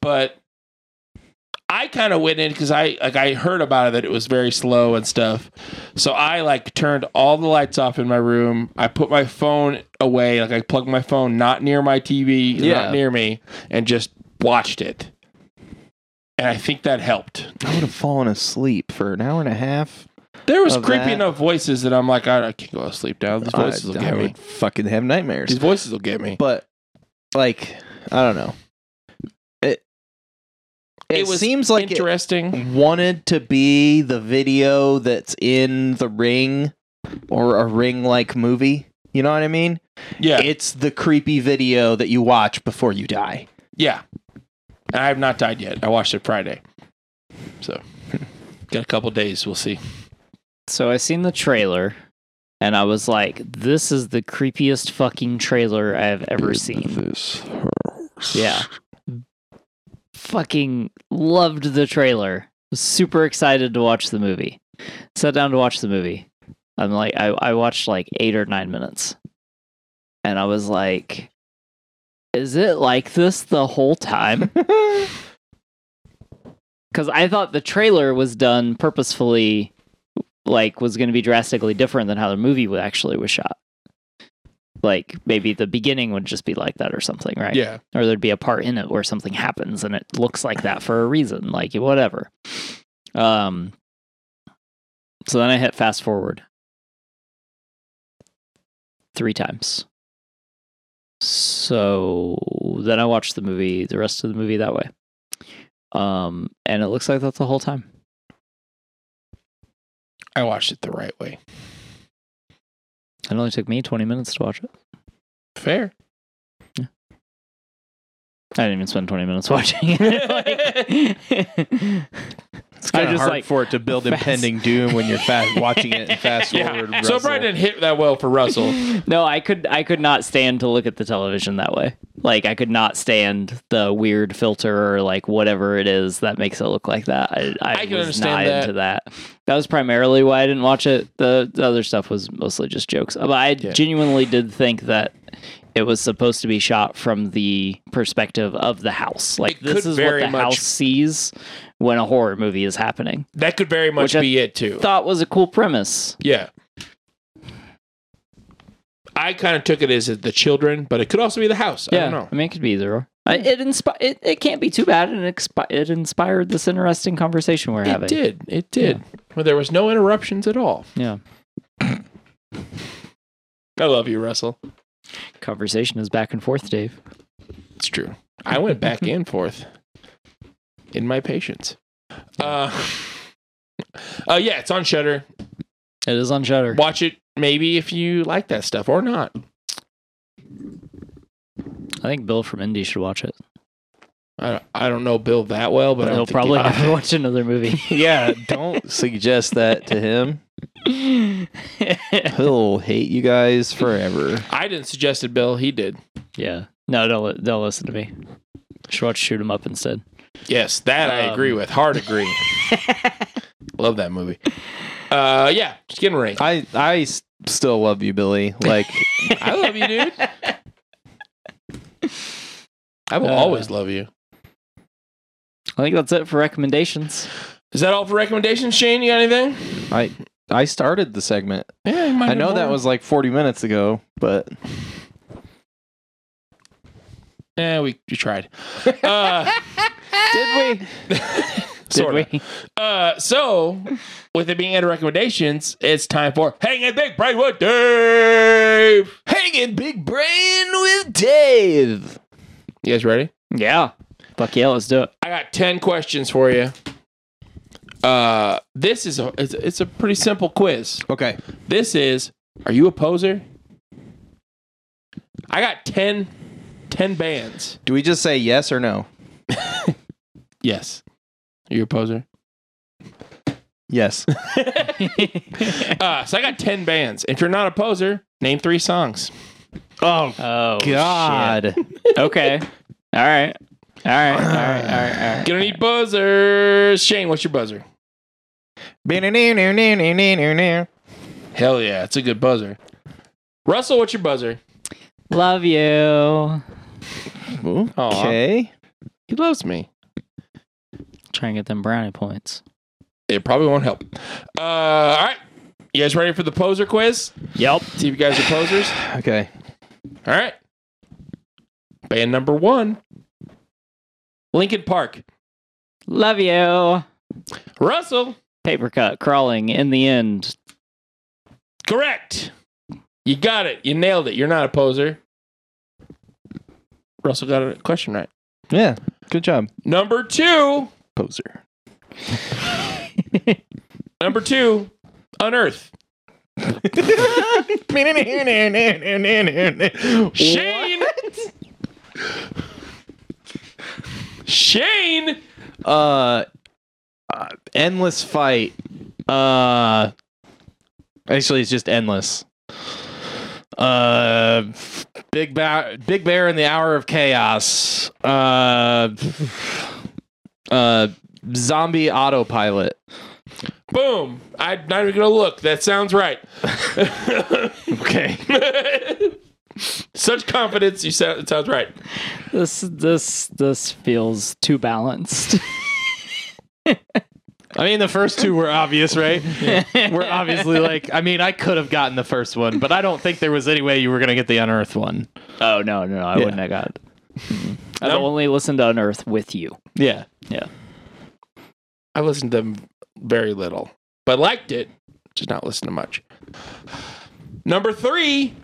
[SPEAKER 1] But I kind of went in because I, like, I heard about it that it was very slow and stuff. So I, like, turned all the lights off in my room. I put my phone away. Like, I plugged my phone not near my TV,
[SPEAKER 2] Yeah.
[SPEAKER 1] not near me, and just watched it. And I think that helped.
[SPEAKER 2] I would have fallen asleep for an hour and a half.
[SPEAKER 1] There was
[SPEAKER 2] Of
[SPEAKER 1] creepy
[SPEAKER 2] that-
[SPEAKER 1] enough voices that I'm like, I, I can't go to sleep now. These voices will
[SPEAKER 2] I,
[SPEAKER 1] get
[SPEAKER 2] I
[SPEAKER 1] me.
[SPEAKER 2] would fucking have nightmares.
[SPEAKER 1] These voices will get me.
[SPEAKER 2] But like, I don't know. It it, seems like it
[SPEAKER 1] interesting.
[SPEAKER 2] wanted to be the video that's in the ring or a ring like movie. You know what I mean?
[SPEAKER 1] yeah,
[SPEAKER 2] It's the creepy video that you watch before you die.
[SPEAKER 1] yeah. And I have not died yet. I watched it Friday, so got a couple days. We'll see.
[SPEAKER 3] So I seen the trailer, and I was like, This is the creepiest fucking trailer I have ever seen. Yeah. Fucking loved the trailer. Was super excited to watch the movie. Sat down to watch the movie. I'm like, I, I watched like eight or nine minutes. And I was like, is it like this the whole time? because I thought the trailer was done purposefully, like was going to be drastically different than how the movie wa- actually was shot. Like maybe the beginning would just be like that or something, right?
[SPEAKER 1] Yeah.
[SPEAKER 3] Or there'd be a part in it where something happens and it looks like that for a reason, like whatever. Um. So then I hit fast forward three times. So then I watched the movie, the rest of the movie that way. Um, and it looks like that's the whole time.
[SPEAKER 1] I watched it the right way.
[SPEAKER 3] It only took me 20 minutes to watch it.
[SPEAKER 1] Fair.
[SPEAKER 3] I didn't even spend 20 minutes watching it. Like-
[SPEAKER 2] It's
[SPEAKER 3] I
[SPEAKER 2] kind of
[SPEAKER 3] just
[SPEAKER 2] hard
[SPEAKER 3] like-
[SPEAKER 2] for it to build
[SPEAKER 3] fast-
[SPEAKER 2] impending doom when you're fast watching it and fast
[SPEAKER 1] Yeah.
[SPEAKER 2] forward.
[SPEAKER 1] So it
[SPEAKER 2] Russell.
[SPEAKER 1] probably didn't hit that well for Russell.
[SPEAKER 3] no, I could I could not stand to look at the television that way. Like I could not stand the weird filter or like whatever it is that makes it look like that. I, I,
[SPEAKER 1] I can
[SPEAKER 3] was
[SPEAKER 1] understand
[SPEAKER 3] not
[SPEAKER 1] that.
[SPEAKER 3] into that. That was primarily why I didn't watch it. The, the other stuff was mostly just jokes. Uh, But I
[SPEAKER 1] Yeah.
[SPEAKER 3] genuinely did think that it was supposed to be shot from the perspective of the house. Like
[SPEAKER 1] It
[SPEAKER 3] this
[SPEAKER 1] could
[SPEAKER 3] is what
[SPEAKER 1] very
[SPEAKER 3] the
[SPEAKER 1] much-
[SPEAKER 3] house sees when a horror movie is happening.
[SPEAKER 1] That could very much
[SPEAKER 3] Which I
[SPEAKER 1] be it too.
[SPEAKER 3] Thought was a cool premise.
[SPEAKER 1] Yeah. I kind of took it as the children, but it could also be the house. I
[SPEAKER 3] Yeah, I,
[SPEAKER 1] don't know.
[SPEAKER 3] mean, it could be either or. I, it, inspi- it it can't be too bad, and it, expi- it inspired this interesting conversation we're having.
[SPEAKER 1] It did. It did. Well, there was no interruptions at all.
[SPEAKER 3] Yeah,
[SPEAKER 1] I love you, Russell.
[SPEAKER 3] conversation is back and forth, Dave.
[SPEAKER 1] It's true. I went back and forth in my patience. Uh, uh, yeah, it's on Shutter.
[SPEAKER 3] It is on Shutter.
[SPEAKER 1] Watch it, maybe if you like that stuff or not.
[SPEAKER 3] I think Bill from Indy should watch it.
[SPEAKER 1] I don't, I don't know Bill that well, but
[SPEAKER 3] But
[SPEAKER 1] I don't
[SPEAKER 3] he'll
[SPEAKER 1] think
[SPEAKER 3] probably
[SPEAKER 1] he-
[SPEAKER 3] never watch another movie.
[SPEAKER 2] Yeah, don't suggest that to him. He'll hate you guys forever.
[SPEAKER 1] I didn't suggest it, Bill. He did.
[SPEAKER 3] yeah, no, don't li- don't listen to me. Should watch Shoot 'Em Up instead.
[SPEAKER 1] Yes, that I
[SPEAKER 3] Um,
[SPEAKER 1] agree with. Hard agree. Love that movie. Uh, yeah, Skin Ring.
[SPEAKER 2] I I s- still love you, Billy. Like
[SPEAKER 1] I love you, dude. I will
[SPEAKER 3] Uh,
[SPEAKER 1] always love you.
[SPEAKER 3] I think that's it for recommendations.
[SPEAKER 1] Is that all for recommendations, Shane? You got anything?
[SPEAKER 2] I I started the segment.
[SPEAKER 1] Yeah, you might
[SPEAKER 2] I
[SPEAKER 1] have
[SPEAKER 2] know that
[SPEAKER 1] more.
[SPEAKER 2] was like 40 minutes ago, but
[SPEAKER 1] Yeah, Eh, we, we tried. Uh,
[SPEAKER 3] Did we? Did
[SPEAKER 1] sort of.
[SPEAKER 3] we?
[SPEAKER 1] Uh, so, with it being end of recommendations, it's time for Hanging Big Brain with Dave.
[SPEAKER 2] hanging big brain with Dave.
[SPEAKER 1] You guys ready?
[SPEAKER 3] Yeah. Fuck yeah, let's do it.
[SPEAKER 1] I got 10 questions for you. Uh, this is a, it's, it's a pretty simple quiz.
[SPEAKER 2] Okay,
[SPEAKER 1] This is Are you a poser? I got 10, 10 bands.
[SPEAKER 2] do we just say yes or no?
[SPEAKER 1] Yes. Are you a poser?
[SPEAKER 2] Yes.
[SPEAKER 1] Uh, so I got 10 bands. If you're not a poser, name three songs.
[SPEAKER 2] Oh
[SPEAKER 3] Oh
[SPEAKER 2] God.
[SPEAKER 3] shit. Okay. All right. All right. All right. All right. All right.
[SPEAKER 1] Gonna need buzzers. Shane, what's your buzzer? Hell yeah, it's a good buzzer. Russell, what's your buzzer?
[SPEAKER 3] Love you.
[SPEAKER 2] Okay.
[SPEAKER 1] He loves me.
[SPEAKER 3] Try and get them brownie points.
[SPEAKER 1] It probably won't help. Uh, all right. You guys ready for the poser quiz?
[SPEAKER 3] Yep.
[SPEAKER 1] See if you guys are posers.
[SPEAKER 2] Okay.
[SPEAKER 1] All right. Band number one Lincoln Park.
[SPEAKER 3] Love you.
[SPEAKER 1] Russell,
[SPEAKER 3] Paper cut crawling in the end.
[SPEAKER 1] correct. You got it. You nailed it. You're not a poser. Russell got a question right.
[SPEAKER 2] Yeah. Good job,
[SPEAKER 1] Number two.
[SPEAKER 2] poser.
[SPEAKER 1] Number two. Unearth. Shane. Shane.
[SPEAKER 2] uh, uh, endless fight. Uh, actually, it's just endless. Uh, big bear, big bear in the hour of chaos. Uh, uh, zombie autopilot.
[SPEAKER 1] Boom. I'm not even going to look. That sounds right.
[SPEAKER 2] Okay.
[SPEAKER 1] Such confidence. You sound, it sounds right.
[SPEAKER 3] This this this feels too balanced.
[SPEAKER 2] I mean, the first two were obvious, right? We're obviously like, I mean, I could have gotten the first one, but I don't think there was any way you were going to get the unearthed one.
[SPEAKER 3] Oh no, no, I
[SPEAKER 2] Yeah.
[SPEAKER 3] wouldn't have got. I've
[SPEAKER 1] No?
[SPEAKER 3] only listened to Unearth with you.
[SPEAKER 2] Yeah.
[SPEAKER 1] I listened to them very little, but liked it. Just not listen to much. Number three.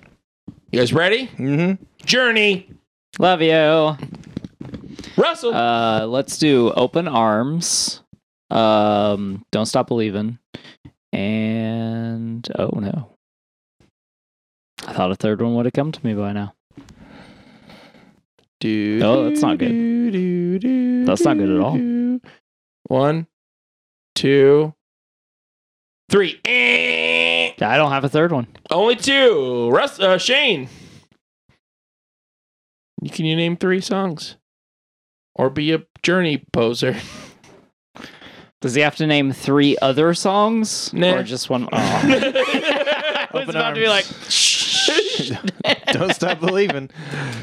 [SPEAKER 1] You guys ready?
[SPEAKER 2] Mm-hmm.
[SPEAKER 1] Journey.
[SPEAKER 3] Love you.
[SPEAKER 1] Russell.
[SPEAKER 3] Uh, let's do Open Arms. Um, Don't Stop Believing. And oh no. I thought a third one would have come to me by now.
[SPEAKER 2] Dude.
[SPEAKER 3] No, Oh, that's not good. That's not good at all.
[SPEAKER 1] One, two, three. Eh.
[SPEAKER 3] I don't have a third one.
[SPEAKER 1] Only two. Russ, uh, Shane. You- Can you name three songs? Or be a journey poser.
[SPEAKER 3] Does he have to name three other songs
[SPEAKER 1] Nah.
[SPEAKER 3] or just one? Oh.
[SPEAKER 1] I was
[SPEAKER 2] Open
[SPEAKER 1] about to be like,
[SPEAKER 2] arms. don't stop believing.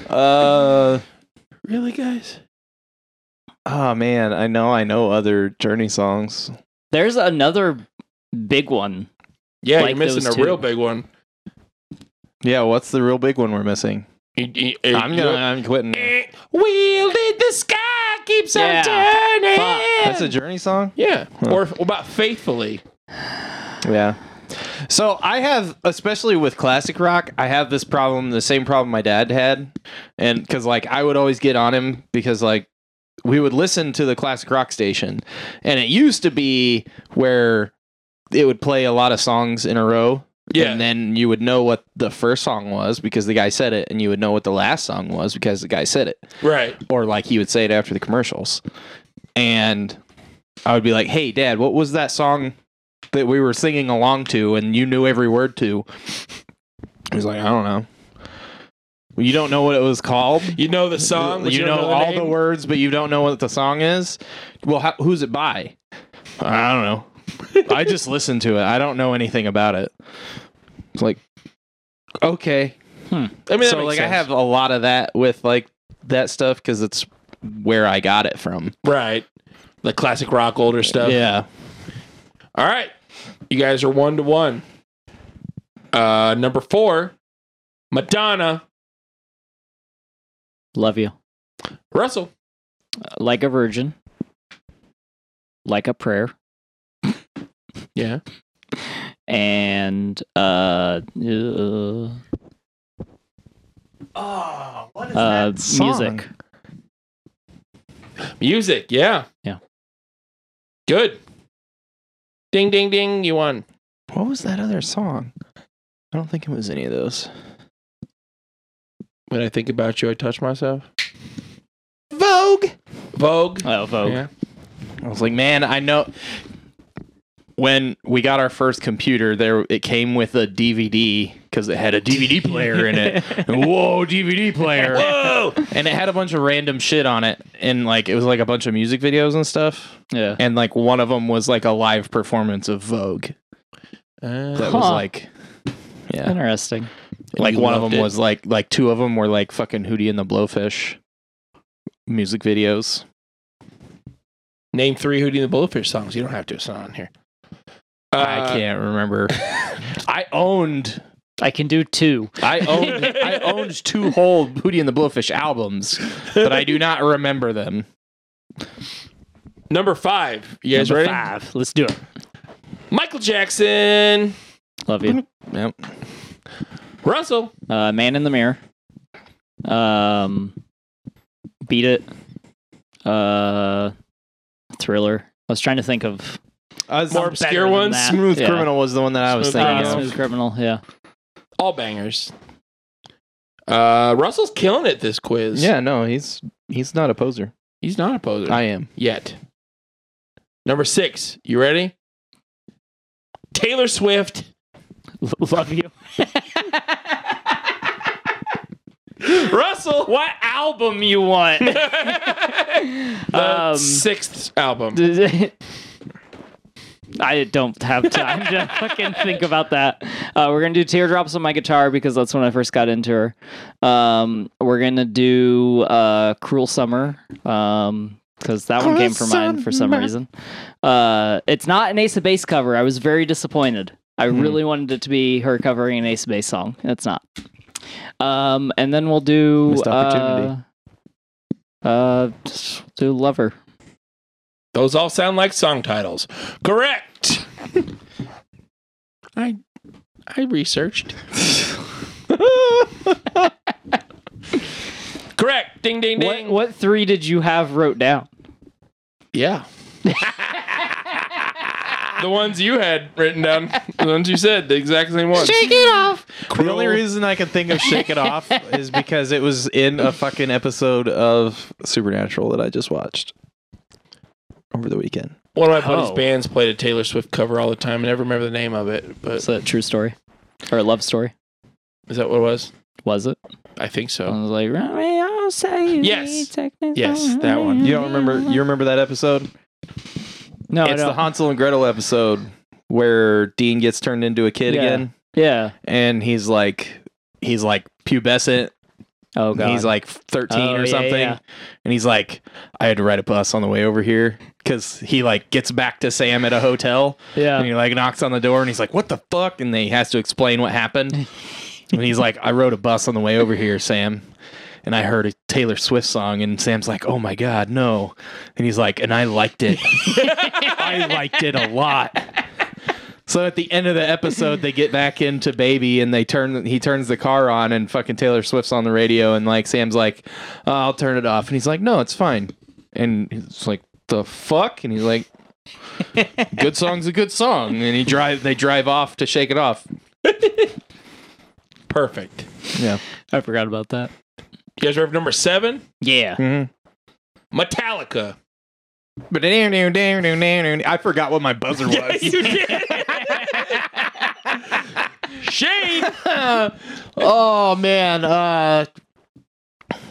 [SPEAKER 2] Uh,
[SPEAKER 1] really, guys?
[SPEAKER 2] oh man, I know, I know other Journey songs.
[SPEAKER 3] There's another big one.
[SPEAKER 1] Yeah,
[SPEAKER 3] Like
[SPEAKER 1] you're missing a
[SPEAKER 3] those two.
[SPEAKER 1] real big one.
[SPEAKER 2] Yeah, what's the real big one we're missing?
[SPEAKER 1] You- you- you-
[SPEAKER 2] I'm gonna, I'm quitting.
[SPEAKER 1] Eh, Wheel did the sky keeps
[SPEAKER 3] Yeah.
[SPEAKER 1] on turning.
[SPEAKER 3] Fuck,
[SPEAKER 2] That's a Journey song.
[SPEAKER 1] yeah.
[SPEAKER 2] Huh.
[SPEAKER 1] Or what about faithfully?
[SPEAKER 2] Yeah. So I have, especially with classic rock, I have this problem, the same problem my dad had, and because like I would always get on him because like we would listen to the classic rock station, and it used to be where it would play a lot of songs in a row.
[SPEAKER 1] Yeah.
[SPEAKER 2] And then you would know what the first song was because the guy said it, and you would know what the last song was because the guy said it
[SPEAKER 1] Right.
[SPEAKER 2] or like he would say it after the commercials. And I would be like, "Hey, Dad, what was that song that we were singing along to, and you knew every word to?" He's like, "I don't know." Well, you don't know what it was called.
[SPEAKER 1] You know the song. but
[SPEAKER 2] you, know,
[SPEAKER 1] the
[SPEAKER 2] all
[SPEAKER 1] name?
[SPEAKER 2] the words, but you don't know what the song is. Well, how, who's it by? I don't know. I just listened to it. I don't know anything about it. It's like, okay,
[SPEAKER 1] I mean, that
[SPEAKER 2] so
[SPEAKER 1] makes
[SPEAKER 2] like
[SPEAKER 1] sense.
[SPEAKER 2] I have a lot of that with like that stuff because it's where I got it from.
[SPEAKER 1] right the classic rock older stuff.
[SPEAKER 2] yeah,
[SPEAKER 1] All right. You guys are one to one. Uh number four, Madonna.
[SPEAKER 3] Love you.
[SPEAKER 1] Russell.
[SPEAKER 3] Like a Virgin. Like a Prayer.
[SPEAKER 1] Yeah.
[SPEAKER 3] and uh, uh,
[SPEAKER 2] Oh, what is
[SPEAKER 3] uh music.
[SPEAKER 1] Music, yeah.
[SPEAKER 3] Yeah.
[SPEAKER 1] Good. Ding ding ding, you won.
[SPEAKER 2] What was that other song? I don't think it was any of those.
[SPEAKER 1] When I think about you, I touch myself.
[SPEAKER 2] Vogue.
[SPEAKER 1] Vogue.
[SPEAKER 3] Oh, Vogue.
[SPEAKER 1] Yeah.
[SPEAKER 2] I was like, man, I know. When we got our first computer, there it came with a DVD because it had a DVD player in it. Whoa, DVD player!
[SPEAKER 1] Whoa!
[SPEAKER 2] And it had a bunch of random shit on it, and like it was like a bunch of music videos and stuff.
[SPEAKER 3] Yeah.
[SPEAKER 2] and like one of them was like a live performance of Vogue that
[SPEAKER 1] Uh,
[SPEAKER 2] was
[SPEAKER 3] Huh.
[SPEAKER 2] like yeah
[SPEAKER 3] Interesting.
[SPEAKER 2] like
[SPEAKER 1] you
[SPEAKER 2] one of
[SPEAKER 1] loved
[SPEAKER 2] them
[SPEAKER 1] it.
[SPEAKER 2] was like like two of them were like fucking Hootie and the Blowfish music videos
[SPEAKER 1] name three Hootie and the Blowfish songs. You don't have to. It's not on here. Uh,
[SPEAKER 2] I can't remember I owned
[SPEAKER 3] I can do two.
[SPEAKER 2] I owned I owned two whole Hootie and the Blowfish albums but I do not remember them
[SPEAKER 1] Number five. You guys
[SPEAKER 3] Number
[SPEAKER 1] ready?
[SPEAKER 3] Five. Let's do it.
[SPEAKER 1] Michael Jackson.
[SPEAKER 3] Love you.
[SPEAKER 2] yep
[SPEAKER 1] Russell.
[SPEAKER 3] Uh, Man in the Mirror. Um, beat it. Uh, thriller. I was trying to think of
[SPEAKER 1] More
[SPEAKER 3] better
[SPEAKER 1] obscure
[SPEAKER 3] than
[SPEAKER 1] ones.
[SPEAKER 3] that.
[SPEAKER 2] Uh, Smooth
[SPEAKER 3] Yeah.
[SPEAKER 2] Criminal was the one that I was
[SPEAKER 1] Smooth
[SPEAKER 2] thinking
[SPEAKER 1] Criminal.
[SPEAKER 3] uh,
[SPEAKER 2] of.
[SPEAKER 3] Smooth Criminal. Yeah.
[SPEAKER 1] All bangers. Uh, Russell's killing it this quiz.
[SPEAKER 2] Yeah, no, he's he's not a poser.
[SPEAKER 1] He's not a poser
[SPEAKER 2] I am.
[SPEAKER 1] yet. Number six. You ready? Taylor Swift.
[SPEAKER 3] Love you.
[SPEAKER 1] Russell.
[SPEAKER 3] What album you want?
[SPEAKER 1] The
[SPEAKER 3] Um,
[SPEAKER 1] sixth album.
[SPEAKER 3] I don't have time to fucking think about that. Uh, we're gonna do teardrops on my guitar because that's when I first got into her. Um, we're gonna do uh, "Cruel Summer" um, because that one came from mine for some reason. Uh, it's not an Ace of Base cover. I was very disappointed. I
[SPEAKER 2] Hmm.
[SPEAKER 3] really wanted it to be her covering an Ace of Base song. It's not. Um, and then we'll do
[SPEAKER 2] Missed opportunity.
[SPEAKER 3] Uh, uh, just do Lover.
[SPEAKER 1] Those all sound like song titles. Correct. I I researched. Correct. Ding ding
[SPEAKER 3] What
[SPEAKER 1] ding.
[SPEAKER 3] what three did you have wrote down?
[SPEAKER 1] Yeah. the ones you had written down, the ones you said, the exact same ones. Shake it off.
[SPEAKER 2] The only reason I can think of Shake It Off is because it was in a fucking episode of Supernatural that I just watched over the weekend.
[SPEAKER 1] One of my buddy's
[SPEAKER 3] Oh.
[SPEAKER 1] bands played a Taylor Swift cover all the time. I never remember the name of it, but
[SPEAKER 3] Is that a true story or a love story?
[SPEAKER 1] is that what it was?
[SPEAKER 3] Was it?
[SPEAKER 1] I think
[SPEAKER 3] I
[SPEAKER 1] so.
[SPEAKER 3] was like, Romeo, say
[SPEAKER 1] Yes. Yes, that one.
[SPEAKER 2] You don't remember? You remember that episode?
[SPEAKER 3] No, Oh, I
[SPEAKER 2] it's the
[SPEAKER 3] don't.
[SPEAKER 2] Hansel and Gretel episode where Dean gets turned into a kid
[SPEAKER 3] Yeah.
[SPEAKER 2] again,
[SPEAKER 3] yeah.
[SPEAKER 2] and he's like, he's like pubescent,
[SPEAKER 3] Oh god.
[SPEAKER 2] He's like 13
[SPEAKER 3] Oh,
[SPEAKER 2] or
[SPEAKER 3] yeah,
[SPEAKER 2] something.
[SPEAKER 3] yeah.
[SPEAKER 2] And he's like, I had to ride a bus on the way over here because he like gets back to Sam at a hotel and
[SPEAKER 3] yeah.
[SPEAKER 2] he like knocks on the door and he's like, what the fuck? And then he has to explain what happened. and he's like, I rode a bus on the way over here, Sam. And I heard a Taylor Swift song and Sam's like, oh my God, no. And he's like, and I liked it. I liked it a lot. So at the end of the episode, they get back into Baby, and they turn. He turns the car on, and fucking Taylor Swift's on the radio, and like Sam's like, "Oh, "I'll turn it off," and he's like, "No, it's fine." And it's like, "The fuck?" And he's like, "Good song's a good song." And he drive. They drive off to shake it off.
[SPEAKER 1] Perfect.
[SPEAKER 2] Yeah.
[SPEAKER 3] I forgot about that.
[SPEAKER 1] You guys remember number seven?
[SPEAKER 3] Yeah.
[SPEAKER 1] Metallica.
[SPEAKER 2] Mm-hmm. But I forgot what my buzzer was.
[SPEAKER 1] Shade.
[SPEAKER 2] oh man. Uh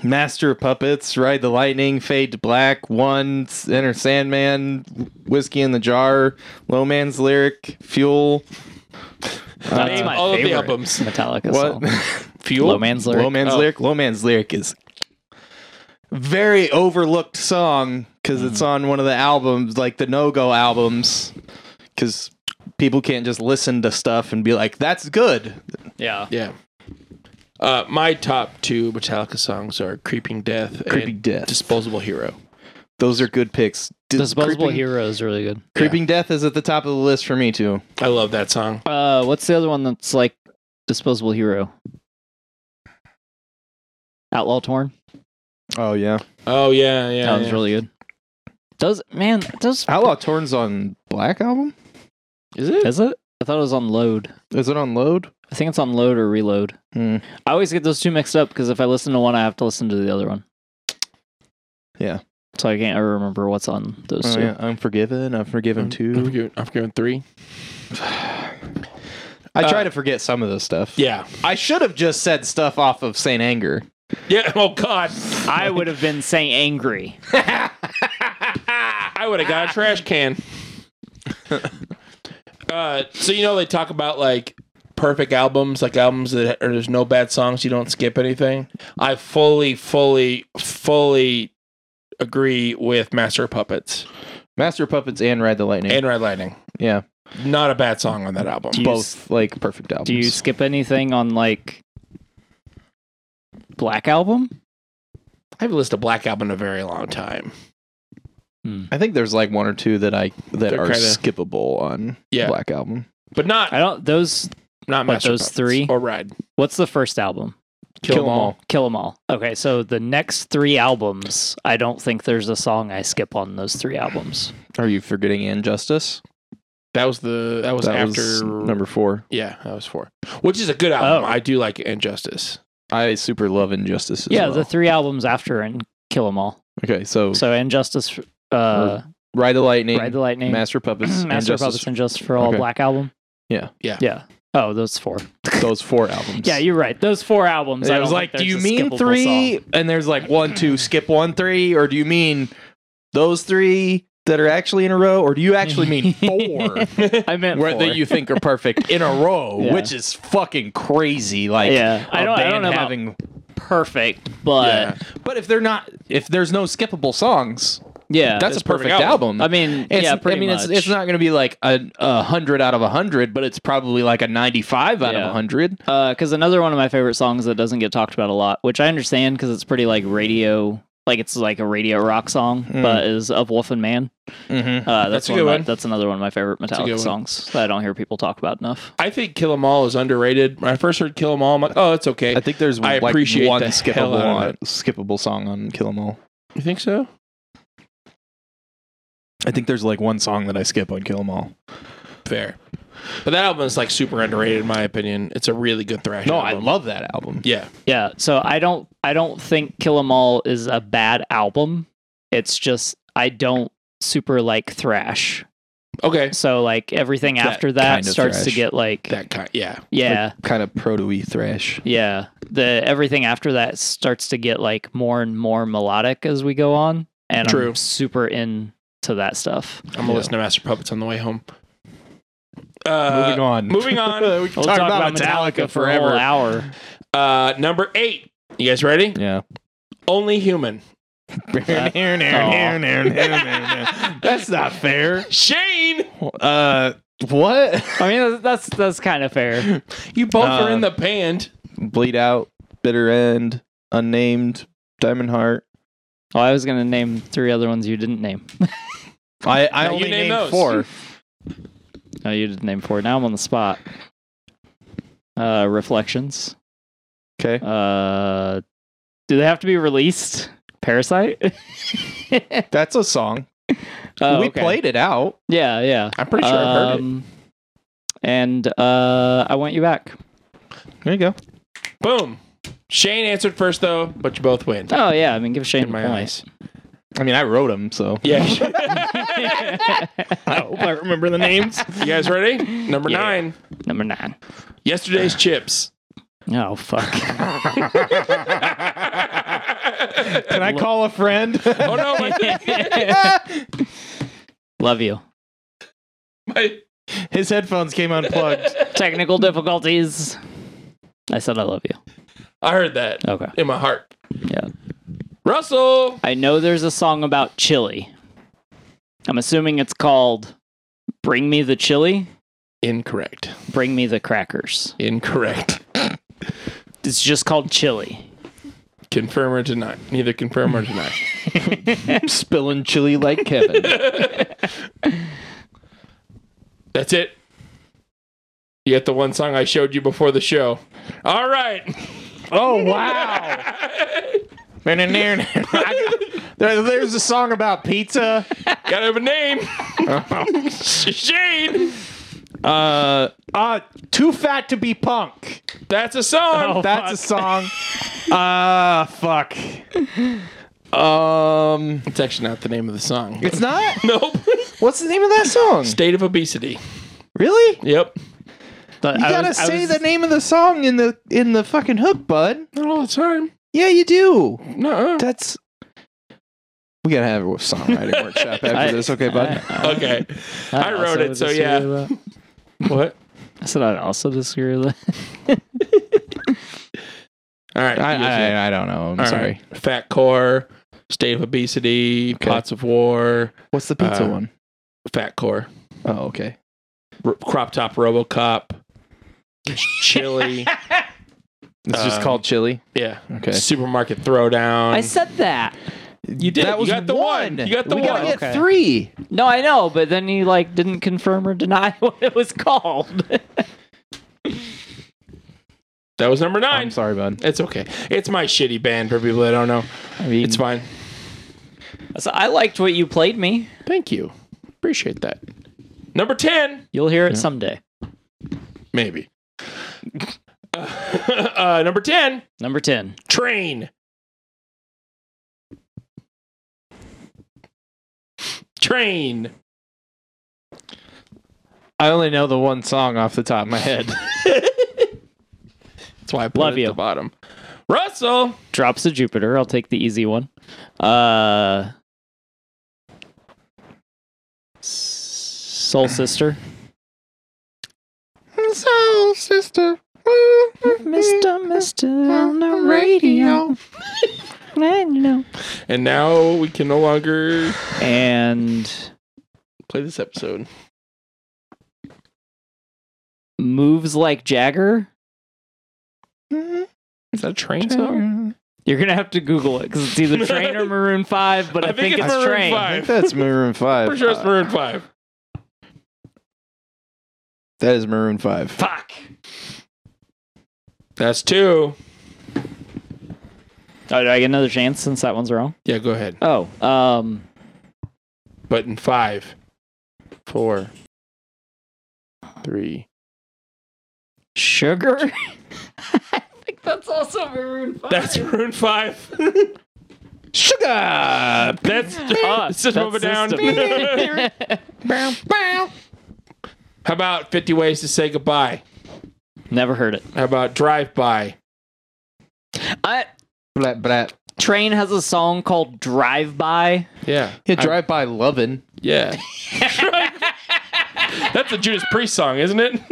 [SPEAKER 2] Master of Puppets, Ride the Lightning, Fade to Black, One, Enter Sandman, Whiskey in the Jar, Low Man's Lyric, Fuel,
[SPEAKER 3] That's
[SPEAKER 1] Name
[SPEAKER 3] my
[SPEAKER 1] all
[SPEAKER 3] favorite
[SPEAKER 1] of the albums.
[SPEAKER 3] Metallica
[SPEAKER 2] what?
[SPEAKER 3] song.
[SPEAKER 1] Fuel.
[SPEAKER 3] Low Man's Lyric.
[SPEAKER 2] Low Man's
[SPEAKER 1] Oh.
[SPEAKER 2] Lyric. Low Man's Lyric is very overlooked song because it's on one of the albums, like the No Go albums, because people can't just listen to stuff and be like, "That's good."
[SPEAKER 3] Yeah.
[SPEAKER 1] Yeah. Uh, my top two Metallica songs are "Creeping Death"
[SPEAKER 2] Creeping
[SPEAKER 1] and
[SPEAKER 2] Death.
[SPEAKER 1] "Disposable Hero."
[SPEAKER 2] Those are good picks. Dis-
[SPEAKER 4] Disposable
[SPEAKER 2] Creeping-
[SPEAKER 4] Hero is really good.
[SPEAKER 2] Creeping Death is at the top of the list for me too.
[SPEAKER 1] I love that song.
[SPEAKER 4] Uh, what's the other one that's like Disposable Hero?
[SPEAKER 3] Outlaw Torn.
[SPEAKER 2] Oh yeah,
[SPEAKER 1] Oh yeah, yeah.
[SPEAKER 4] That was
[SPEAKER 1] yeah.
[SPEAKER 4] really good.
[SPEAKER 3] Does man does
[SPEAKER 2] Outlaw Torn's on Black album.
[SPEAKER 1] Is it?
[SPEAKER 3] is it? I thought it was on Load.
[SPEAKER 2] Is it on Load?
[SPEAKER 3] I think it's on Load or Reload.
[SPEAKER 2] Hmm.
[SPEAKER 3] I always get those two mixed up because if I listen to one, I have to listen to the other one.
[SPEAKER 2] Yeah.
[SPEAKER 3] So I can't ever remember what's on those
[SPEAKER 2] Oh,
[SPEAKER 3] two.
[SPEAKER 2] yeah. Unforgiven. Unforgiven
[SPEAKER 1] I'm
[SPEAKER 2] two.
[SPEAKER 1] forgiving, I'm forgiving three.
[SPEAKER 2] I try
[SPEAKER 1] Uh,
[SPEAKER 2] to forget some of this stuff.
[SPEAKER 1] Yeah.
[SPEAKER 2] I should have just said stuff off of Saint Anger.
[SPEAKER 1] Yeah. Oh God.
[SPEAKER 3] I would have been saying angry.
[SPEAKER 1] I would have
[SPEAKER 3] Ah.
[SPEAKER 1] got a trash can. uh, so you know they talk about like perfect albums, like albums that or there's no bad songs, you don't skip anything. I fully, fully, fully agree with Master of Puppets
[SPEAKER 2] Master of Puppets and Ride the Lightning.
[SPEAKER 1] and Red Lightning.
[SPEAKER 2] yeah,
[SPEAKER 1] Not a bad song on that album.
[SPEAKER 3] Do you
[SPEAKER 2] both like perfect albums.
[SPEAKER 3] Do you skip anything on like Black Album?
[SPEAKER 1] I haven't listened to Black Album in a very long time.
[SPEAKER 2] I think there's like one or two that I that
[SPEAKER 1] They're
[SPEAKER 2] are
[SPEAKER 1] kinda-
[SPEAKER 2] skippable on
[SPEAKER 1] Yeah.
[SPEAKER 2] Black album.
[SPEAKER 1] But not
[SPEAKER 3] I don't. Those.
[SPEAKER 1] not
[SPEAKER 3] what,
[SPEAKER 1] Master of
[SPEAKER 3] those
[SPEAKER 1] Puppets
[SPEAKER 3] three?
[SPEAKER 1] or Ride.
[SPEAKER 3] What's the first album?
[SPEAKER 1] Kill, 'em all.
[SPEAKER 3] Kill 'Em All. Okay, so the next three albums, I don't think there's a song I skip on those three albums.
[SPEAKER 2] Are you forgetting And Justice?
[SPEAKER 1] That was the that was
[SPEAKER 2] that
[SPEAKER 1] after
[SPEAKER 2] was number four.
[SPEAKER 1] Yeah, that was four. Which is a good album.
[SPEAKER 3] Oh.
[SPEAKER 1] I do like Injustice.
[SPEAKER 2] I super love Injustice. As
[SPEAKER 3] yeah,
[SPEAKER 2] well.
[SPEAKER 3] the three albums after and Kill 'Em All.
[SPEAKER 2] okay. So,
[SPEAKER 3] So and Justice, uh,
[SPEAKER 2] Ride the Lightning,
[SPEAKER 3] Ride the Lightning,
[SPEAKER 2] Master of Puppets, and
[SPEAKER 3] Master of
[SPEAKER 2] Justice
[SPEAKER 3] Puppets, and Justice for All
[SPEAKER 2] Okay.
[SPEAKER 3] Black Album.
[SPEAKER 2] Yeah.
[SPEAKER 1] Yeah.
[SPEAKER 3] Yeah. Oh, those four.
[SPEAKER 2] those four albums.
[SPEAKER 3] Yeah, you're right. Those four albums.
[SPEAKER 2] I
[SPEAKER 3] don't
[SPEAKER 2] was
[SPEAKER 3] think
[SPEAKER 2] like, do
[SPEAKER 3] there's
[SPEAKER 2] you
[SPEAKER 3] a
[SPEAKER 2] mean
[SPEAKER 3] skippable
[SPEAKER 2] three?
[SPEAKER 3] song.
[SPEAKER 2] And there's like one, two, skip one, three, or do you mean those three that are actually in a row, or do you actually mean four?
[SPEAKER 3] I meant
[SPEAKER 2] Where
[SPEAKER 3] four.
[SPEAKER 2] that you think are perfect in a row,
[SPEAKER 3] Yeah.
[SPEAKER 2] which is fucking crazy. Like,
[SPEAKER 3] Yeah. I
[SPEAKER 2] a
[SPEAKER 3] don't- I don't
[SPEAKER 2] band
[SPEAKER 3] know about-
[SPEAKER 2] having,
[SPEAKER 3] perfect, but
[SPEAKER 1] Yeah.
[SPEAKER 2] but if they're not, if there's no skippable songs,
[SPEAKER 5] Yeah.
[SPEAKER 2] That's
[SPEAKER 1] That's
[SPEAKER 2] a perfect,
[SPEAKER 1] perfect
[SPEAKER 2] album.
[SPEAKER 5] I mean,
[SPEAKER 2] It's,
[SPEAKER 5] yeah, pretty
[SPEAKER 2] I mean,
[SPEAKER 5] much.
[SPEAKER 2] it's it's not going to be like a, a hundred out of a hundred, but it's probably like a ninety-five out of
[SPEAKER 5] Yeah.
[SPEAKER 2] a hundred.
[SPEAKER 5] because
[SPEAKER 3] Because Uh, another one of my favorite songs that doesn't get talked about a lot, which I understand because it's pretty like radio, like it's like a radio rock song,
[SPEAKER 2] Mm.
[SPEAKER 3] but is of Wolf and Man.
[SPEAKER 2] Mm-hmm.
[SPEAKER 3] Uh, that's
[SPEAKER 1] That's a
[SPEAKER 3] one
[SPEAKER 1] good
[SPEAKER 3] of my-
[SPEAKER 1] one.
[SPEAKER 3] That's another one of my favorite
[SPEAKER 1] a good
[SPEAKER 3] Metallica
[SPEAKER 1] one.
[SPEAKER 3] songs that I don't hear people talk about enough.
[SPEAKER 1] I think Kill 'Em All is underrated. When I first heard Kill 'Em All, I'm like, oh, it's okay.
[SPEAKER 2] I think there's
[SPEAKER 1] I
[SPEAKER 2] like
[SPEAKER 1] appreciate
[SPEAKER 2] one
[SPEAKER 1] the hell
[SPEAKER 2] skippable
[SPEAKER 1] out of
[SPEAKER 2] on,
[SPEAKER 1] it.
[SPEAKER 2] skippable song on Kill 'Em All.
[SPEAKER 1] You think so?
[SPEAKER 2] I think there's like one song that I skip on Kill 'Em All.
[SPEAKER 1] Fair. But that album is like super underrated in my opinion. It's a really good thrash.
[SPEAKER 2] No, I
[SPEAKER 1] album.
[SPEAKER 2] love that album.
[SPEAKER 1] Yeah,
[SPEAKER 3] Yeah, so I don't I don't think Kill 'Em All is a bad album. It's just I don't super like thrash.
[SPEAKER 1] okay.
[SPEAKER 3] So like everything
[SPEAKER 1] That
[SPEAKER 3] after that
[SPEAKER 2] kind of
[SPEAKER 3] starts to
[SPEAKER 2] thrash.
[SPEAKER 3] get like
[SPEAKER 1] That kind, yeah.
[SPEAKER 3] yeah.
[SPEAKER 2] Kind of proto-y thrash.
[SPEAKER 3] yeah. The everything after that starts to get like more and more melodic as we go on and
[SPEAKER 1] True.
[SPEAKER 3] I'm super into that stuff.
[SPEAKER 1] I'm gonna
[SPEAKER 2] Yeah.
[SPEAKER 1] listen to Master Puppets on the way home. Uh,
[SPEAKER 2] moving on.
[SPEAKER 1] moving on.
[SPEAKER 2] we can
[SPEAKER 3] We'll
[SPEAKER 2] talk, about, Metallica,
[SPEAKER 3] for a whole
[SPEAKER 2] forever.
[SPEAKER 3] hour.
[SPEAKER 1] uh, number eight. You guys ready?
[SPEAKER 2] Yeah.
[SPEAKER 1] Only Human.
[SPEAKER 2] That's not fair.
[SPEAKER 1] Shane,
[SPEAKER 2] Uh, what?
[SPEAKER 3] I mean that's that's kind of fair.
[SPEAKER 1] you both
[SPEAKER 2] Uh,
[SPEAKER 1] are in the band.
[SPEAKER 2] Bleed out, bitter end, unnamed, diamond heart.
[SPEAKER 3] Oh, I was gonna name three other ones you didn't name.
[SPEAKER 2] I I
[SPEAKER 1] No, you
[SPEAKER 2] only
[SPEAKER 1] name
[SPEAKER 2] named
[SPEAKER 1] those.
[SPEAKER 2] four.
[SPEAKER 3] No, Oh, you did name four. Now I'm on the spot. Uh, reflections.
[SPEAKER 2] Okay.
[SPEAKER 3] Uh, do they have to be released? Parasite.
[SPEAKER 2] That's a song.
[SPEAKER 3] Oh,
[SPEAKER 2] we
[SPEAKER 3] okay.
[SPEAKER 2] played it out.
[SPEAKER 3] Yeah, yeah.
[SPEAKER 1] I'm pretty sure I've heard it.
[SPEAKER 3] Um, And uh, I want you back.
[SPEAKER 2] There you go.
[SPEAKER 1] Boom. Shane answered first though, but you both win.
[SPEAKER 3] Oh yeah, I mean give Shane
[SPEAKER 1] In my
[SPEAKER 3] a
[SPEAKER 1] eyes.
[SPEAKER 3] point.
[SPEAKER 2] I mean, I wrote them, so
[SPEAKER 1] Yeah.
[SPEAKER 2] I hope I remember the names.
[SPEAKER 1] you guys ready? Number
[SPEAKER 3] Yeah.
[SPEAKER 1] nine.
[SPEAKER 3] Number nine.
[SPEAKER 1] Yesterday's chips.
[SPEAKER 3] Oh fuck.
[SPEAKER 2] Can I call a friend?
[SPEAKER 1] Oh no, my,
[SPEAKER 3] Love you.
[SPEAKER 1] my
[SPEAKER 2] His headphones came unplugged.
[SPEAKER 3] Technical difficulties. I said I love you.
[SPEAKER 1] I heard that
[SPEAKER 3] Okay.
[SPEAKER 1] in my heart.
[SPEAKER 3] Yeah.
[SPEAKER 1] Russell.
[SPEAKER 3] I know there's a song about chili. I'm assuming it's called "Bring Me the Chili."
[SPEAKER 1] Incorrect.
[SPEAKER 3] Bring me the crackers.
[SPEAKER 1] Incorrect.
[SPEAKER 3] It's just called chili.
[SPEAKER 1] Confirm or deny. Neither confirm or deny.
[SPEAKER 2] Spilling chili like Kevin.
[SPEAKER 1] That's it. You got the one song I showed you before the show. All right.
[SPEAKER 2] oh wow! There- there's a song about pizza.
[SPEAKER 1] Gotta have a name. Shane.
[SPEAKER 2] Uh, uh, too fat to be punk.
[SPEAKER 1] That's a song.
[SPEAKER 2] That's a song. Ah, fuck. Um,
[SPEAKER 1] It's actually not the name of the song.
[SPEAKER 2] it's not.
[SPEAKER 1] Nope.
[SPEAKER 2] What's the name of that song?
[SPEAKER 1] State of obesity.
[SPEAKER 2] Really?
[SPEAKER 1] Yep.
[SPEAKER 3] But
[SPEAKER 2] You
[SPEAKER 3] I
[SPEAKER 2] gotta
[SPEAKER 3] was- I
[SPEAKER 2] say
[SPEAKER 3] was-
[SPEAKER 2] the name of the song in the in the fucking hook, bud.
[SPEAKER 1] Not all the time.
[SPEAKER 2] Yeah, you do.
[SPEAKER 1] No.
[SPEAKER 2] That's. We gotta have a songwriting workshop after
[SPEAKER 3] I-
[SPEAKER 2] this, okay, bud?
[SPEAKER 1] Okay. I wrote
[SPEAKER 3] also
[SPEAKER 1] it, so
[SPEAKER 3] disagree
[SPEAKER 1] yeah.
[SPEAKER 3] with that.
[SPEAKER 1] What?
[SPEAKER 3] I said I also disagree with that.
[SPEAKER 1] All right.
[SPEAKER 2] I,
[SPEAKER 1] you guys
[SPEAKER 2] I, I don't know. I'm
[SPEAKER 1] All
[SPEAKER 2] sorry.
[SPEAKER 1] right. Fat core, state of obesity,
[SPEAKER 2] Okay.
[SPEAKER 1] pots of war,
[SPEAKER 2] What's the pizza
[SPEAKER 1] Uh,
[SPEAKER 2] one?
[SPEAKER 1] fat core,
[SPEAKER 2] Oh, okay.
[SPEAKER 1] r- crop top RoboCop, chili,
[SPEAKER 2] It's just
[SPEAKER 1] Um,
[SPEAKER 2] called chili.
[SPEAKER 1] yeah,
[SPEAKER 2] Okay.
[SPEAKER 1] supermarket throwdown.
[SPEAKER 3] I said that.
[SPEAKER 2] You
[SPEAKER 1] did. You got the one. You got the
[SPEAKER 2] we
[SPEAKER 1] one.
[SPEAKER 2] gotta get
[SPEAKER 3] Okay.
[SPEAKER 2] three.
[SPEAKER 3] No, I know, but then he like didn't confirm or deny what it was called.
[SPEAKER 1] that was number nine.
[SPEAKER 2] I'm sorry, bud.
[SPEAKER 1] It's okay. It's my shitty band for people that don't know.
[SPEAKER 3] I mean,
[SPEAKER 1] It's fine.
[SPEAKER 3] so I liked what you played me.
[SPEAKER 1] Thank you. Appreciate that. Number 10,
[SPEAKER 3] You'll hear it someday.
[SPEAKER 1] maybe. uh, number 10,
[SPEAKER 3] Number ten.
[SPEAKER 1] train. Train.
[SPEAKER 2] I only know the one song off the top of my head.
[SPEAKER 1] That's why I put
[SPEAKER 3] Love
[SPEAKER 1] it at
[SPEAKER 3] you.
[SPEAKER 1] the bottom. Russell.
[SPEAKER 3] Drops of Jupiter. I'll take the easy one. Uh, S- Soul Sister.
[SPEAKER 2] so, sister.
[SPEAKER 3] Mister, Mister on the radio.
[SPEAKER 6] And, you know.
[SPEAKER 1] And now we can no longer
[SPEAKER 6] And
[SPEAKER 1] play this episode.
[SPEAKER 6] moves like Jagger.
[SPEAKER 1] Is that a train song?
[SPEAKER 6] You're gonna have to Google it because it's either Train or Maroon Five, but I, think, it's,
[SPEAKER 1] Maroon
[SPEAKER 6] Train.
[SPEAKER 1] 5.
[SPEAKER 2] I think that's Maroon Five.
[SPEAKER 1] Pretty sure it's Maroon Five.
[SPEAKER 2] That is Maroon Five.
[SPEAKER 6] Fuck.
[SPEAKER 1] That's two.
[SPEAKER 6] Oh, do I get another chance since that one's wrong?
[SPEAKER 1] Yeah, go ahead.
[SPEAKER 6] Oh, um,
[SPEAKER 1] But in five, four, three.
[SPEAKER 6] sugar. I think that's also Maroon Five.
[SPEAKER 1] That's Maroon Five. Sugar. That's
[SPEAKER 6] Ah,
[SPEAKER 1] system
[SPEAKER 6] that's
[SPEAKER 1] of a down.
[SPEAKER 6] System.
[SPEAKER 1] How about fifty ways to say goodbye?
[SPEAKER 6] Never heard it.
[SPEAKER 1] How about drive by?
[SPEAKER 6] I,
[SPEAKER 2] Blat blat.
[SPEAKER 6] Train has a song called Drive By.
[SPEAKER 1] Yeah.
[SPEAKER 2] Yeah,
[SPEAKER 1] I-
[SPEAKER 2] drive by lovin'.
[SPEAKER 1] yeah. That's a Judas Priest song, isn't
[SPEAKER 2] I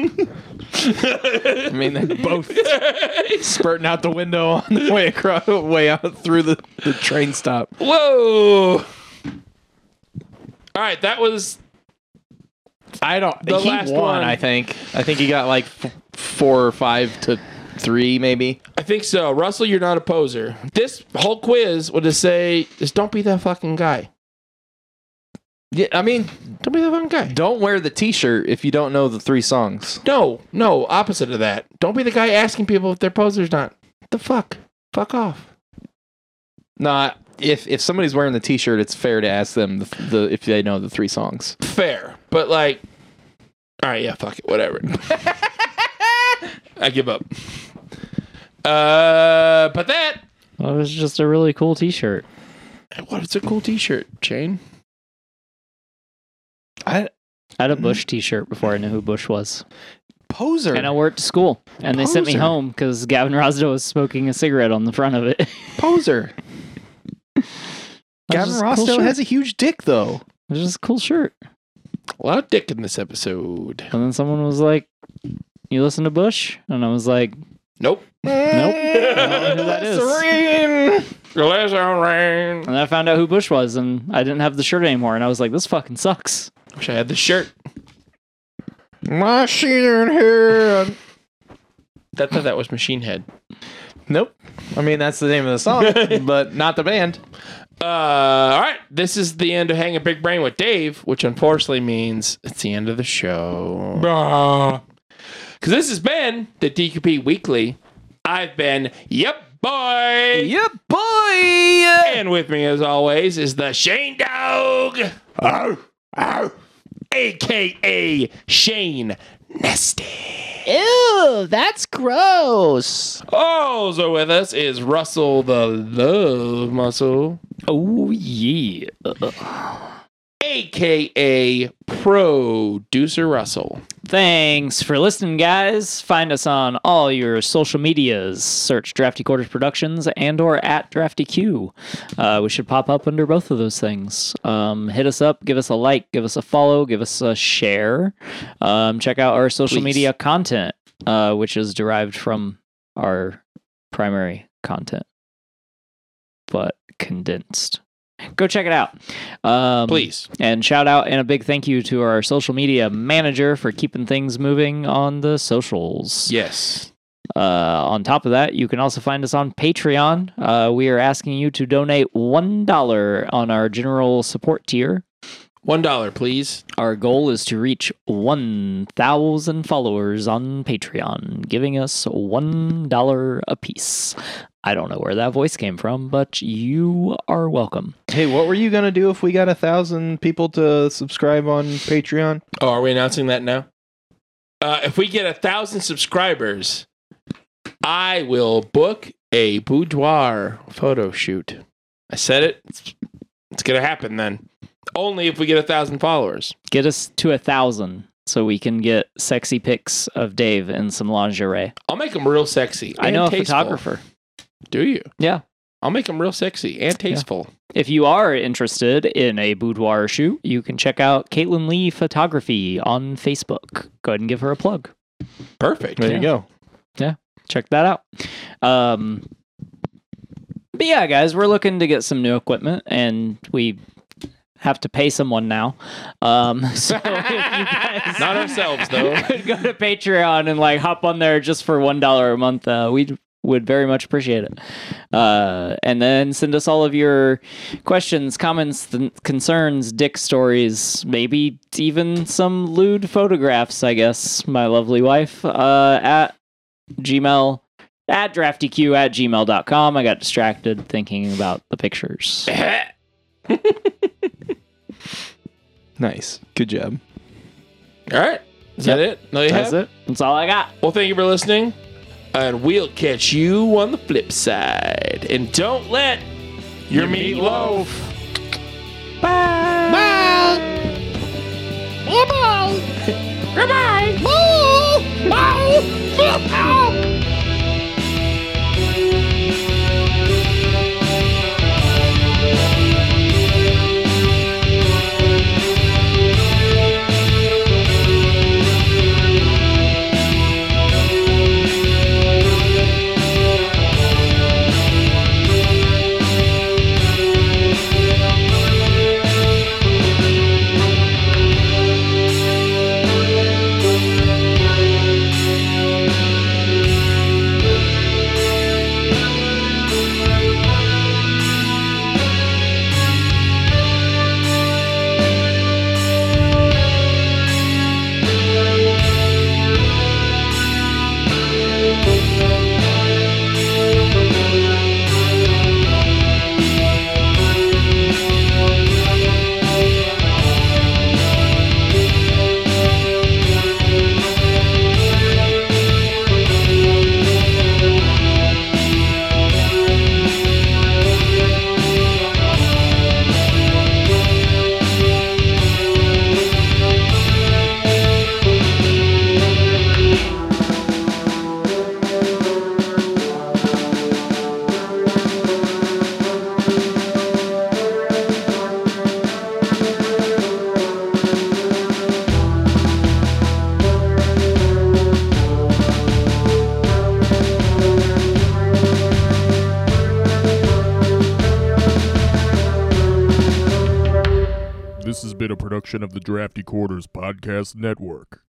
[SPEAKER 2] mean, they're both
[SPEAKER 1] it?
[SPEAKER 2] spurting out the window on the way across, way out through the, the train stop.
[SPEAKER 1] Whoa! All right, that was
[SPEAKER 2] I don't.
[SPEAKER 1] The
[SPEAKER 2] he
[SPEAKER 1] last
[SPEAKER 2] won,
[SPEAKER 1] one.
[SPEAKER 2] I think. I think he got like f- four or five to three, maybe.
[SPEAKER 1] I think so. Russell, you're not a poser. This whole quiz would just say, just don't be that fucking guy.
[SPEAKER 2] Yeah, I mean,
[SPEAKER 1] Don't be that fucking guy.
[SPEAKER 2] don't wear the T-shirt if you don't know the three songs.
[SPEAKER 1] No, no, opposite of that. Don't be the guy asking people if they're posers or not. The fuck? Fuck off.
[SPEAKER 2] Not if if somebody's wearing the T-shirt, it's fair to ask them the, the if they know the three songs.
[SPEAKER 1] Fair, but like, all right, yeah, fuck it, whatever. I give up. Uh, but that.
[SPEAKER 3] Well, it was just a really cool T-shirt.
[SPEAKER 1] What? It's a cool T-shirt, Shane.
[SPEAKER 2] I
[SPEAKER 3] I had a Bush
[SPEAKER 6] Mm.
[SPEAKER 3] T-shirt before I knew who Bush was,
[SPEAKER 2] poser.
[SPEAKER 3] and I wore it to school. And they sent me
[SPEAKER 1] Poser.
[SPEAKER 3] home because Gavin Rosdo was smoking a cigarette on the front of it.
[SPEAKER 2] poser.
[SPEAKER 3] That
[SPEAKER 2] Gavin
[SPEAKER 3] was just a
[SPEAKER 2] Rossdale
[SPEAKER 3] cool
[SPEAKER 2] has a huge dick, though.
[SPEAKER 3] It was just a cool shirt.
[SPEAKER 1] A lot of dick in this episode.
[SPEAKER 3] And then someone was like, "You listen to Bush?" And I was like,
[SPEAKER 1] Nope.
[SPEAKER 3] "Nope."
[SPEAKER 2] Eh,
[SPEAKER 3] I don't know who that is.
[SPEAKER 1] Glass
[SPEAKER 3] And then I found out who Bush was, and I didn't have the shirt anymore. And I was like, "This fucking sucks."
[SPEAKER 1] Wish I had the shirt.
[SPEAKER 2] My shit in here.
[SPEAKER 1] That thought that was Machine Head.
[SPEAKER 2] Nope. I mean, that's the name of the song, but not the band.
[SPEAKER 1] Uh, all right, this is the end of Hanging Big Brain with Dave, which unfortunately means it's the end of the show. Because this has been the DQP Weekly. I've been, yep, boy.
[SPEAKER 2] Yep, boy.
[SPEAKER 1] And with me, as always, is the Shane Dog. AKA Shane Nesty.
[SPEAKER 6] Oh,
[SPEAKER 2] Ew, that's gross.
[SPEAKER 1] Also with us is Russell the Love Muscle,
[SPEAKER 3] Oh yeah.
[SPEAKER 1] aka Producer Russell.
[SPEAKER 3] Thanks for listening, guys. Find us on all your social medias. Search Drafty Quarters Productions and or at Drafty Q. Uh, we should pop up under both of those things. Um, hit us up, give us a like, give us a follow, give us a share. Um, check out our social
[SPEAKER 1] Please.
[SPEAKER 3] media content, uh, which is derived from our primary content, but condensed. Go check it out. Um,
[SPEAKER 1] Please.
[SPEAKER 3] and shout out and a big thank you to our social media manager for keeping things moving on the socials.
[SPEAKER 1] Yes.
[SPEAKER 3] Uh, on top of that, you can also find us on Patreon. Uh, we are asking you to donate $1 on our general support tier.
[SPEAKER 1] One dollar, please.
[SPEAKER 3] Our goal is to reach 1,000 followers on Patreon, giving us $1 a piece. I don't know where that voice came from, but you are welcome.
[SPEAKER 2] Hey, what were you gonna do if we got a thousand people to subscribe on Patreon?
[SPEAKER 1] Oh, are we announcing that now? Uh, if we get a thousand subscribers, I will book a boudoir photo shoot. I said it. It's, it's gonna happen then. Only if we get a thousand followers.
[SPEAKER 3] Get us to a thousand so we can get sexy pics of Dave in some lingerie.
[SPEAKER 1] I'll make them real sexy.
[SPEAKER 3] I
[SPEAKER 1] and
[SPEAKER 3] know a
[SPEAKER 1] tasteful.
[SPEAKER 3] photographer.
[SPEAKER 1] Do you?
[SPEAKER 3] Yeah.
[SPEAKER 1] I'll make them real sexy and tasteful.
[SPEAKER 3] If you are interested in a boudoir shoot, you can check out Caitlin Lee Photography on Facebook. Go ahead and give her a plug.
[SPEAKER 1] Perfect.
[SPEAKER 2] There you go.
[SPEAKER 3] Check that out. Um, But yeah, guys, we're looking to get some new equipment, and we have to pay someone now. Um, so if you guys
[SPEAKER 1] Not ourselves though.
[SPEAKER 3] could go to Patreon and like hop on there just for one dollar a month, uh, we would very much appreciate it. Uh, and then send us all of your questions, comments, th- concerns, dick stories, maybe even some lewd photographs. I guess my lovely wife uh, at Gmail. At draftyq at gmail.com. I got distracted thinking about the pictures.
[SPEAKER 2] Nice. Good job.
[SPEAKER 1] All right. Is that it? No, you
[SPEAKER 3] That's
[SPEAKER 1] have?
[SPEAKER 3] it. That's all I got.
[SPEAKER 1] Well, thank you for listening. And we'll catch you on the flip side. And don't let your, meat loaf.
[SPEAKER 7] This has been a production of the Drafty Quarters Podcast Network.